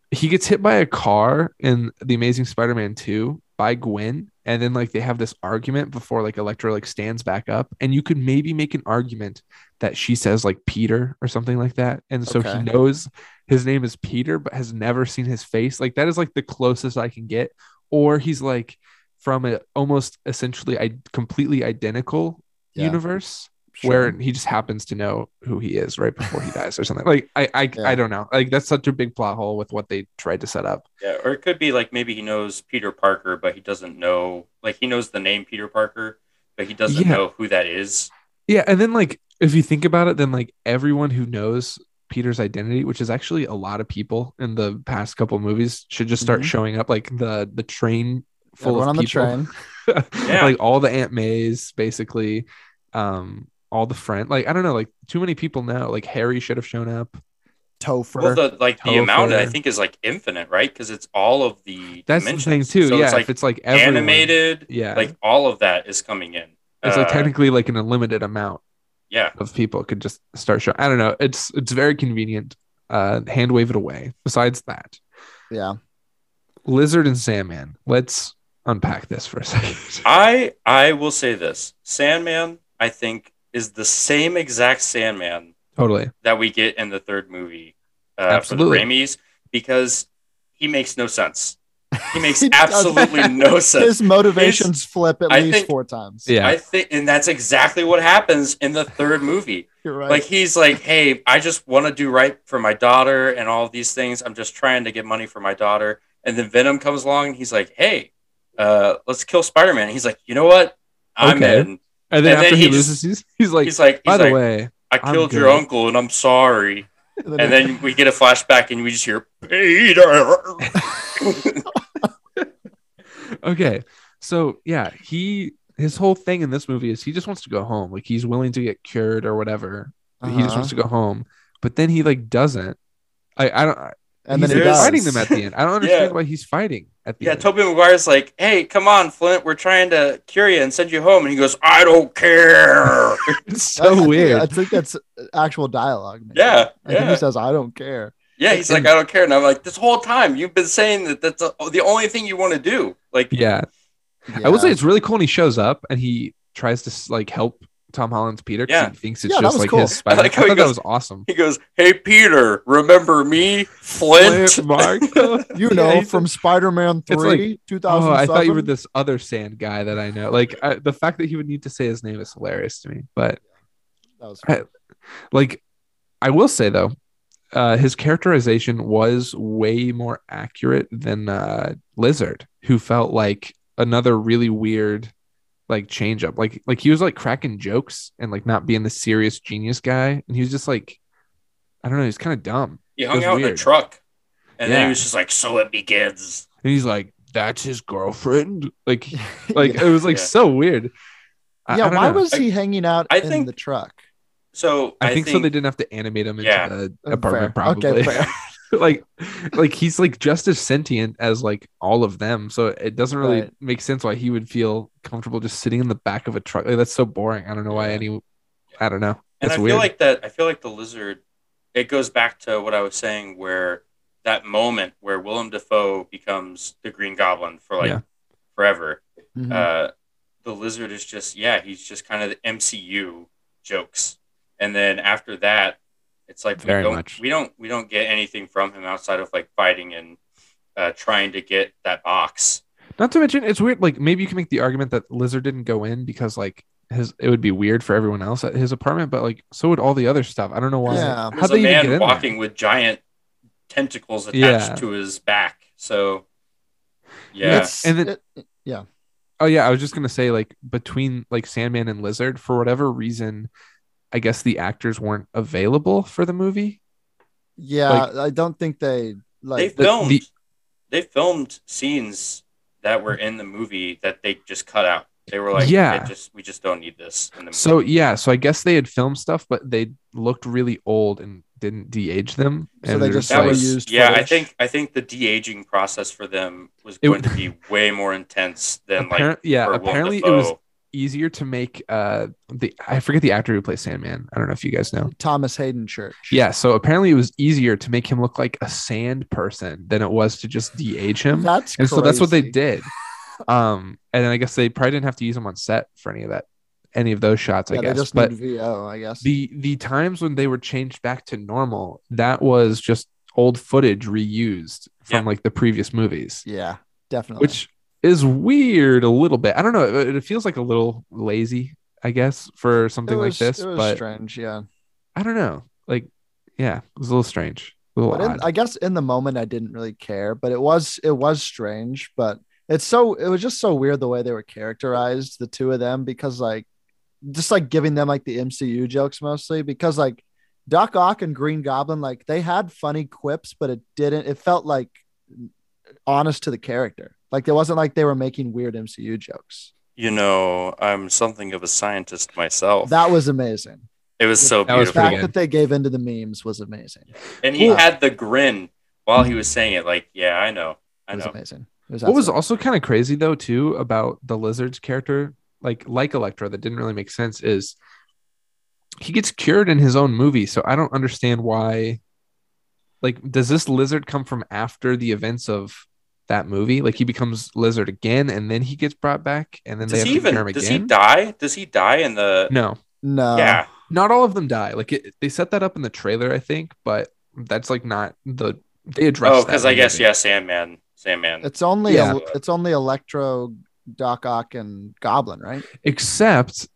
S4: he gets hit by a car in the Amazing Spider-Man 2 by Gwen, and then like they have this argument before like Electro like stands back up, and you could maybe make an argument that she says like Peter or something like that, and so
S3: Okay.
S4: he knows his name is Peter but has never seen his face. Like that is like the closest I can get, or he's like from a almost essentially I completely identical
S3: Yeah.
S4: universe
S3: Sure.
S4: where he just happens to know who he is right before he dies or something. Like I I,
S3: *laughs* Yeah.
S4: I don't know. Like that's such a big plot hole with what they tried to set up.
S5: Yeah, or it could be like maybe he knows Peter Parker, but he doesn't know like he knows the name Peter Parker, but he doesn't
S4: Yeah.
S5: know who that is.
S4: Yeah, and then like if you think about it, then like everyone who knows Peter's identity, which is actually a lot of people in the past couple movies, should just start
S3: Mhm.
S4: showing up like the the train full
S3: Everyone
S4: of
S3: on the
S4: people. *laughs*
S3: train.
S5: Yeah.
S4: like all the Aunt Mays, basically, um, all the friend. Like I don't know, like too many people know. Like Harry should have shown up.
S3: Topher.
S5: Well, the like the amount I
S4: Topher.
S5: think is like infinite, right? Because it's all of the
S4: That's the thing
S5: dimensions.
S4: too.
S5: So
S4: yeah,
S5: it's like
S4: if it's like everyone,
S5: animated,
S4: yeah,
S5: like all of that is coming in.
S4: it's
S5: Uh,
S4: like technically like an unlimited amount
S5: yeah,
S4: of people could just start showing. I don't know. It's it's very convenient. Uh, hand wave it away. Besides that,
S3: yeah.
S4: Lizard and Sandman. Let's unpack this for a *laughs* second.
S5: I I will say this: Sandman, I think, is the same exact Sandman
S4: totally.
S5: that we get in the third movie uh, for the
S4: Absolutely.
S5: Raimis because he makes no sense.
S4: *laughs*
S5: He makes
S3: He does.
S5: absolutely no sense.
S3: His motivations flip at
S5: I
S3: least
S5: think-
S3: four times.
S4: Yeah.
S5: I think, and that's exactly what happens in the third movie.
S3: You're right.
S5: Like he's like, "Hey, I just want to do right for my daughter and all these things. I'm just trying to get money for my daughter." And then Venom comes along and he's like, "Hey, uh, let's kill Spider-Man." He's like, "You know what? I'm
S4: Okay.
S5: in."
S4: And then
S5: and then
S4: after
S5: he
S4: he,
S5: just-
S4: loses, he's, he's like.
S5: He's like, he's
S4: By the
S5: like,
S4: way,
S5: I
S4: I'm
S5: killed your
S4: good."
S5: uncle and I'm sorry."
S3: And
S5: And
S3: then-
S5: then we get a flashback and we just hear
S4: *laughs*
S5: Peter.
S4: okay so yeah he his whole thing in this movie is he just wants to go home like he's willing to get cured or whatever he just
S3: Uh-huh.
S4: wants to go home but then he like doesn't i i don't I-
S3: and
S4: he's
S3: then he
S5: There's-
S3: does.
S4: fighting them at the end
S5: *laughs*
S4: i don't understand why he's fighting at the
S5: Yeah,
S4: end
S5: Toby McGuire's like, "Hey, come on, Flint, we're trying to cure you and send you home," and he goes, "I don't care."
S4: *laughs*
S5: *laughs*
S4: it's
S3: I- I
S4: so
S3: think-
S4: weird
S3: I think that's actual dialogue. man.
S5: Yeah,
S3: I think he
S5: yeah.
S3: says, I don't care.
S5: yeah, he's like, "I don't care," and I'm like, "This whole time you've been saying that that's a, the only thing you want to do." Like,
S4: yeah. i would say it's really cool when he shows up and he tries to like help tom holland's peter 'cause
S5: Yeah.
S4: he thinks it's
S3: Yeah, that
S4: just
S3: was
S4: like
S3: cool.
S4: his spider
S5: I
S4: i,
S5: like how he
S4: thought that
S5: goes,
S4: was awesome
S5: he goes, "Hey, Peter, remember me, Flint?" *laughs*
S4: Flip, Marco.
S3: You
S4: *laughs* Yeah,
S3: know,
S4: he's
S3: from Spider Man 3,
S4: like, Oh,
S3: 2007.
S4: I thought you were this other sand guy that I know. Like I, the fact that he would need to say his name is hilarious to me. But
S3: That was
S4: I- like, I will say though, uh, his characterization was way more accurate than uh, Lizard, who felt like another really weird like change up. Like like he was like cracking jokes and like not being the serious genius guy, and he was just like, I don't know, he's kind of dumb.
S5: He
S4: It
S5: hung
S4: was
S5: out in a
S4: weird.
S5: truck, and then
S4: Yeah.
S5: he was just like, "So it begins."
S4: And he's like, that's his girlfriend. Like *laughs* like
S3: yeah,
S4: it was like
S5: Yeah.
S4: so weird. I- I
S3: Yeah,
S4: don't
S3: why
S4: know.
S3: was he hanging out
S5: I
S3: in
S5: think-
S3: the truck?
S5: So
S4: I, think, so. They didn't have to animate him into
S5: Yeah.
S4: the
S3: Uh,
S4: apartment,
S3: fair.
S4: probably.
S3: Okay, fair.
S4: *laughs* like, like he's like just as sentient as like all of them, so it doesn't really
S3: Right.
S4: make sense why he would feel comfortable just sitting in the back of a truck. Like, that's so boring. I don't know why
S3: Yeah.
S4: any. I don't know.
S5: and
S4: That's
S5: I
S4: weird.
S5: feel like that. I feel like the lizard. It goes back to what I was saying, where that moment where Willem Dafoe becomes the Green Goblin for like
S4: Yeah.
S5: forever.
S4: Mm-hmm.
S3: Mhm.
S5: Uh, the lizard is just yeah, he's just kind of the MCU jokes, and then after that, it's like
S4: Very
S5: we don't
S4: much.
S5: we don't we don't get anything from him outside of like fighting and uh, trying to get that box.
S4: Not to mention, it's weird. Like maybe you can make the argument that Lizard didn't go in because like his it would be weird for everyone else at his apartment, but like so would all the other stuff. I don't know why.
S3: Yeah.
S5: There's a
S4: they even get
S5: man
S4: in there?
S5: walking with giant tentacles attached
S4: Yeah.
S5: to his back, so yeah.
S3: It's-
S4: and then-
S3: it-
S4: Oh yeah, I was just gonna say like between like Sandman and Lizard for whatever reason, I guess the actors weren't available for the movie.
S3: yeah,
S4: like-
S3: I don't think they
S5: they
S3: like.
S4: the-
S5: filmed
S4: the-
S5: they filmed scenes that were in the movie that they just cut out. They were like,
S4: Yeah.
S5: "It just we just don't need this." In the movie.
S4: So yeah, so I guess they had filmed stuff, but they looked really old and didn't de-age them.
S3: So
S4: and
S3: they
S4: they're
S3: just
S5: that
S3: like-
S5: was
S3: used
S5: yeah. I
S3: footage.
S5: think I think the de aging process for them was
S4: It
S5: going
S4: w-
S5: to be way more intense than
S4: Appar-
S5: like
S4: yeah.
S5: for Willem
S4: Apparently it was
S5: Dafoe.
S4: easier to make uh the I forget the actor who plays Sandman. I don't know if you guys know.
S3: Thomas Hayden Church.
S4: Yeah, so apparently it was easier to make him look like a sand person than it was to just de-age him.
S3: That's
S4: and so that's what they
S3: crazy. *laughs*
S4: did. Um, and then I guess they probably didn't have to use them on set for any of that, any of those shots. I
S3: Yeah,
S4: guess,
S3: they just
S4: but
S3: need VO, I guess.
S4: the the times when they were changed back to normal, that was just old footage reused from
S5: Yeah.
S4: like the previous movies,
S3: yeah, definitely.
S4: which is weird a little bit. I don't know. It, it feels like a little lazy, I guess, for
S3: it
S4: something
S3: was,
S4: like this.
S3: it was
S4: But
S3: strange. Yeah.
S4: I don't know. Like, yeah, it was a little strange. A little
S3: But in,
S4: odd.
S3: I guess in the moment I didn't really care, but it was it was strange. But it's so it was just so weird the way they were characterized, the two of them, because like just like giving them like the MCU jokes mostly, because like Doc Ock and Green Goblin, like they had funny quips, but it didn't. It felt like honest to the character. Like it wasn't like they were making weird MCU jokes.
S5: You know, I'm something of a scientist myself.
S3: That was amazing.
S5: it was so
S4: That was
S3: The
S4: pretty
S5: beautiful.
S3: fact
S4: good.
S3: that they gave into the memes was amazing. It
S5: and he
S3: Cool.
S5: had the grin while he was saying it. Like, yeah, I know, I
S3: was
S5: know.
S3: amazing. It was
S4: What was
S3: absolutely-
S4: also kind of crazy though too about the lizard's character, like like Electro, that didn't really make sense is he gets cured in his own movie, so I don't understand why. Like, does this lizard come from after the events of that movie? Like, he becomes lizard again, and then he gets brought back, and then they
S5: Does
S4: have
S5: he
S4: to cure him
S5: even? Does he
S4: again.
S5: die? Does he die in the?
S4: No,
S3: no.
S5: yeah,
S4: not all of them die. Like, it, they set that up in the trailer, I think, but that's like not the they address.
S5: oh,
S4: that
S5: because
S4: in
S5: I
S4: the
S5: guess
S4: movie.
S5: yeah, Sandman, Sandman.
S3: It's only
S4: Yeah.
S3: el- it's only Electro, Doc Ock, and Goblin, right?
S4: except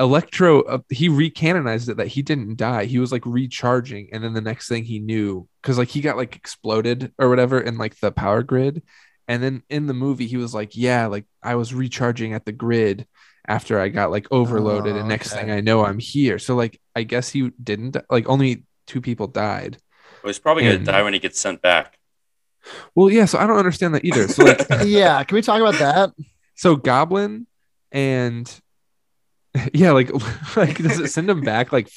S4: Electro, uh, he recanonized it that he didn't die. He was like recharging, and then the next thing he knew, because like he got like exploded or whatever in like the power grid, and then in the movie he was like, yeah, like I was recharging at the grid after I got like overloaded,
S3: Oh,
S4: and next thing
S3: okay.
S4: I know I'm here. So like I guess he didn't like only two people died.
S5: Well, he's probably gonna
S4: And-
S5: die when he gets sent back.
S4: Well, yeah, so I don't understand that either. So like
S3: yeah. Can we talk about that?
S4: So Goblin and *laughs* yeah, like *laughs* like does it send him back like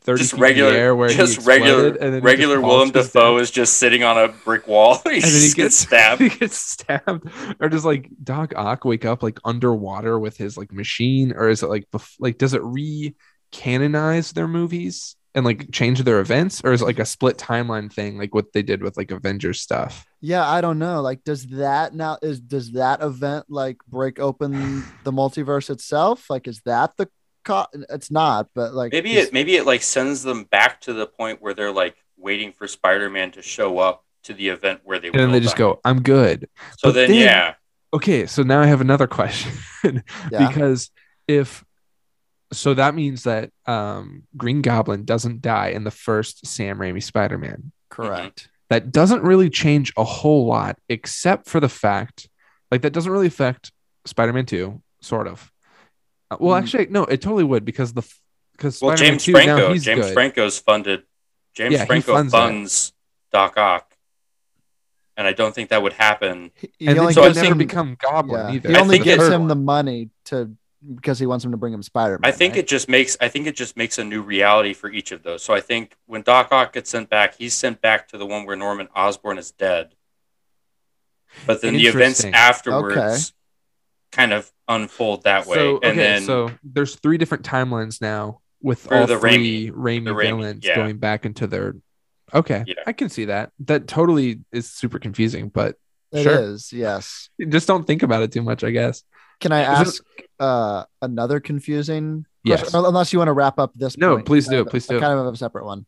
S4: thirty
S5: Just
S4: feet in the
S5: regular-
S4: air where he
S5: just regular-
S4: exploded, and then he
S5: Regular
S4: just falls
S5: Willem
S4: to his
S5: Dafoe
S4: death?
S5: is just sitting on a brick wall. *laughs* he
S4: *laughs* and then he
S5: just gets
S4: *laughs*
S5: stabbed.
S4: he gets stabbed, or does like Doc Ock wake up like underwater with his like machine, or is it like bef- like does it re canonize their movies and like change their events, or is it like a split timeline thing like what they did with like Avengers stuff?
S3: Yeah, I don't know. Like, does that now is does that event like break open the multiverse itself? Like, is that the co- it's not, but like
S5: Maybe
S3: is-
S5: it maybe it like sends them back to the point where they're like waiting for Spider-Man to show up to the event where they
S4: And then
S5: will
S4: they just
S5: die.
S4: go, "I'm good."
S5: So
S4: but
S5: then,
S4: then-
S5: yeah,
S4: Okay, so now I have another *laughs* question.
S3: yeah.
S4: because if so that means that um green goblin doesn't die in the first sam raimi spider-man
S3: correct.
S4: that doesn't really change a whole lot except for the fact like that doesn't really affect spider-man 2 sort of Uh, well
S3: Hmm.
S4: actually no it totally would because the because
S5: well,
S4: Spider-Man
S5: James
S4: 2, now
S5: Franco,
S4: he's
S5: James
S4: good.
S5: Franco's funded. James
S4: Yeah, he
S5: Franco
S4: funds
S5: funds,
S4: that.
S5: Doc Ock, and I don't think that would happen.
S3: He, he
S4: and then
S3: only
S5: so
S4: so
S5: gives
S3: gives
S4: never
S3: him,
S4: become goblin
S3: yeah,
S4: either
S3: he
S5: I
S3: only
S5: think it-
S3: gives him the money to because he wants him to bring him Spider Man.
S5: I think it just makes I think it just makes a new reality for each of those. So I think when Doc Ock gets sent back, he's sent back to the one where Norman Osborn is dead. But then the events
S4: Interesting.
S5: afterwards
S3: Okay.
S5: kind of unfold that way.
S4: So, okay,
S5: and then
S4: so there's three different timelines now with
S5: For
S4: all
S5: the
S4: three
S5: Raimi-
S4: Raimi,
S5: the Raimi,
S4: villains
S5: yeah.
S4: going back into their. Okay,
S5: Yeah.
S4: I can see that. That totally is super confusing, but
S3: It
S4: sure.
S3: is, yes.
S4: just don't think about it too much, I guess.
S3: Can I
S4: Is it-
S3: ask uh, another confusing
S4: Yes.
S3: question? Unless you want to wrap up this.
S4: No,
S3: point.
S4: please do,
S3: I have-
S4: please
S3: I
S4: do.
S3: kind of have a separate one.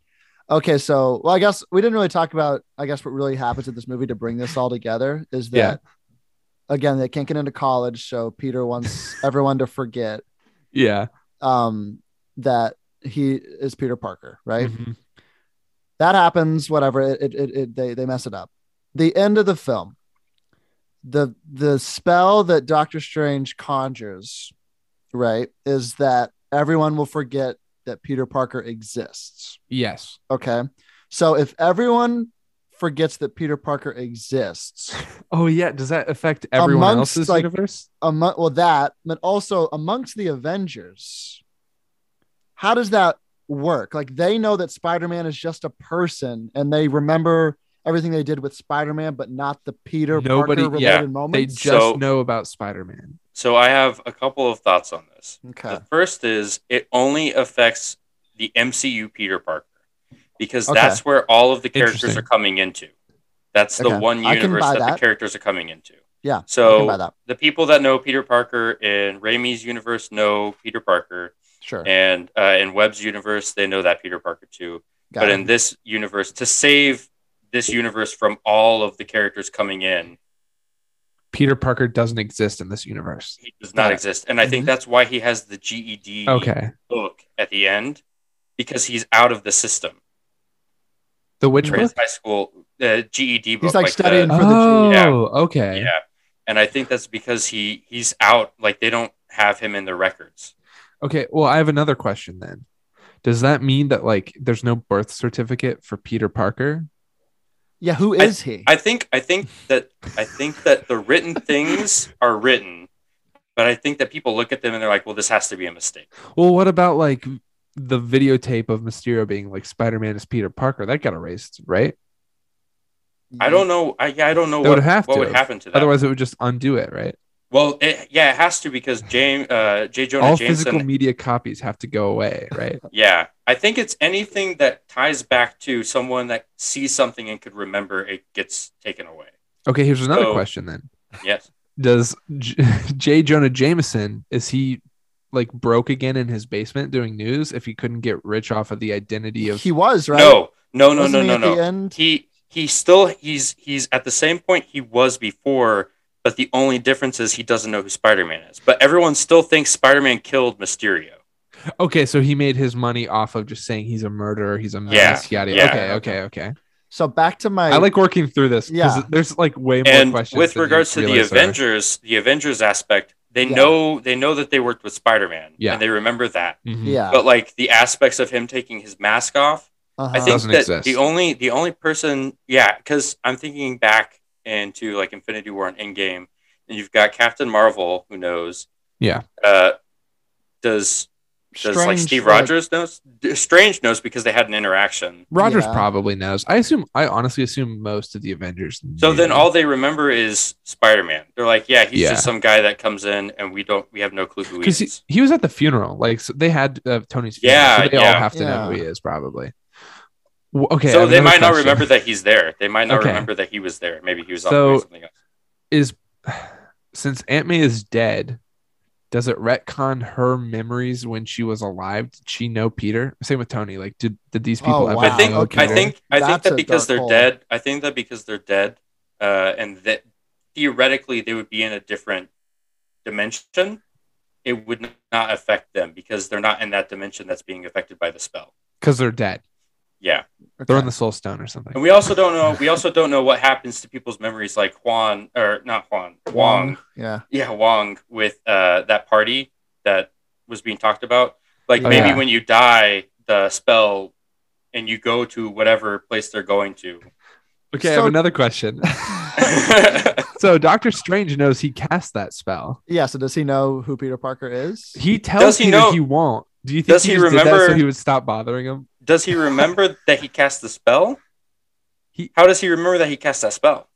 S3: Okay, so well, I guess we didn't really talk about. I guess what really happens in this movie to bring this all together is that.
S4: Yeah.
S3: Again, they can't get into college, so Peter wants
S4: *laughs*
S3: everyone to forget
S4: Yeah.
S3: um, that he is Peter Parker, right?
S4: Mhm.
S3: that happens whatever it, it, it, it- they, they mess it up the end of the film the the spell that doctor strange conjures right is that everyone will forget that peter parker exists
S4: Yes.
S3: okay so if everyone forgets that peter parker exists
S4: Oh yeah. Does that affect everyone
S3: Amongst,
S4: else's
S3: like-
S4: universe?
S3: among well that but also amongst the avengers how does that work like they know that spider-man is just a person and they remember everything they did with spider-man but not the peter
S4: Nobody-
S3: parker related
S5: yeah,
S4: They
S3: moments
S4: just
S5: So-
S4: know about Spider Man.
S5: So I have a couple of thoughts on this.
S3: Okay.
S5: The first is it only affects the MCU Peter Parker because
S3: Okay.
S5: that's where all of the characters
S4: Interesting.
S5: are coming into. That's the
S3: Okay.
S5: one
S3: I can
S5: universe
S3: buy
S5: that, the
S3: that.
S5: characters are coming into.
S3: Yeah, I can buy
S5: So
S3: that.
S5: the people that know Peter Parker in Raimi's universe know Peter Parker,
S3: Sure.
S5: and uh, in Webb's universe they know that Peter Parker too.
S3: Got
S5: but
S3: it.
S5: in this universe, to save this universe from all of the characters coming in,
S4: Peter Parker doesn't exist in this universe.
S5: he does not
S4: Yeah.
S5: exist, and I
S3: Mm-hmm.
S5: think that's why he has the GED
S4: Okay.
S5: book at the end because he's out of the system.
S4: The which
S5: Or his
S4: book?
S5: high school uh, GED book.
S3: He's like
S5: the-
S3: studying for
S4: Oh,
S5: Yeah.
S4: okay.
S5: yeah, and I think that's because he he's out. Like they don't have him in the records.
S4: Okay. Well, I have another question then. Does that mean that like there's no birth certificate for Peter Parker?
S3: yeah. Who is he?
S5: I think I think that I think that the written things are written, but I think that people look at them and they're like, well, this has to be a mistake.
S4: Well, what about like the videotape of Mysterio being like Spider-Man is Peter Parker? That got erased, right?
S5: I don't know. I yeah, I don't know
S4: They
S5: what,
S4: Mm-hmm. would have
S5: what
S4: to
S5: would
S4: have.
S5: happen to that.
S4: Otherwise, it would just undo it, right?
S5: well, it, yeah, it has to because James uh, J. Jonah
S4: All
S5: Jameson
S4: physical media copies have to go away,
S5: *laughs*
S4: right?
S5: Yeah, I think it's anything that ties back to someone that sees something and could remember it gets taken away.
S4: Okay. Here's another
S5: So-
S4: question then.
S5: Yes.
S4: Does J. *laughs* J. Jonah Jameson is he like broke again in his basement doing news if he couldn't get rich off of the identity of?
S3: He was right.
S5: No, no, no,
S3: Wasn't he
S5: no,
S3: at
S5: no,
S3: The
S5: no.
S3: end.
S5: He he still he's he's at the same point he was before, but the only difference is he doesn't know who Spider Man is. But everyone still thinks Spider Man killed Mysterio.
S4: Okay, so he made his money off of just saying he's a murderer, he's a mess, yada.
S5: yeah.
S4: Okay, okay, okay.
S3: So back to my.
S4: I like working through this because
S3: Yeah.
S4: there's like way more
S5: and
S4: questions.
S5: with
S4: than you
S5: regards to the
S4: realize there are.
S5: Avengers, the Avengers aspect, they
S3: Yeah.
S5: know they know that they worked with Spider Man,
S4: Yeah.
S5: and they remember that.
S4: Mhm.
S3: Yeah.
S5: But like the aspects of him taking his mask off, I
S3: uh-huh.
S5: think
S4: Doesn't
S5: that
S4: exist.
S5: the only the only person, yeah, because I'm thinking back into like Infinity War and Endgame, and you've got Captain Marvel who knows.
S4: Yeah.
S5: Uh, does does like
S3: Strange,
S5: Steve
S3: like-
S5: Rogers knows? D- Strange knows because they had an interaction.
S4: Rogers
S3: Yeah.
S4: probably knows. I assume. I honestly assume most of the Avengers.
S5: So
S4: knew.
S5: then all they remember is Spider Man. They're like, yeah, he's
S4: Yeah.
S5: just some guy that comes in and we don't we have no clue who he
S4: because
S5: is.
S4: he, he was at the funeral, like so they had uh, Tony's funeral.
S5: Yeah,
S4: so they
S5: yeah.
S4: all have to know who
S3: Yeah.
S4: he is probably. W- Okay, I
S5: so
S4: have
S5: they
S4: another
S5: might not
S4: question.
S5: remember that he's there. They might not
S4: Okay.
S5: remember that he was there. Maybe he was on
S4: So-
S5: the way to something else.
S4: is since Aunt May is dead, does it retcon her memories when she was alive? Did she know Peter? Same with Tony. Like, did did these people
S3: Oh,
S4: ever?
S3: wow.
S5: I think
S4: know
S3: okay.
S5: I
S4: Peter?
S5: think I think
S3: That's
S5: that
S3: a
S5: because
S3: dark
S5: they're
S3: hole.
S5: dead. I think that because they're dead, uh, and that theoretically they would be in a different dimension. It would not affect them because they're not in that dimension that's being affected by the spell.
S4: because they're dead.
S5: Yeah,
S4: They're on
S3: Okay.
S4: the Soul Stone or something.
S5: and we also don't know. We also don't know what happens to people's memories, like Juan or not Juan Wong.
S3: Yeah.
S5: Yeah, Wong with uh, that party that was being talked about. Like
S4: Oh,
S5: maybe
S4: yeah.
S5: when you die, the spell, and you go to whatever place they're going to.
S4: Okay, I have
S3: So-
S4: another
S5: *laughs*
S4: question. so Doctor Strange knows he cast that spell.
S3: Yeah. So does he know who Peter Parker is?
S4: He tells
S5: Does he
S4: Peter
S5: know-
S4: he won't. Do you think
S5: Does he
S4: just did that so
S5: remember-
S4: he would stop bothering him?
S5: *laughs* Does he remember that he cast the spell?
S4: He-
S5: How does he remember that he cast that spell?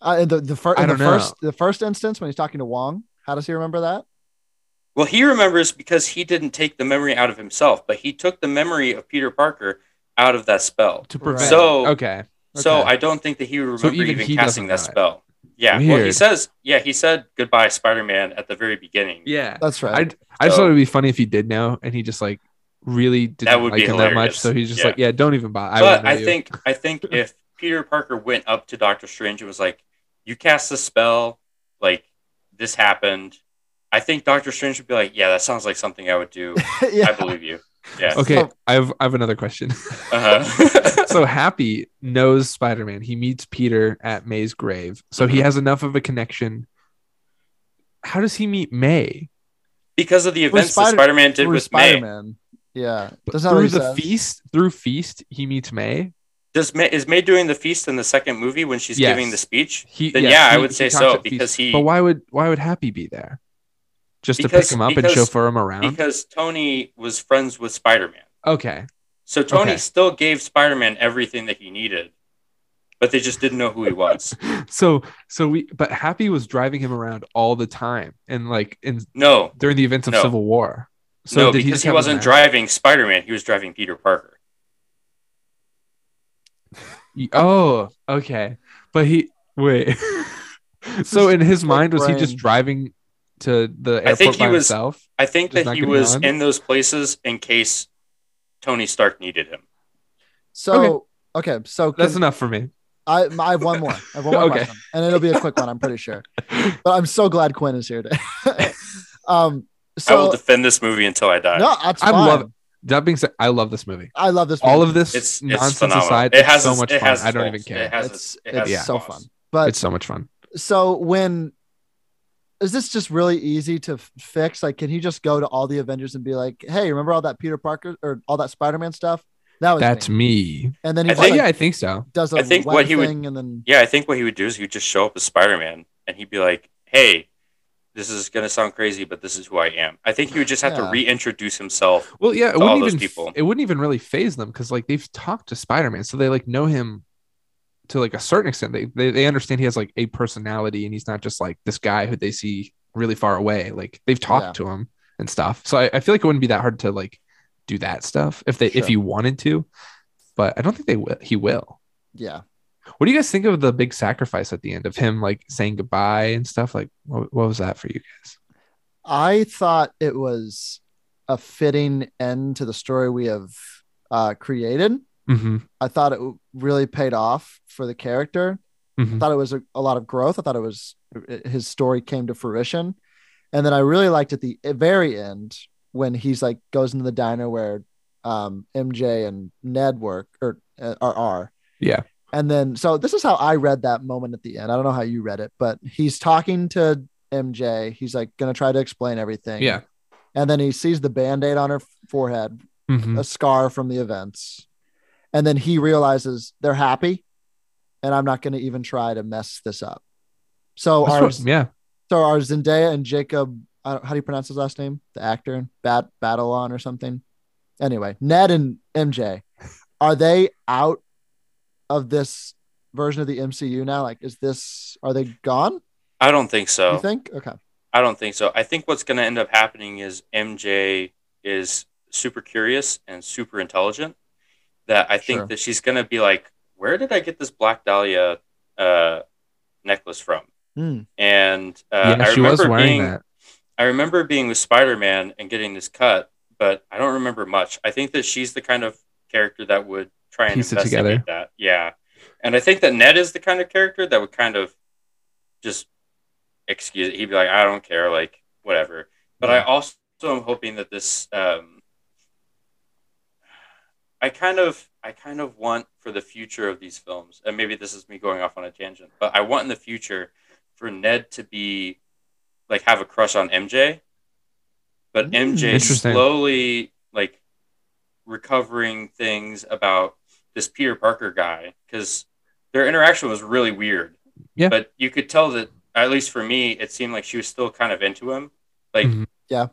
S3: Uh, in the the, fir-
S4: I
S3: in the
S4: don't know.
S3: first the first instance when he's talking to Wong, how does he remember that?
S5: Well, he remembers because he didn't take the memory out of himself, but he took the memory of Peter Parker out of that spell.
S4: To
S3: Right.
S4: prevent.
S5: So-
S4: okay,
S5: So
S4: Okay.
S5: I don't think that he would
S4: So
S5: remember
S4: even
S5: even,
S4: he
S5: casting that
S4: doesn't know
S5: spell. Yeah. Well, he
S4: Weird.
S5: says, yeah, he said goodbye, Spider Man, at the very beginning.
S4: yeah.
S3: That's right.
S4: I just
S5: So-
S4: thought it'd be funny if he did know and he just like really didn't
S5: would
S4: like
S5: be
S4: him that much.
S5: hilarious.
S4: So he's just
S5: Yeah.
S4: like, yeah, don't even bother.
S5: but
S4: wouldn't know
S5: I
S4: you.
S5: think I think if Peter Parker went up to Doctor Strange and was like, "You cast the spell, like this happened," I think Doctor Strange would be like, "Yeah, that sounds like something I would do.
S3: *laughs* yeah.
S5: I believe you." Yeah.
S4: Okay,
S3: So-
S4: I have I have another question. *laughs*
S5: Uh-huh. *laughs*
S4: so Happy knows Spider Man. He meets Peter at May's grave, so he has enough of a connection. How does he meet May?
S5: because of the events that
S3: Spider-
S5: Spider-Man did
S3: Through
S5: with May.
S3: Spider-Man. Yeah. Doesn't that
S4: through
S3: make
S4: the
S3: sense?
S4: feast, through feast, he meets May.
S5: Does May is May doing the feast in the second movie when she's
S4: Yes.
S5: giving the speech?
S4: He,
S5: Then
S4: yes,
S5: yeah, I
S4: he-
S5: would
S4: he
S5: say
S4: talks
S5: so
S4: at feast.
S5: because he
S4: But why would why would Happy be there? Just to
S5: Because-
S4: pick him up
S5: because-
S4: and chauffeur him around.
S5: because Tony was friends with Spider-Man.
S4: okay,
S5: So Tony
S4: Okay.
S5: still gave Spider-Man everything that he needed, but they just didn't know who he was.
S4: So so we but Happy was driving him around all the time and like in
S5: No,
S4: during the events of
S5: No.
S4: Civil War. So
S5: no,
S4: did he,
S5: because
S4: just
S5: he,
S4: have a
S5: wasn't
S4: map?
S5: driving Spider Man. He was driving Peter Parker.
S4: Y- Oh, okay. But he wait. *laughs* so in his mind was he just
S3: brain.
S4: driving to the airport
S5: I think he
S4: by
S5: was-
S4: himself?
S5: I think
S4: Just
S5: that
S4: not
S5: he
S4: getting
S5: was
S4: on?
S5: in those places in case Tony Stark needed him.
S3: So okay, so
S4: That's
S3: can,
S4: enough for me.
S3: I, I have one more. I have one more
S4: Okay.
S3: question, and it'll be a quick one. I'm pretty sure. But I'm so glad Quinn is here today. *laughs* um,
S5: I will
S3: so
S5: defend this movie until I die.
S3: no, that's
S4: I
S3: fine.
S4: love that being said, I love this movie.
S3: I love this.
S4: All
S3: movie.
S4: of this
S5: It's, it's
S4: nonsense
S5: phenomenal.
S4: aside,
S5: it has
S4: it's so
S5: its-
S4: much
S5: it
S4: fun.
S5: has its
S4: I don't
S5: faults.
S4: even care.
S5: It has
S3: It's
S5: its, it has
S3: it's
S5: its
S3: so
S5: flaws.
S3: fun. But
S4: it's so much fun.
S3: so when is this just really easy to f- fix? Like, can he just go to all the Avengers and be like, "Hey, remember all that Peter Parker or all that Spider-Man stuff? That was
S4: That's
S3: me."
S4: me.
S3: And then
S5: I
S3: he
S4: I think,
S3: just,
S5: think-
S3: like,
S4: yeah, I think so.
S3: does a
S5: I think
S3: web
S5: what he would-
S3: thing, and then
S5: Yeah, I think what he would do is he would just show up as Spider Man and he'd be like, hey, this is going to sound crazy, but this is who I am. I think he would just have
S3: Yeah.
S5: to reintroduce himself.
S4: Well, yeah, it
S5: To
S4: wouldn't
S5: all
S4: even
S5: those
S4: f-
S5: people.
S4: it wouldn't even really phase them because like they've talked to Spider Man, so they like know him to like a certain extent. They, they they understand he has like a personality and he's not just like this guy who they see really far away. Like they've talked
S3: Yeah.
S4: to him and stuff. So I, I feel like it wouldn't be that hard to like do that stuff if they
S3: Sure.
S4: if you wanted to, but I don't think they will. He will.
S3: yeah,
S4: What do you guys think of the big sacrifice at the end of him like saying goodbye and stuff? Like what, what was that for you guys?
S3: I thought it was a fitting end to the story we have uh, created.
S4: Mm-hmm.
S3: I thought it w- really paid off for the character. I
S4: Mhm.
S3: thought it was a, a lot of growth. I thought it was i- his story came to fruition, and then I really liked at the very end when he's like goes into the diner where um, MJ and Ned work or uh, are, are.
S4: Yeah.
S3: And then so this is how I read that moment at the end. I don't know how you read it, but he's talking to MJ. He's like gonna try to explain everything.
S4: Yeah.
S3: And then he sees the band-aid on her forehead,
S4: Mhm.
S3: a scar from the events. And then he realizes they're happy and I'm not going to even try to mess this up. So
S4: That's
S3: our,
S4: what- yeah. so
S3: so our Zendaya and Jacob, I don't, how do you pronounce his last name? The actor, Bat Battleon or something. Anyway, Ned and MJ, are they out of this version of the MCU now? Like, is this, are they gone?
S5: I don't think so.
S3: You think? Okay.
S5: I don't think so. I think what's going to end up happening is MJ is super curious and super intelligent. That I think
S3: Sure.
S5: that she's going to be like, "Where did I get this Black Dahlia uh, necklace from?"
S3: Hmm.
S5: And uh,
S4: yeah,
S5: I
S4: she
S5: remember
S4: was wearing
S5: being,
S4: that.
S5: I remember being with Spider Man and getting this cut, but I don't remember much. I think that she's the kind of character that would try and
S4: Piece it
S5: investigate
S4: together.
S5: that. Yeah. And I think that Ned is the kind of character that would kind of just excuse it. He'd be like, I don't care, like, whatever. But I also am hoping that this um I kind of I kind of want for the future of these films, and maybe this is me going off on a tangent, but I want in the future for Ned to be like have a crush on MJ, but
S3: Mm.
S5: MJ
S4: Interesting.
S5: slowly like recovering things about this Peter Parker guy because their interaction was really weird.
S4: Yeah.
S5: But you could tell that at least for me, it seemed like she was still kind of into him. Like
S4: Mhm.
S3: Yeah.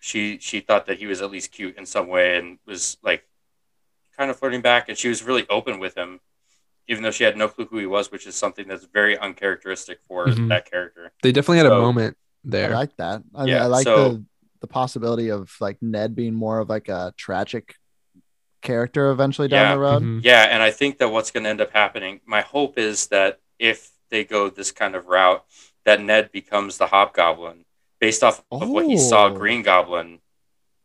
S5: She she thought that he was at least cute in some way and was like kind of flirting back and she was really open with him, even though she had no clue who he was, which is something that's very uncharacteristic for
S4: Mhm.
S5: that character.
S4: They definitely had a
S5: So-
S4: moment
S3: I
S4: there.
S3: like that. I,
S5: Yeah,
S3: I like
S5: so-
S3: the the possibility of like Ned being more of like a tragic character eventually down
S5: Yeah.
S3: the road.
S4: Mhm.
S5: Yeah, and I think that what's going to end up happening, my hope is that if they go this kind of route, that Ned becomes the Hobgoblin based off of what he saw
S3: Oh.
S5: Green Goblin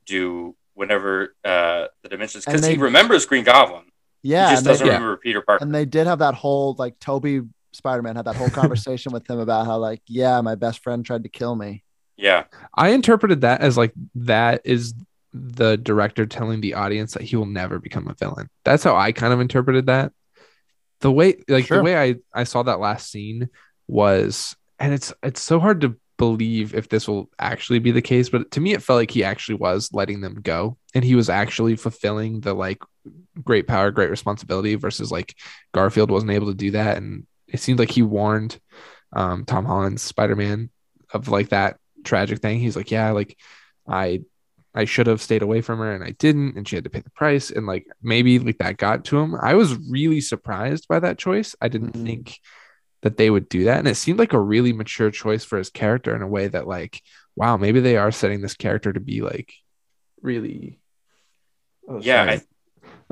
S5: do whenever uh, the dimensions,
S3: And
S5: because he
S3: they-
S5: remembers Green Goblin,
S3: Yeah,
S5: he just
S3: and they,
S5: doesn't
S4: Yeah.
S5: remember Peter Parker.
S3: and they did have that whole like Toby Spider Man had that whole conversation with him about how like yeah, my best friend tried to kill me.
S5: yeah,
S4: I interpreted that as like that is the director telling the audience that he will never become a villain. That's how I kind of interpreted that. The way like
S3: Sure.
S4: the way I I saw that last scene was and it's it's so hard to believe if this will actually be the case, but to me it felt like he actually was letting them go and he was actually fulfilling the like great power, great responsibility versus like Garfield wasn't able to do that and it seemed like he warned um Tom Holland's Spider-Man of like that tragic thing. He's like, yeah, like I I should have stayed away from her and I didn't, and she had to pay the price. And like maybe like that got to him. I was really surprised by that choice. I didn't
S3: Mhm.
S4: think that they would do that. And it seemed like a really mature choice for his character in a way that like, wow, maybe they are setting this character to be like really Oh,
S5: Yeah,
S4: sorry.
S5: I,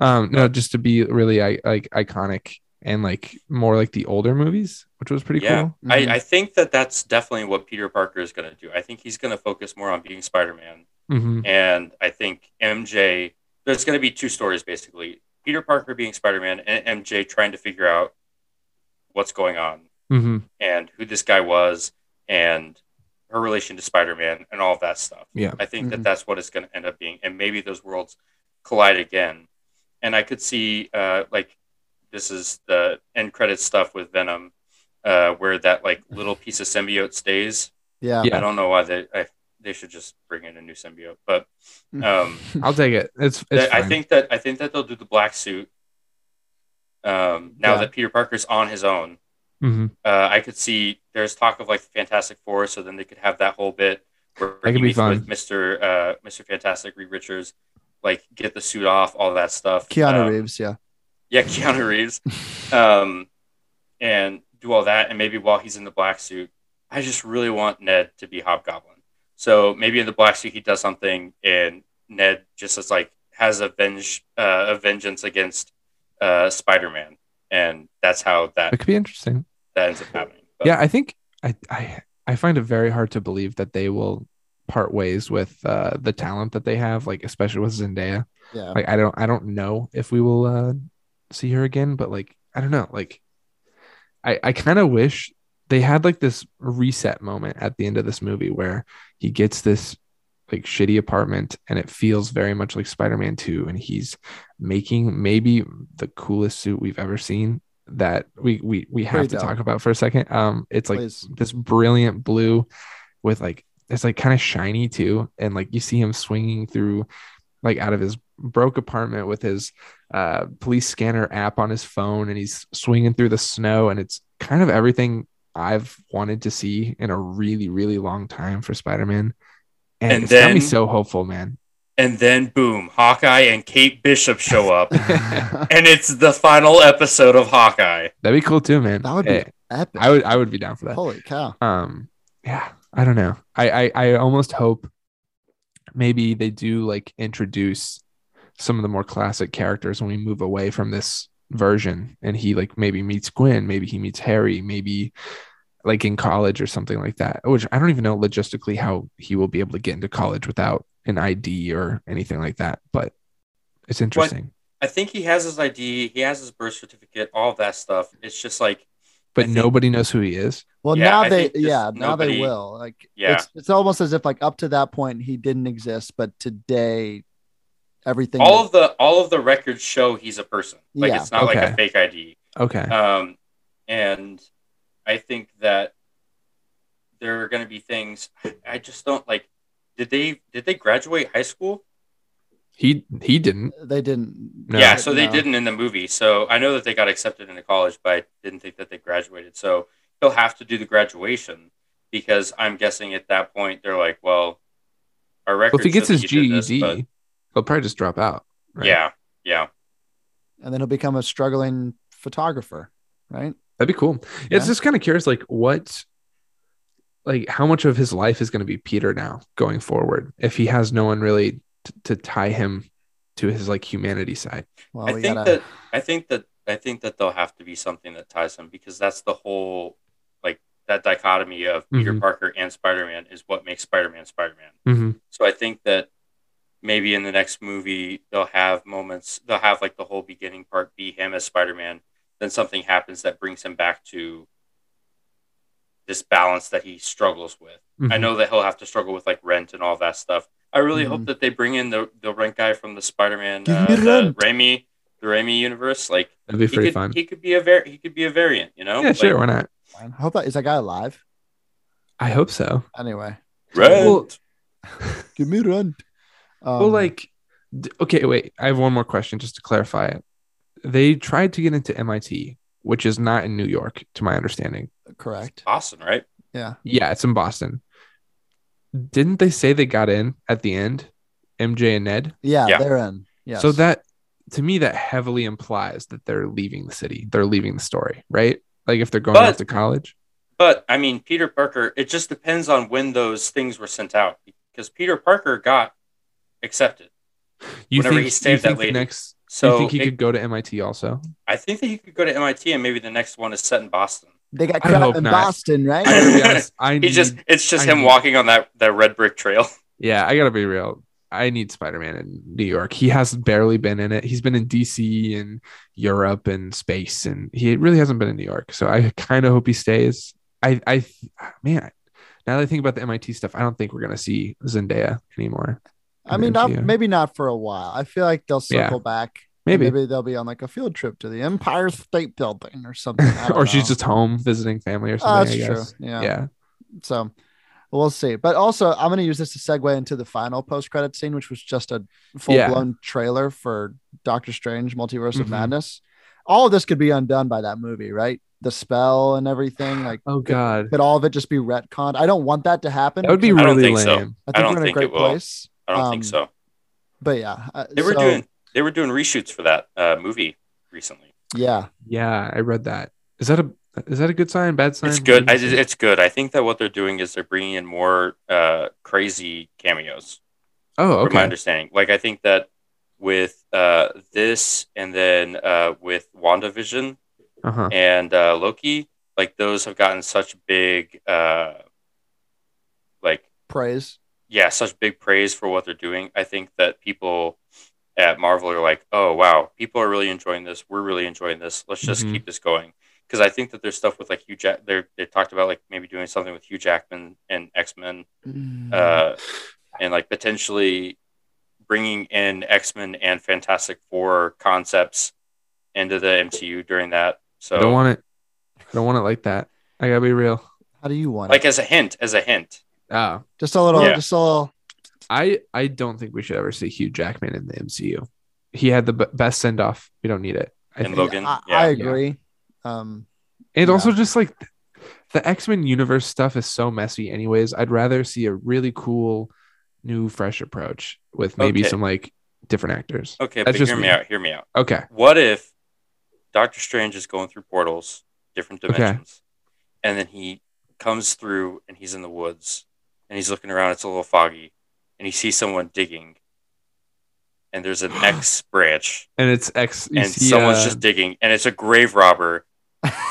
S4: um no just to be really I- like iconic and like more like the older movies which was pretty
S5: yeah,
S4: cool
S3: Mhm.
S5: I, I think that that's definitely what Peter Parker is going to do. I think he's going to focus more on being Spider-Man,
S4: hmm
S5: and I think MJ. There's going to be two stories basically: Peter Parker being Spider-Man and MJ trying to figure out what's going on
S4: hmm
S5: and who this guy was and her relation to Spider-Man and all of that stuff.
S4: Yeah.
S5: I think
S3: Mhm.
S5: that that's what it's going to end up being, and maybe those worlds collide again. And I could see uh, like this is the end credit stuff with Venom, uh, where that like little piece of symbiote stays.
S3: Yeah.
S4: Yeah.
S5: I don't know why they I, they should just bring in a new symbiote, but um,
S4: *laughs* I'll take it. It's, Mm. it's
S5: I
S4: fine.
S5: think that I think that they'll do the black suit. Um, now
S3: Yeah.
S5: that Peter Parker's on his own,
S4: Mhm.
S5: uh, I could see there's talk of like the Fantastic Four, so then they could have that whole bit where
S4: could
S5: he
S4: be
S5: meets
S4: fun.
S5: with Mister uh, Mister Fantastic Reed Richards, like get the suit off, all that stuff.
S3: Keanu
S5: Um,
S3: Reeves. Yeah.
S5: yeah, *laughs* Keanu Reeves, um, and do all that, and maybe while he's in the black suit, I just really want Ned to be Hobgoblin. So maybe in the black suit he does something, and Ned just is like has a venge uh, a vengeance against uh, Spider Man, and that's how
S4: it
S5: that
S4: could be interesting.
S5: that ends up happening. But-
S4: Yeah, I think I, I I find it very hard to believe that they will part ways with uh, the talent that they have, like especially with Zendaya.
S3: Yeah.
S4: Like I don't I don't know if we will uh, see her again, but like I don't know. Like I I kind of wish they had like this reset moment at the end of this movie where he gets this like shitty apartment and it feels very much like Spider-Man 2 and he's making maybe the coolest suit we've ever seen that we we we have
S3: Pretty
S4: to
S3: dope.
S4: talk about for a second. Um it's like
S3: Please.
S4: this brilliant blue with like it's like kind of shiny too and like you see him swinging through like out of his broke apartment with his uh police scanner app on his phone and he's swinging through the snow and it's kind of everything I've wanted to see in a really really long time for Spider-Man and,
S5: And
S4: it's got me
S5: then-
S4: so hopeful
S3: *laughs*
S4: man *laughs*
S5: And then boom, Hawkeye and Kate Bishop show up, *laughs* and it's the final episode of Hawkeye.
S4: That'd be cool too man
S3: That would be
S4: Eh,
S3: Epic.
S4: I would I would be down for that
S3: Holy cow.
S4: um yeah i don't know I, I i almost hope maybe they do like introduce some of the more classic characters when we move away from this version and he like maybe meets gwen maybe he meets harry maybe like in college or something like that which i don't even know logistically how he will be able to get into college without an id or anything like that but it's interesting
S5: I think he has his ID, he has his birth certificate, all that stuff. It's just like,
S4: but
S5: I think-
S4: nobody knows who he is
S3: Well,
S5: Yeah,
S3: now
S5: I
S3: they,
S5: think just
S3: yeah, now they
S5: nobody-
S3: will. Like,
S5: Yeah.
S3: it's, it's almost as if like up to that point he didn't exist, but today everything.
S5: all of the all of the records show he's a person. Like
S3: Yeah.
S5: it's not like
S4: Okay.
S5: a fake ID.
S4: okay
S5: Um, and I think that there are going to be things. I just don't like. Did they did they graduate high school?
S4: he he didn't
S3: they didn't.
S4: No.
S5: yeah, so they
S3: No.
S5: didn't in the movie. So I know that they got accepted into college, but I didn't think that they graduated. So he'll have to do the graduation because I'm guessing at that point they're like, well, our record.
S4: well, if he gets his ged he'll probably just drop out right?
S5: yeah, yeah,
S3: And then he'll become a struggling photographer, right?
S4: That'd be cool. Yeah, It's
S3: Yeah.
S4: just kind of curious, like what, like how much of his life is going to be Peter now going forward if he has no one really t- to tie him to his like humanity side.
S3: Well,
S5: I think that I think that I think that there'll have to be something that ties them because that's the whole like that dichotomy of Peter
S4: Mhm.
S5: Parker and Spider Man is what makes Spider Man Spider Man.
S4: Mm-hmm.
S5: So I think that maybe in the next movie they'll have moments. They'll have like the whole beginning part be him as Spider Man. Then something happens that brings him back to this balance that he struggles with.
S4: mm-hmm.
S5: I know that he'll have to struggle with like rent and all that stuff. I really
S4: Mm-hmm.
S5: hope that they bring in the, the rent guy from the Spider Man,
S3: Give
S5: uh,
S3: me
S5: the
S3: rent.
S5: Raimi, the Raimi universe. Like
S4: that'd be
S5: he
S4: pretty
S5: could,
S4: fun.
S5: he could be a var- he could be a variant. You know?
S4: yeah,
S5: Like,
S4: sure. Why not?
S3: I hope that is that guy alive.
S4: I hope so.
S3: Anyway,
S5: Rent.
S4: Well,
S3: give me run. Um,
S4: well, like, d- okay, wait. I have one more question just to clarify it. They tried to get into MIT, which is not in New York, to my understanding.
S3: correct.
S5: Boston, right?
S3: Yeah.
S4: Yeah, it's in Boston. Didn't they say they got in at the end? MJ and Ned.
S3: Yeah,
S5: Yeah.
S3: they're in. Yes.
S4: So that to me that heavily implies that they're leaving the city. They're leaving the story, right? Like if they're going
S5: But-
S4: off to college.
S5: But I mean, Peter Parker, it just depends on when those things were sent out because Peter Parker got accepted.
S4: You
S5: Whenever
S4: think,
S5: he saved
S4: you think
S5: that
S4: the
S5: lady.
S4: next
S5: So
S4: you think he
S5: it-
S4: could go to MIT
S5: *laughs*
S4: also?
S5: I think that he could go to MIT and maybe the next one is set in Boston.
S3: they got
S4: I
S3: crap
S4: hope
S3: in
S4: not.
S3: Boston,
S4: I *coughs*
S3: right?
S4: gotta be honest, I
S5: He
S4: need,
S5: just it's just
S4: I
S5: him
S4: need-
S5: walking on that that red brick trail. *laughs*
S4: yeah, I gotta be real. I need Spider Man in New York. He has barely been in it. He's been in DC and Europe and space, and he really hasn't been in New York. So I kind of hope he stays. I, I, man, now that I think about the MIT stuff, I don't think we're gonna see Zendaya anymore.
S3: I mean, not,
S4: Yeah.
S3: maybe not for a while. I feel like they'll
S4: Yeah.
S3: circle back.
S4: Maybe,
S3: maybe they'll be on like a field trip to the Empire State Building or something. I
S4: *laughs*
S3: don't
S4: or she's
S3: know.
S4: just home visiting family or
S3: Oh,
S4: something.
S3: that's
S4: I
S3: true.
S4: guess.
S3: Yeah.
S4: Yeah.
S3: So we'll see. But also, I'm going to use this to segue into the final post credit scene, which was just a full blown trailer for Doctor Strange Multiverse of
S4: Mhm.
S3: Madness. All of this could be undone by that movie, right? The spell and everything. Like,
S4: Oh God,
S3: could all of it just be retconned? I don't want that to happen.
S4: that would be
S5: I don't
S4: really
S5: think so.
S4: lame.
S3: I
S5: I
S3: think
S5: don't
S3: we're in
S5: think
S3: a
S5: it
S3: great
S5: will.
S3: place.
S5: I don't
S3: Um,
S5: think so.
S3: But yeah. uh,
S5: They were
S3: so,
S5: doing they were doing reshoots for that uh, movie recently.
S3: Yeah.
S4: Yeah, I read that. Is that a is that a good sign? Bad sign?
S5: It's good. I,
S4: What do you think?
S5: it's good. I think that what they're doing is they're bringing in more uh, crazy cameos.
S4: oh,
S5: From my
S4: okay.
S5: understanding, like I think that with uh, this and then uh, with WandaVision
S4: Uh huh.
S5: and uh, Loki, like those have gotten such big, uh, like
S3: Praise.
S5: yeah, such big praise for what they're doing. I think that people at Marvel are like, oh wow, people are really enjoying this. We're really enjoying this. Let's just
S4: Mhm.
S5: keep this going. Because I think that there's stuff with like Hugh Jack. They they talked about like maybe doing something with Hugh Jackman and X Men,
S4: Mm-hmm.
S5: uh, and like potentially bringing in X Men and Fantastic Four concepts into the MCU during that.
S4: I don't
S5: So
S4: want it. I don't want it like that. I gotta be real.
S3: How do you want
S5: like
S3: it?
S5: as a hint, as a hint.
S4: Oh,
S3: Just a little,
S5: Yeah.
S3: just a little.
S4: I I don't think we should ever see Hugh Jackman in the MCU. He had the b- best send off. We don't need it. I
S5: And
S4: think.
S5: Logan,
S3: I,
S5: yeah.
S3: I agree. Um,
S4: and
S3: yeah.
S4: also just like the X Men universe stuff is so messy. Anyways, I'd rather see a really cool, new, fresh approach with maybe
S5: Okay.
S4: some like different actors.
S5: Okay,
S4: That's
S5: but
S4: just
S5: hear me
S4: me.
S5: out. Hear me out.
S4: Okay.
S5: What if Doctor Strange is going through portals, different
S4: Okay.
S5: dimensions, and then he comes through and he's in the woods and he's looking around, it's a little foggy, and he sees someone digging, and there's
S4: *gasps*
S5: an X branch,
S4: And it's X. You
S5: and
S4: see,
S5: someone's
S4: uh,
S5: just digging, and it's a grave robber,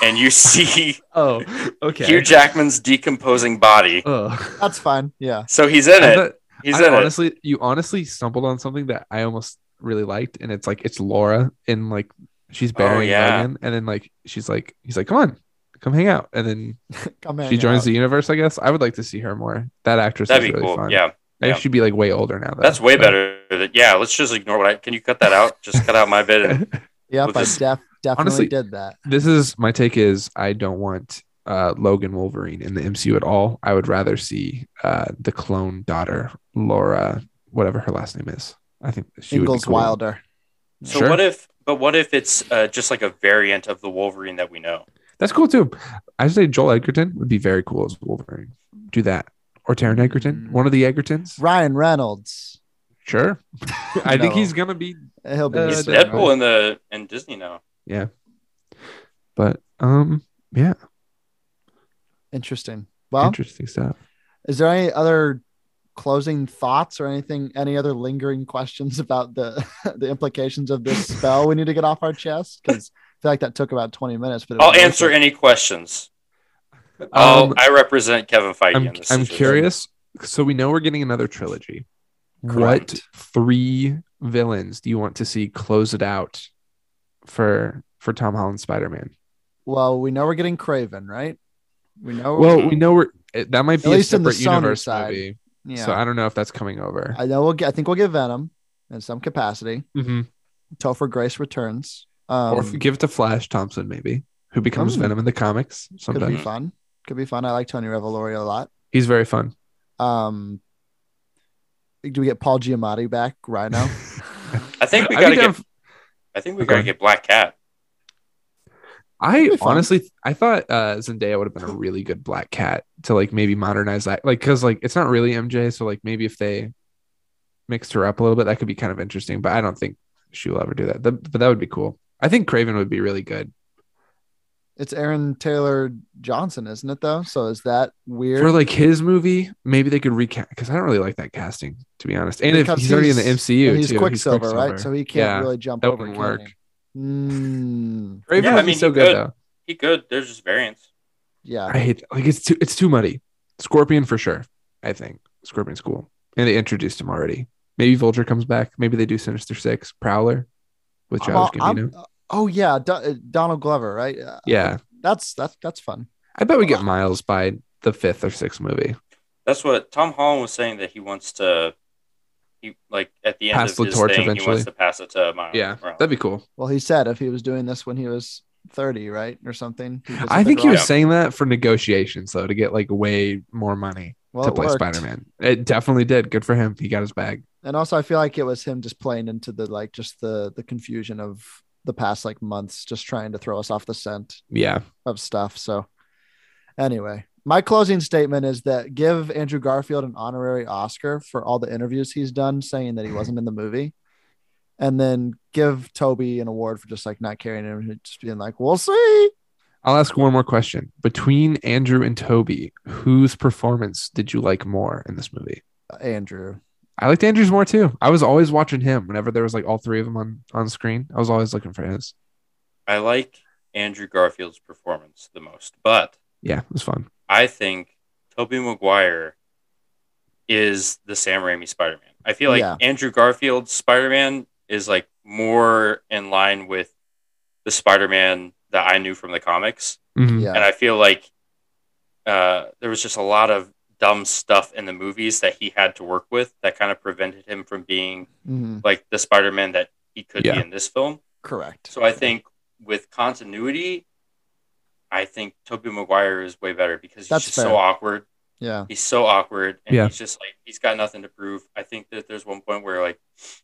S5: and you see
S4: *laughs* Oh,
S5: *laughs*
S4: okay.
S5: Hugh Jackman's decomposing body.
S4: Oh.
S3: that's fine. Yeah.
S5: So he's
S4: *laughs*
S5: in
S4: I
S5: it.
S4: thought-
S5: he's
S4: I
S5: in it.
S4: honestly, you honestly stumbled on something that I almost really liked, and it's like it's Laura in like she's burying
S5: Oh, yeah.
S4: Logan, and then like she's like he's like, come on, come hang out, and then
S3: Come in.
S4: she joins the universe. I guess I would like to see her more. That actress
S5: That'd
S4: is
S5: be
S4: really
S5: cool.
S4: fun.
S5: Yeah.
S4: I think
S5: yeah.
S4: she'd be like way older now. Though,
S5: That's way
S4: but-
S5: better than yeah, let's just ignore what I can you cut that out? Just cut out my
S4: *laughs*
S5: bit and
S3: Yep,
S5: We'll
S3: I
S5: just-
S3: def- definitely
S4: Honestly-
S3: did that.
S4: this is my take is I don't want uh, Logan Wolverine in the MCU at all. I would rather see uh, the clone daughter Laura, whatever her last name is. I think she would
S3: Ingles
S4: be cool.
S3: Wilder.
S5: So
S4: Sure.
S5: what if? But what if it's uh, just like a variant of the Wolverine that we know?
S4: That's cool too. I say Joel Edgerton would be very cool as Wolverine. Do that. Or Taron Egerton,
S3: Mm.
S4: one of the Egertons.
S3: Ryan Reynolds.
S4: Sure. I think
S3: No.
S4: he's gonna be
S3: He'll be.
S4: Uh,
S5: He's
S3: used.
S4: definitely.
S5: Deadpool in the in Disney now.
S4: but um yeah,
S3: Interesting. Well,
S4: interesting stuff.
S3: is there any other closing thoughts or anything? Any other lingering questions about the *laughs* the implications of this spell we need to get off our chest? Because I feel like that took about twenty minutes. But it
S5: I'll
S3: was worth
S5: answer
S3: it.
S5: any questions. I'll,
S4: Um,
S5: I represent Kevin Feige.
S4: I'm
S5: in this
S4: I'm
S5: situation.
S4: curious. So we know we're getting another trilogy. What
S5: Correct.
S4: three villains do you want to see close it out for for Tom Holland Spider Man?
S3: Well, we know we're getting Craven, right? We know.
S4: Well, we know we're it- that might be a
S3: least in the
S4: separate
S3: Sony
S4: universe
S3: side.
S4: movie.
S3: yeah.
S4: So I don't know if that's coming over.
S3: I know. We'll get. I think we'll get Venom in some capacity.
S5: Mm-hmm.
S4: Mhm.
S3: Topher Grace returns.
S4: or
S3: Um,
S4: if we give it to Flash Thompson, maybe, who becomes
S3: Mm.
S4: Venom in the comics
S3: could be
S4: sometime.
S3: fun. Could be fun. I like Tony Revolori a lot.
S4: He's very fun.
S3: Um, do we get Paul Giamatti back?
S4: *laughs*
S3: Rhino.
S5: I think we
S4: I'd be
S5: gotta get.
S4: down f-
S5: I think we
S4: Okay.
S5: gotta get Black Cat.
S4: I
S3: be fun.
S4: honestly, I thought uh, Zendaya would have been a really good Black Cat to like maybe modernize that, like because like it's not really MJ, so like maybe if they mixed her up a little bit, that could be kind of interesting. But I don't think she will ever do that. The- but that would be cool. I think Craven would be really good
S3: It's Aaron Taylor Johnson, isn't it though? So is that weird?
S4: for like his movie. Maybe they could recast because I don't really like that casting to be honest. And if
S3: Because
S4: he's already in the MCU,
S3: and he's
S4: too,
S3: Quicksilver, right?
S4: Quicksilver.
S3: So he can't
S4: Yeah.
S3: really jump
S4: that
S3: over.
S4: wouldn't
S3: can
S4: work.
S3: he? Mm,
S4: Craven
S5: Yeah, I
S4: would be
S5: mean,
S4: so
S5: he
S4: good,
S5: could.
S4: though.
S5: He could. There's just variants.
S3: yeah.
S4: I hate like it's too it's too muddy. Scorpion for sure. I think Scorpion's cool, and they introduced him already. Maybe Vulture comes back. Maybe they do Sinister Six, Prowler, with Josh
S3: Uh, I'm-
S4: Gambino.
S3: oh yeah, Do- uh, Donald Glover, right? Uh,
S4: yeah,
S3: That's that's that's fun.
S4: I bet we get Miles by the fifth or sixth movie.
S5: That's what Tom Holland was saying that he wants to. He like at the end
S4: Pass
S5: of
S4: the
S5: his
S4: torch
S5: thing, he
S4: eventually.
S5: wants to pass it to Miles.
S4: Yeah,
S5: Morales.
S4: that'd be cool.
S3: Well, he said if he was doing this when he was 30, right? Or something. was
S4: I
S3: in the
S4: think he was
S3: garage.
S4: saying that for negotiations though to get like way more money
S3: Well,
S4: to
S3: it
S4: play
S3: worked.
S4: Spider Man. It definitely did. Good for him. He got his bag.
S3: And also I feel like it was him just playing into the like just the the confusion of the past like months just trying to throw us off the scent
S4: Yeah,
S3: of stuff. So anyway, my closing statement is that give Andrew Garfield an honorary Oscar for all the interviews he's done saying that he wasn't in the movie. And then give Toby an award for just like not carrying him, just being like, we'll see.
S4: I'll ask one more question. Between Andrew and Toby, whose performance did you like more in this movie?
S3: Andrew.
S4: I liked Andrews more too. I was always watching him whenever there was like all three of them on on screen. I was always looking for his.
S5: I like Andrew Garfield's performance the most, but
S4: Yeah, it was fun.
S5: I think Tobey Maguire is the Sam Raimi Spider Man. I feel like
S3: Yeah.
S5: Andrew Garfield's Spider Man is like more in line with the Spider Man that I knew from the comics.
S4: Mhm.
S3: Yeah.
S5: and I feel like uh, there was just a lot of dumb stuff in the movies that he had to work with that kind of prevented him from being
S3: Mhm.
S5: like the Spider-Man that he could
S4: Yeah.
S5: be in this film.
S3: Correct.
S5: So I think with continuity, I think Tobey Maguire is way better because he's
S3: That's
S5: just
S3: fair.
S5: so awkward.
S3: Yeah.
S5: He's so awkward, and
S4: Yeah.
S5: he's just like he's got nothing to prove. I think that there's one point where like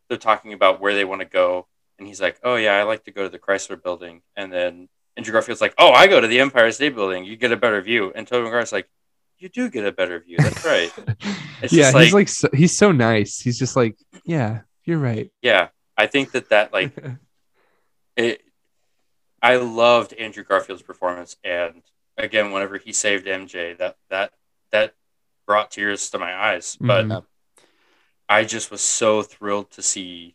S5: they're talking about where they want to go, and he's like, "Oh yeah, I like to go to the Chrysler Building," and then Andrew Garfield's like, "Oh, I go to the Empire State Building. You get a better view." And Tobey Maguire's like, "You do get a better view.
S4: *laughs*
S5: That's right. It's
S4: yeah, he's
S5: just like-
S4: like so, he's so nice. He's just like, yeah, you're right.
S5: yeah." I think that that like
S4: *laughs*
S5: it I loved Andrew Garfield's performance and again whenever he saved MJ that that that brought tears to my eyes but
S4: Mhm.
S5: I just was so thrilled to see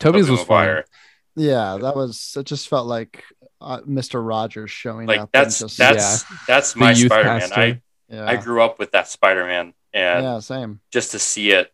S4: Toby's
S5: Tobey
S4: was fun.
S5: Maguire.
S3: Yeah, that was. It just felt like uh, Mr. Rogers showing up.
S5: like
S3: and
S5: that's
S3: just,
S5: that's that's
S4: The
S5: my
S4: youth
S5: Spider-Man
S4: pastor.
S5: I,
S3: yeah,
S5: I grew up with that Spider-Man and
S3: yeah, same.
S5: just to see it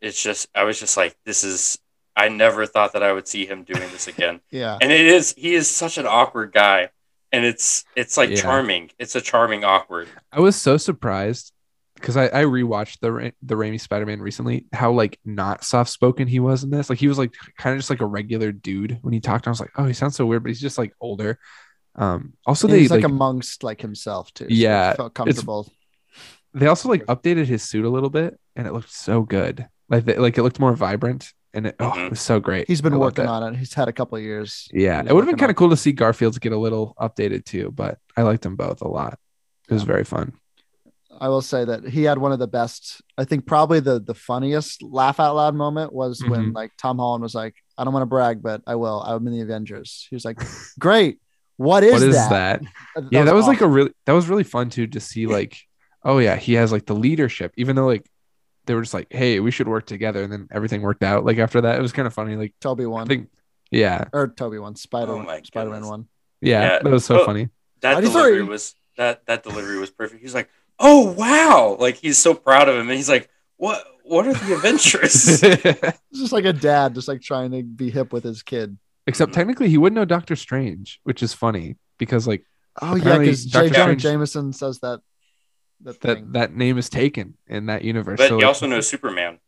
S5: it's just I was just like this is I never thought that I would see him doing this again
S4: *laughs*
S3: Yeah,
S5: and it is he is such an awkward guy and it's it's like
S4: Yeah.
S5: charming it's a charming awkward
S4: I was so surprised because I, I rewatched the Ra- the Raimi Spider Man recently. How like not soft spoken he was in this. Like he was like kind of just like a regular dude when he talked. I was like, oh, he sounds so weird, but he's just like older. Um. Also,
S3: And
S4: they
S3: he's like,
S4: like
S3: amongst like himself too. so
S4: Yeah,
S3: it felt comfortable.
S4: they also like updated his suit a little bit and it looked so good like they, like it looked more vibrant and it, oh, it
S3: Mm-hmm.
S5: Mhm.
S4: was so great
S3: He's been
S4: I loved
S3: working
S4: it.
S3: on it. He's had a couple of years.
S4: yeah
S3: He's
S4: it would have been
S3: working
S4: kind
S3: on
S4: of cool to see garfield's get a little updated too but i liked them both a lot it was very fun
S3: I will say that he had one of the best. I think probably the the funniest laugh out loud moment was when like Tom Holland was like, "I don't want to brag, but I will. I'm in the Avengers." He was like, "Great, what is,
S4: what is
S3: that?"
S4: that, yeah that was like a
S3: awesome.
S4: really that was really fun too to see like oh yeah he has like the leadership even though like they were just like hey we should work together and then everything worked out like after that it was kind of funny like
S3: Toby
S4: i
S3: one
S4: think yeah
S3: or Toby one Spider
S5: Oh my
S3: Spider Man
S5: goodness.
S3: one.
S4: yeah,
S5: Yeah.
S4: that was so
S3: Oh. *laughs*
S5: Well,
S4: funny *laughs*
S5: that
S3: Mighty
S5: delivery
S3: three.
S5: was that that delivery was perfect. He's like, "Oh wow!" Like he's so proud of him, and he's like, "What? What
S4: *laughs*
S5: are the adventures?"
S3: It's just like a dad, just like trying to be hip with his kid. Mm-hmm.
S4: Except technically, he would know Doctor Strange, which is funny because like
S3: Oh yeah,
S4: Apparently,
S3: because J.
S4: Dr.
S3: Jonah
S4: Strange-
S3: Jameson says that. That
S4: that
S3: thing.
S4: that name is taken in that universe.
S5: but
S4: So,
S5: he
S4: like- *laughs*
S5: also knows Superman.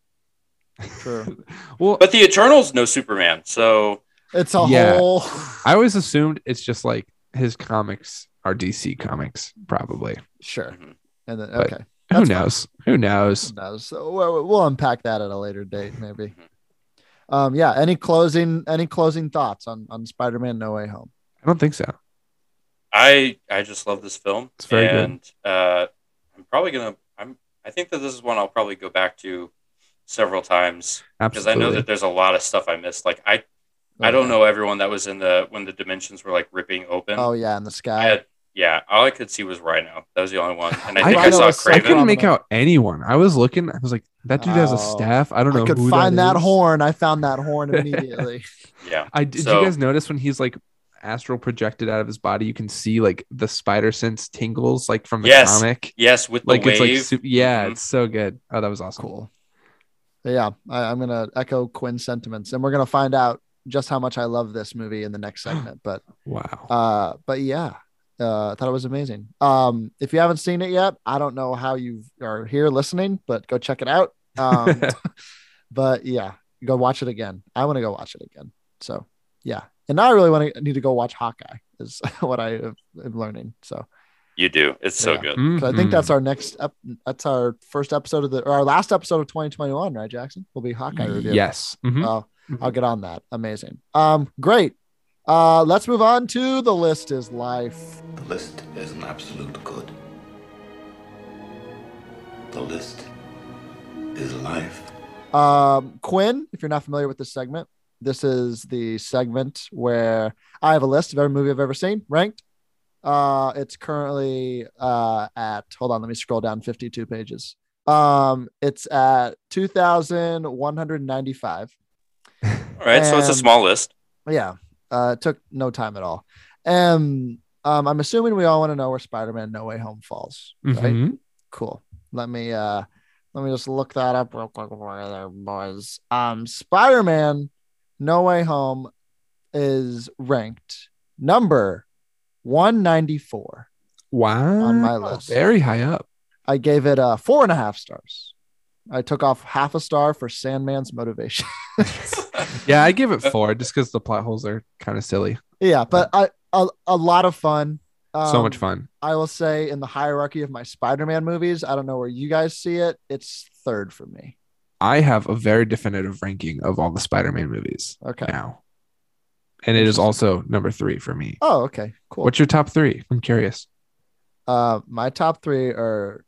S3: True.
S4: well,
S5: But the Eternals know Superman, so
S3: It's a
S4: Yeah.
S3: whole. *laughs*
S4: I always assumed it's just like his comics are DC comics, probably.
S3: Sure.
S5: Mhm.
S3: And then
S4: But-
S3: okay,
S4: Who
S3: That's fine.
S4: knows? Who knows?
S3: no, so we'll, we'll unpack that at a later date, maybe. Um, yeah. Any closing? Any closing thoughts on on Spider Man No Way Home?
S4: I don't think so.
S5: I I just love this film,
S4: It's very good.
S5: and uh, I'm probably gonna. I'm I think that this is one I'll probably go back to several times because I
S4: Absolutely.
S5: know that there's a lot of stuff I missed. Like I, I don't know everyone that was in the when the dimensions were like ripping open.
S3: Oh yeah, in the
S5: I
S3: sky.
S5: had, yeah, all I could see was Rhino. That was the only one, and I
S4: I
S5: think I,
S4: thought
S5: saw
S3: was- I
S4: I
S5: Craven.
S4: couldn't make
S3: Phenomenal.
S4: out anyone. I was looking. I was like, that dude has a
S3: Oh.
S4: staff. I don't know.
S3: I could
S4: who
S3: find that,
S4: is.
S3: horn. I found
S4: *laughs*
S3: that horn immediately.
S5: yeah,
S4: I did
S5: So-
S4: you guys notice when he's like astral projected out of his body, you can see like the spider sense tingles like from the
S5: Yes.
S4: comic.
S5: yes, with the
S4: Like
S5: wave.
S4: it's like su- yeah,
S3: Mm-hmm.
S5: Mhm.
S4: it's so good. Oh, that was awesome. Cool.
S3: But yeah, I, I'm gonna echo Quinn's sentiments, and we're gonna find out just how much I love this movie in the next segment. But
S4: Wow.
S3: uh, but yeah, uh, I thought it was amazing. Um, if you haven't seen it yet, I don't know how you are here listening, but go check it out. Um, *laughs* but yeah, go watch it again. I want to go watch it again. So yeah, and now I really want to need to go watch Hawkeye. Is *laughs* what I am learning. So
S5: you do. It's so
S3: Yeah.
S5: good.
S3: So I think
S4: Mhm.
S3: that's our next up. That's our first episode of the or our last episode of 2021, right, Jackson? Will be Hawkeye review.
S4: Yes. Mhm.
S3: Oh,
S4: Mhm.
S3: I'll get on that. Amazing. Um, great. Uh, let's move on to the list is life.
S8: The list is an absolute good. The list is life.
S3: Um, Quinn, if you're not familiar with this segment, this is the segment where I have a list of every movie I've ever seen ranked. Uh, it's currently uh, at hold on, let me scroll down 52 pages. Um, it's at 2,195.
S5: All right, so it's a
S3: And-
S5: small list.
S3: Yeah, uh, it took no time at all. Um, um, I'm assuming we all want to know where Spider-Man: No Way Home falls, right?
S4: Mhm.
S3: Cool. Let me uh, let me just look that up real quick for you there, boys. Um, Spider-Man: No Way Home is ranked number 194.
S4: Wow.
S3: my list.
S4: Very high up.
S3: I gave it uh four and a half stars. I took off half a star for Sandman's motivation. *laughs*
S4: Yeah, I give it four just because the plot holes are kind of silly.
S3: yeah, but I a, a lot of fun.
S4: so
S3: Um,
S4: much fun.
S3: I will say in the hierarchy of my Spider-Man movies, I don't know where you guys see it. It's third for me.
S4: I have a very definitive ranking of all the Spider-Man movies
S3: Okay.
S4: now, and it is also number three for me.
S3: Oh, okay. Cool.
S4: What's your top three? I'm curious.
S3: uh, my top three are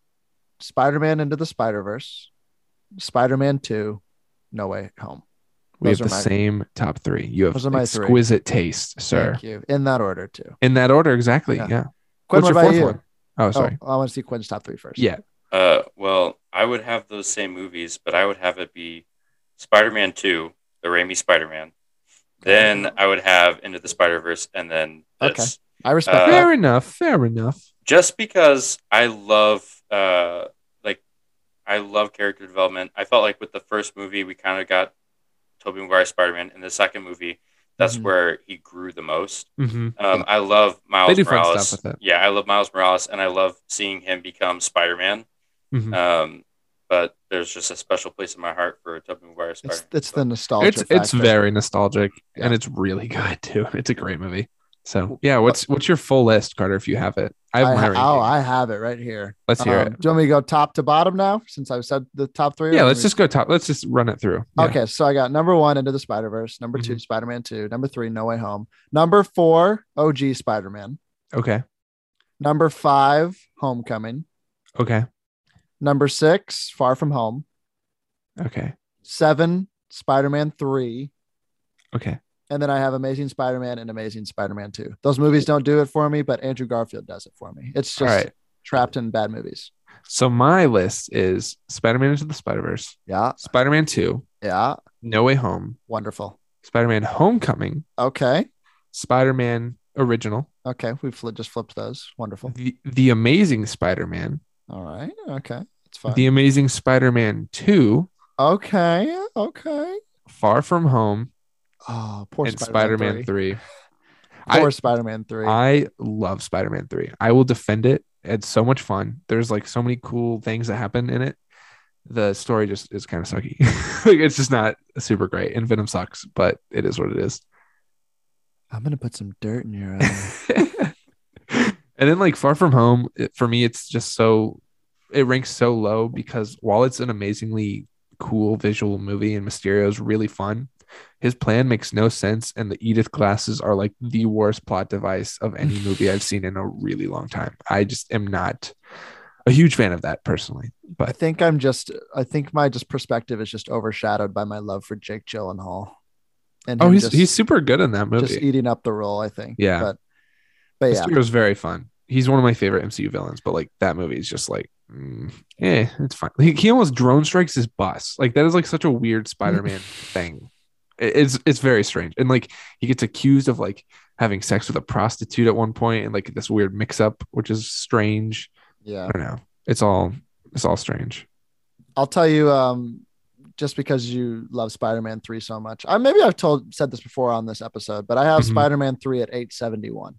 S3: Spider-Man Into the Spider-Verse, Spider-Man Two, No Way Home.
S4: We
S3: Those
S4: have
S3: are
S4: the
S3: my-
S4: same top three. You have
S3: Those are my three.
S4: exquisite taste, sir.
S3: Thank you. In that order too.
S4: In that order, exactly.
S3: Yeah.
S4: Yeah.
S3: Quinn,
S4: What's
S3: what
S4: your
S3: about
S4: fourth
S3: you?
S4: one? Oh, sorry.
S3: Oh, I want to see Quinn's top three first.
S4: Yeah.
S5: Uh, well, I would have those same movies, but I would have it be Spider-Man Two, the Raimi Spider-Man. Then I would have Into the Spider-Verse, and then this.
S3: Okay. I respect
S5: Uh,
S3: that.
S4: fair enough. Fair enough.
S5: just because I love uh like I love character development. I felt like with the first movie we kind of got Tobey Maguire Spider Man, and the second movie that's
S3: Mhm.
S5: where he grew the most.
S4: Mm-hmm.
S5: Um, I love Miles
S4: do fun
S5: Morales.
S4: stuff with it.
S5: Yeah, I love Miles Morales, and I love seeing him become Spider Man.
S4: Mhm.
S5: Um, but there's just a special place in my heart for Tobey Maguire Spider Man.
S3: It's it's the nostalgia.
S4: It's it's
S3: factor.
S4: very nostalgic
S3: Yeah.
S4: and it's really *laughs* good too. It's a great movie. So yeah, what's what's your full list, Carter? If you have it, I have
S3: Uh, I
S4: my
S3: ha-
S4: ranking.
S3: oh, I have it right here.
S4: let's hear
S3: Um,
S4: it.
S3: do you want me to go top to bottom now? Since I've said the top three. or
S4: Yeah,
S3: let
S4: let's
S3: me-
S4: just go top. Let's just run it through. Yeah.
S3: Okay, so I got number one into the Spider Verse, number two Spider Man Two, number three No Way Home, number four OG Spider Man,
S4: Okay.
S3: number five Homecoming,
S4: Okay.
S3: number six Far From Home,
S4: Okay.
S3: seven Spider Man Three,
S4: Okay.
S3: and then I have Amazing Spider Man and Amazing Spider Man Two. Those movies don't do it for me, but Andrew Garfield does it for me. It's just
S4: All right.
S3: trapped in bad movies.
S4: So my list is Spider-Man into the Spider-Verse,
S3: Yeah,
S4: Spider-Man 2,
S3: yeah,
S4: No Way Home,
S3: wonderful.
S4: Spider-Man Homecoming,
S3: Okay,
S4: Spider-Man Original,
S3: okay, we fl- just flipped those. Wonderful.
S4: The, the Amazing Spider-Man,
S3: All right, okay, it's fine.
S4: The Amazing Spider-Man 2,
S3: okay, okay.
S4: Far From Home,
S3: Oh, poor
S4: and Spider-Man 3. I-
S3: Poor Spider-Man three.
S4: I love Spider-Man 3. I will defend it. It's so much fun. There's like so many cool things that happen in it. The story just is kind of sucky. *laughs* like it's just not super great. And Venom sucks, but it is what it is.
S3: I'm gonna put some dirt in your uh, eye.
S4: *laughs* and then like Far From Home, it, for me, it's just so it ranks so low because while it's an amazingly cool visual movie and Mysterio is really fun, his plan makes no sense, and the Edith glasses are like the worst plot device of any movie I've seen in a really long time. I just am not. a huge fan of that personally.
S3: I
S4: *laughs* But
S3: think I'm just. I think my just perspective is just overshadowed by my love for Jake Gyllenhaal. And
S4: oh,
S3: him
S4: he's
S3: just,
S4: he's super good in that movie.
S3: just eating up the role. I think.
S4: Yeah.
S3: But but yeah,
S4: This year was very fun. He's one of my favorite MCU villains, but like that movie is just like, mm, eh, it's fine. He, he almost drone strikes his bus. Like that is like such a weird Spider-Man thing. It- It's it's very strange, and like he gets accused of like having sex with a prostitute at one point, and like this weird mix-up, which is strange.
S3: yeah.
S4: I don't know. It's all it's all strange.
S3: I'll tell you, um, just because you love Spider-Man three so much, I maybe I've told said this before on this episode, but I have
S4: Mhm.
S3: Spider-Man three at eight seventy one.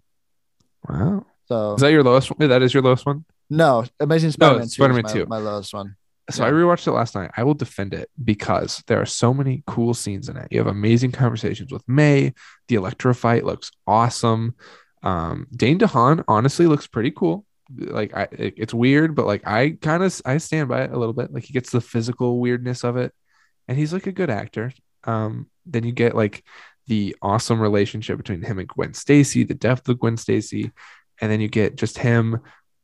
S4: Wow,
S3: So
S4: is that your lowest one? That is your lowest one.
S3: no, Amazing Spider-Man two,
S4: Spider-Man
S3: is my,
S4: 2.
S3: my lowest one.
S4: So
S3: Yeah.
S4: I rewatched it last night. I will defend it because there are so many cool scenes in it. You have amazing conversations with May. The Electro fight looks awesome. Um, Dane DeHaan honestly looks pretty cool. Like I, it- it's weird, but like I kind of I stand by it a little bit. Like he gets the physical weirdness of it, and he's like a good actor. Um, then you get like the awesome relationship between him and Gwen Stacy, the depth of Gwen Stacy, and then you get just him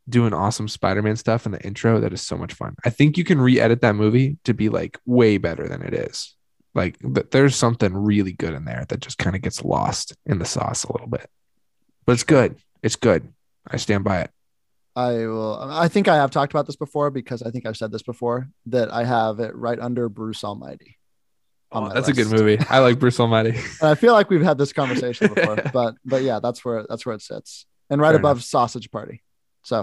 S4: doing awesome Spider-Man stuff in the intro that is so much fun. I think you can re-edit that movie to be like way better than it is. Like but there's something really good in there that just kind of gets lost in the sauce a little bit. But it's good. It's good. I stand by it.
S3: I will. I think I have talked about this before because I think I've said this before that I have it right under Bruce Almighty. on
S4: Oh,
S3: my
S4: that's a good
S3: list.
S4: movie. I like Bruce *laughs* Almighty.
S3: And I feel like we've had
S4: *laughs*
S3: this conversation before, but but yeah, that's where that's where it sits, and right
S4: Fair
S3: above Sausage Party. So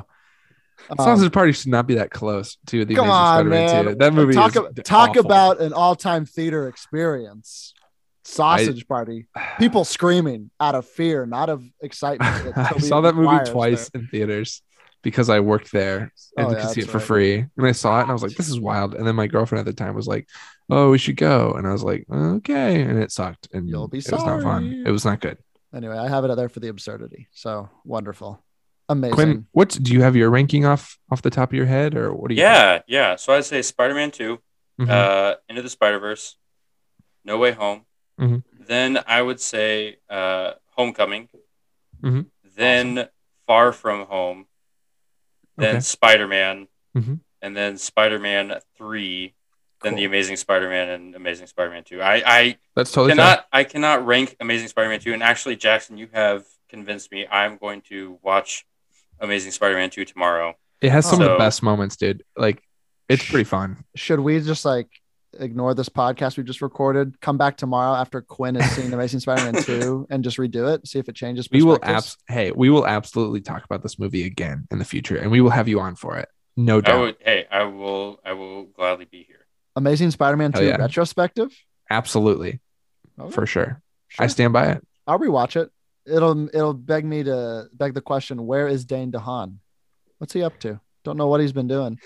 S3: um,
S4: Sausage Party should not be that close to the
S3: Come
S4: Amazing
S3: on,
S4: Spider-Man
S3: man.
S4: 2. That movie
S3: talk
S4: is
S3: ab- talk
S4: awful. *sighs*
S3: about an all-time theater experience. Sausage Party.
S4: *sighs*
S3: People screaming out of fear, not of excitement.
S4: *laughs*
S3: that
S4: I
S3: Tobey
S4: saw that movie
S3: Maguire's
S4: twice in theaters because I worked there
S3: there.
S4: and
S3: Oh,
S4: we
S3: yeah,
S4: could see it
S3: that's
S4: for
S3: right.
S4: free. And I saw it and I was like, this is wild. And then my girlfriend at the time was like, oh, we should go. And I was like, okay. And it sucked. And
S3: You'll be
S4: it was not fun.
S3: sorry.
S4: It was not good.
S3: Anyway, I have it there for the absurdity. So wonderful, amazing.
S4: Quinn, what do you have your ranking off off the top of your head or what do you?
S5: Yeah, yeah. So I'd say Spider Man 2,
S4: Mhm.
S5: uh, Into the Spider Verse, No Way Home.
S4: Mhm.
S5: Then I would say uh, Homecoming.
S4: Mhm.
S5: Then Far From Home. Then
S4: Okay.
S5: Spider Man.
S4: Mhm.
S5: And then Spider Man 3. Then
S3: Cool.
S5: The Amazing Spider Man and Amazing Spider Man 2. I, I
S4: That's totally fair.
S5: cannot I cannot rank Amazing Spider Man 2. And actually, Jackson, you have convinced me I'm going to watch Amazing Spider Man 2 tomorrow.
S4: It has some of the
S5: So-
S4: best moments, dude. Like it's pretty fun.
S3: should we just like ignore this podcast we just recorded? Come back tomorrow after Quinn has seen Amazing
S4: *laughs*
S3: Spider-Man two and just redo it, see if it changes.
S4: We will
S3: perspectives?
S4: abs- hey, we will absolutely talk about this movie again in the future and we will have you on for it. No
S5: I
S4: doubt.
S5: would, hey, I will I will gladly be here.
S3: Amazing Spider-Man
S4: Hell
S3: two
S4: yeah.
S3: retrospective.
S4: Absolutely.
S3: Okay,
S4: For sure.
S3: Oh, sure.
S4: I stand by it.
S3: I'll rewatch it. It'll it'll beg me to beg the question: Where is Dane DeHaan? What's he up to? Don't know what he's been doing.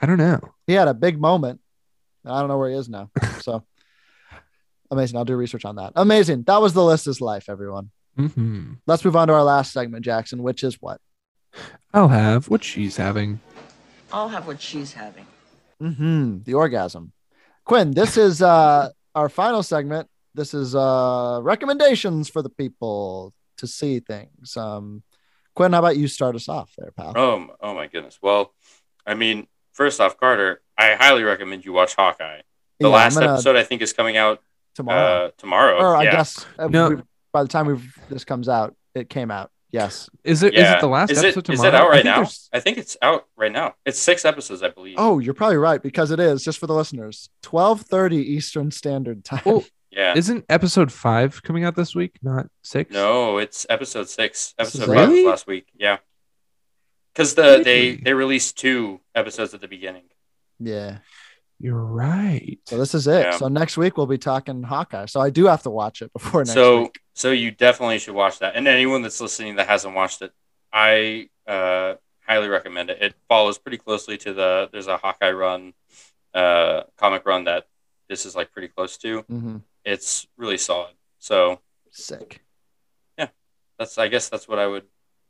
S4: I don't know.
S3: He had a big moment. I don't know where he
S4: *laughs*
S3: is now. So amazing. I'll do research on that. Amazing. That was the list is life, everyone.
S4: hmm
S3: Let's move on to our last segment, Jackson, which is what?
S4: I'll have what she's having.
S6: I'll have what she's having.
S3: hmm The orgasm. Quinn, this is uh, our final segment. This is uh, recommendations for the people to see things. Um, Quinn, how about you start us off there, pal?
S5: Oh, oh my goodness. Well, I mean, first off, Carter, I highly recommend you watch Hawkeye.
S3: Yeah,
S5: The
S3: I'm
S5: last
S3: gonna-
S5: episode I think is coming out
S3: tomorrow,
S5: tomorrow. Uh, tomorrow.
S3: or I
S5: yeah.
S3: guess uh,
S4: No.
S3: we- by the time we've, this comes out, it came out. Yes.
S4: Is it? Is
S5: Yeah.
S4: it the last
S5: Is it-
S4: episode
S5: is
S4: tomorrow?
S5: it out
S4: I
S5: right
S4: think
S5: now?
S4: there's-
S5: I think it's out right now. It's six episodes, I believe.
S3: Oh, you're probably right because it is just for the listeners. Twelve thirty Eastern Standard Time.
S4: Oh.
S5: yeah.
S4: Isn't episode five coming out this week? Not six.
S5: No, it's episode six.
S3: This is
S5: Episode five was
S4: Really?
S5: last week. Yeah. Because the they
S4: Really?
S5: they released two episodes at the beginning.
S3: *laughs* yeah.
S4: You're right.
S3: So this is it.
S5: Yeah.
S3: So next week we'll be talking Hawkeye. So I do have to watch it before next
S5: so
S3: week.
S5: so you definitely should watch that. And anyone that's listening that hasn't watched it, I uh, highly recommend it. It follows pretty closely to the there's a Hawkeye run, uh, comic run that this is like pretty close to.
S3: hmm
S5: It's really solid. So
S3: Sick.
S5: that's I guess that's what I would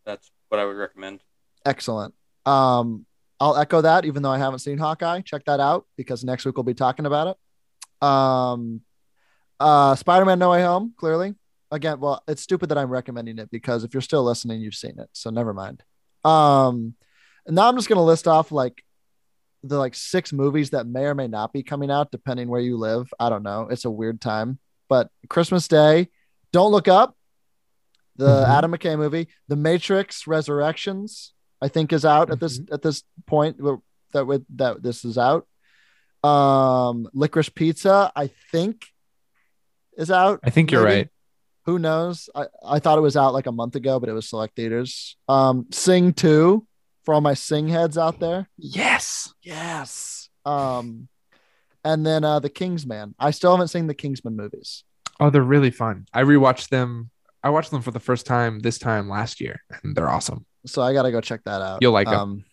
S5: that's what I would recommend.
S3: excellent. Um, I'll echo that, even though I haven't seen Hawkeye. Check that out because next week we'll be talking about it. Um, uh, Spider Man No Way Home, clearly. Again, well, it's stupid that I'm recommending it because if you're still listening, you've seen it. So never mind. Um, And now I'm just gonna list off like the like six movies that may or may not be coming out depending where you live. I don't know. It's a weird time, but Christmas Day, Don't Look Up, the
S4: Mhm.
S3: Adam McKay movie, The Matrix Resurrections. I think is out at this
S4: Mm-hmm.
S3: at this point wh- that would that this is out. Um, Licorice Pizza, I think, is out.
S4: I think you're
S3: Maybe.
S4: right.
S3: Who knows? I, I thought it was out like a month ago, but it was select theaters. Um, Sing 2 for all my Sing heads out there.
S4: Yes.
S3: Yes. Um, and then uh, The Kingsman. I still haven't seen the Kingsman movies.
S4: Oh, they're really fun. I rewatched them. I watched them for the first time this time last year, and they're awesome.
S3: So I got to go check that out. Um,
S4: You'll like 'em.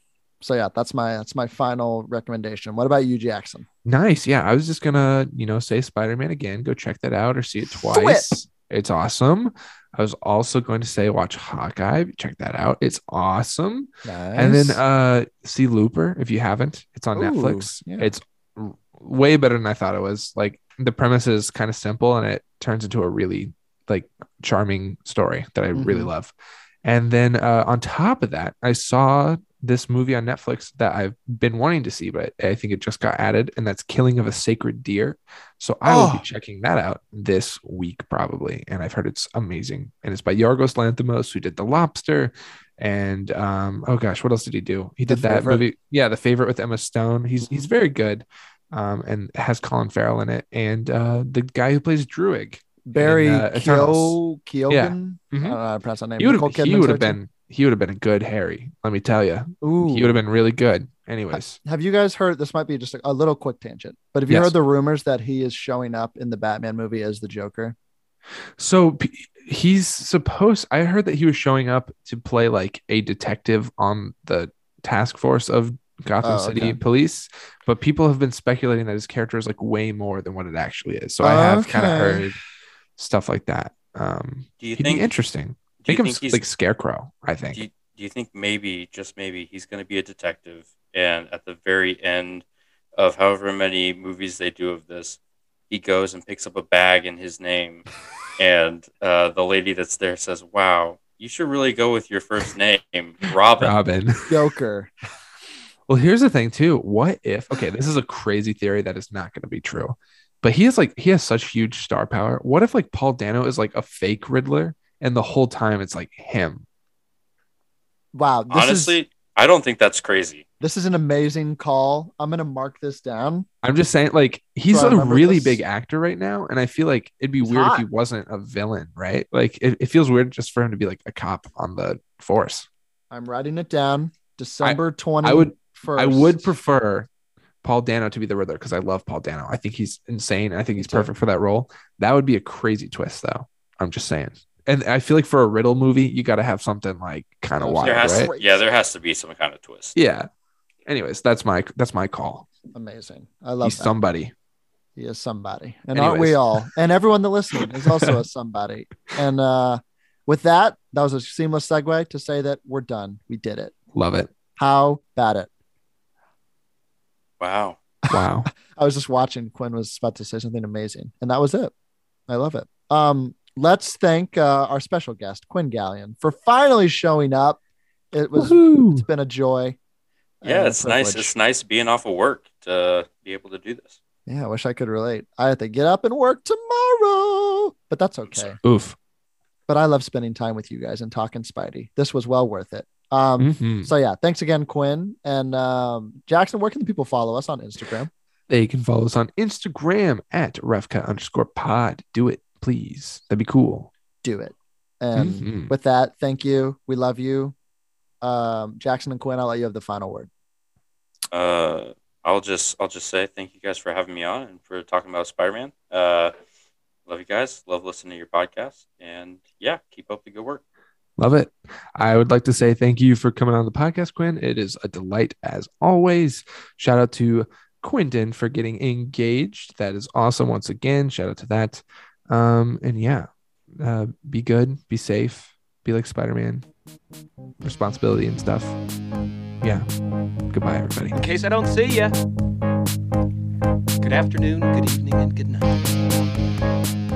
S3: So yeah, that's my that's my final recommendation. What about you, Jackson?
S4: Nice. Yeah, I was just gonna, you know, say Spider Man again. Go check that out or see it
S3: Thwip.
S4: twice. It's awesome. I was also going to say watch Hawkeye. Check that out. It's awesome.
S3: Nice.
S4: And then uh see Looper if you haven't. It's on
S3: Ooh,
S4: Netflix.
S3: yeah.
S4: It's r- way better than I thought it was. Like the premise is kind of simple and it turns into a really like charming story that I really
S3: Mhm.
S4: love. And then uh on top of that, I saw this movie on Netflix that I've been wanting to see, but I think it just got added, and that's Killing of a Sacred Deer. So I will
S3: Oh.
S4: be checking that out this week probably, and I've heard it's amazing. And it's by Yorgos Lanthimos, who did The Lobster, and um, oh gosh, what else did he do? He
S3: The Mm-hmm.
S4: did that
S3: Favourite.
S4: movie, yeah, The Favorite with Emma Stone. He's he's very good, um, and has Colin Farrell in it, and uh, the guy who plays Druig.
S3: Barry
S4: and, uh,
S3: Keogh-
S4: Eternals.
S3: Keoghan.
S4: Yeah.
S3: I don't
S4: Mhm.
S3: know how to pronounce that name.
S4: He would
S3: Nicole
S4: have he
S3: Kidman's
S4: would
S3: there,
S4: have been he would have been a good Harry. Let me tell you,
S3: too? Ooh.
S4: he would have been really good. Anyways.
S3: Have you guys heard? This might be just a, a little quick tangent, but have you
S4: Yes.
S3: heard the rumors that he is showing up in the Batman movie as the Joker?
S4: So p- he's supposed. I heard that he was showing up to play like a detective on the task force of Gotham
S3: Oh,
S4: City
S3: okay.
S4: Police, but people have been speculating that his character is like way more than what it actually is. So I have kind of
S3: Okay.
S4: heard stuff like that. Um,
S5: Do you
S4: he'd
S5: think?
S4: be interesting.
S5: do you
S4: Think of
S5: think
S4: s-
S5: he's?
S4: like Scarecrow. I think.
S5: do, you, do you think maybe, just maybe, he's going to be a detective, and at the very end of however many movies they do of this, he goes and picks up a bag in his name, and uh, the lady that's there says, "Wow, you should really go with your first name, Robin."
S4: Robin.
S3: Joker.
S4: Well, here's the thing too. What if? Okay, this is a crazy theory that is not going to be true, but he is like he has such huge star power. What if like Paul Dano is like a fake Riddler, and the whole time it's like him?
S3: Wow. This
S5: Honestly,
S3: is,
S5: I don't think that's crazy.
S3: this is an amazing call. I'm gonna mark this down.
S4: I'm just saying, like he's
S3: Do I
S4: a
S3: remember
S4: really
S3: this?
S4: big actor right now, and I feel like it'd be
S3: He's
S4: weird
S3: hot.
S4: if he wasn't a villain, right? Like it, it feels weird just for him to be like a cop on the force.
S3: I'm writing it down. December twenty.
S4: I would- I would prefer Paul Dano to be the Riddler because I love Paul Dano. I think he's insane. I think he's perfect for that role. That would be a crazy twist, though. I'm just saying. And I feel like for a riddle movie, you got to have something like kind of
S3: There
S4: wild,
S5: There has
S4: right?
S5: to, yeah, there has to be some kind of twist.
S4: Yeah. Anyways, that's my that's my call.
S3: Amazing. I love
S4: he's
S3: that.
S4: somebody.
S3: he is somebody, and aren't we
S4: Anyways.
S3: all? And everyone that listening is
S5: *laughs*
S3: also a somebody. And uh, with that, that was a seamless segue to say that we're done. We did it.
S4: Love it.
S3: How about it?
S5: Wow.
S4: Wow.
S3: I was just watching Quinn was about to say something amazing, and that was it. I love it. Um, let's thank uh, our special guest Quinn Gallion for finally showing up. It *laughs* was it's *laughs*
S4: Woohoo.
S3: been a joy.
S5: Yeah,
S3: and a
S5: it's nice.
S3: privilege.
S5: It's nice being off of work to be able to do this.
S3: Yeah, I wish I could relate. I have to get up and work tomorrow, but that's okay.
S4: Oof.
S3: But I love spending time with you guys and talking Spidey. This was well worth it. Um,
S4: Mhm.
S3: So yeah, thanks again, Quinn and um, Jackson. Where can the people follow us on Instagram?
S4: They can follow us on Instagram at refca underscore pod. Do it, please. That'd be cool.
S3: Do it. And
S4: Mhm.
S3: with that, thank you. We love you, um, Jackson and Quinn. I'll let you have the final word.
S5: Uh, I'll just I'll just say thank you guys for having me on and for talking about Spider Man. Uh, love you guys. Love listening to your podcast. And yeah, keep up the good work.
S4: Love it. I would like to say thank you for coming on the podcast, Quinn. It is a delight as always. Shout out to Quinton for getting engaged. That is awesome. Once again, shout out to that. Um, and yeah, uh, be good, be safe, be like Spider Man, responsibility and stuff. Yeah. Goodbye, everybody.
S9: In case I don't see ya. Good afternoon, good evening, and good night.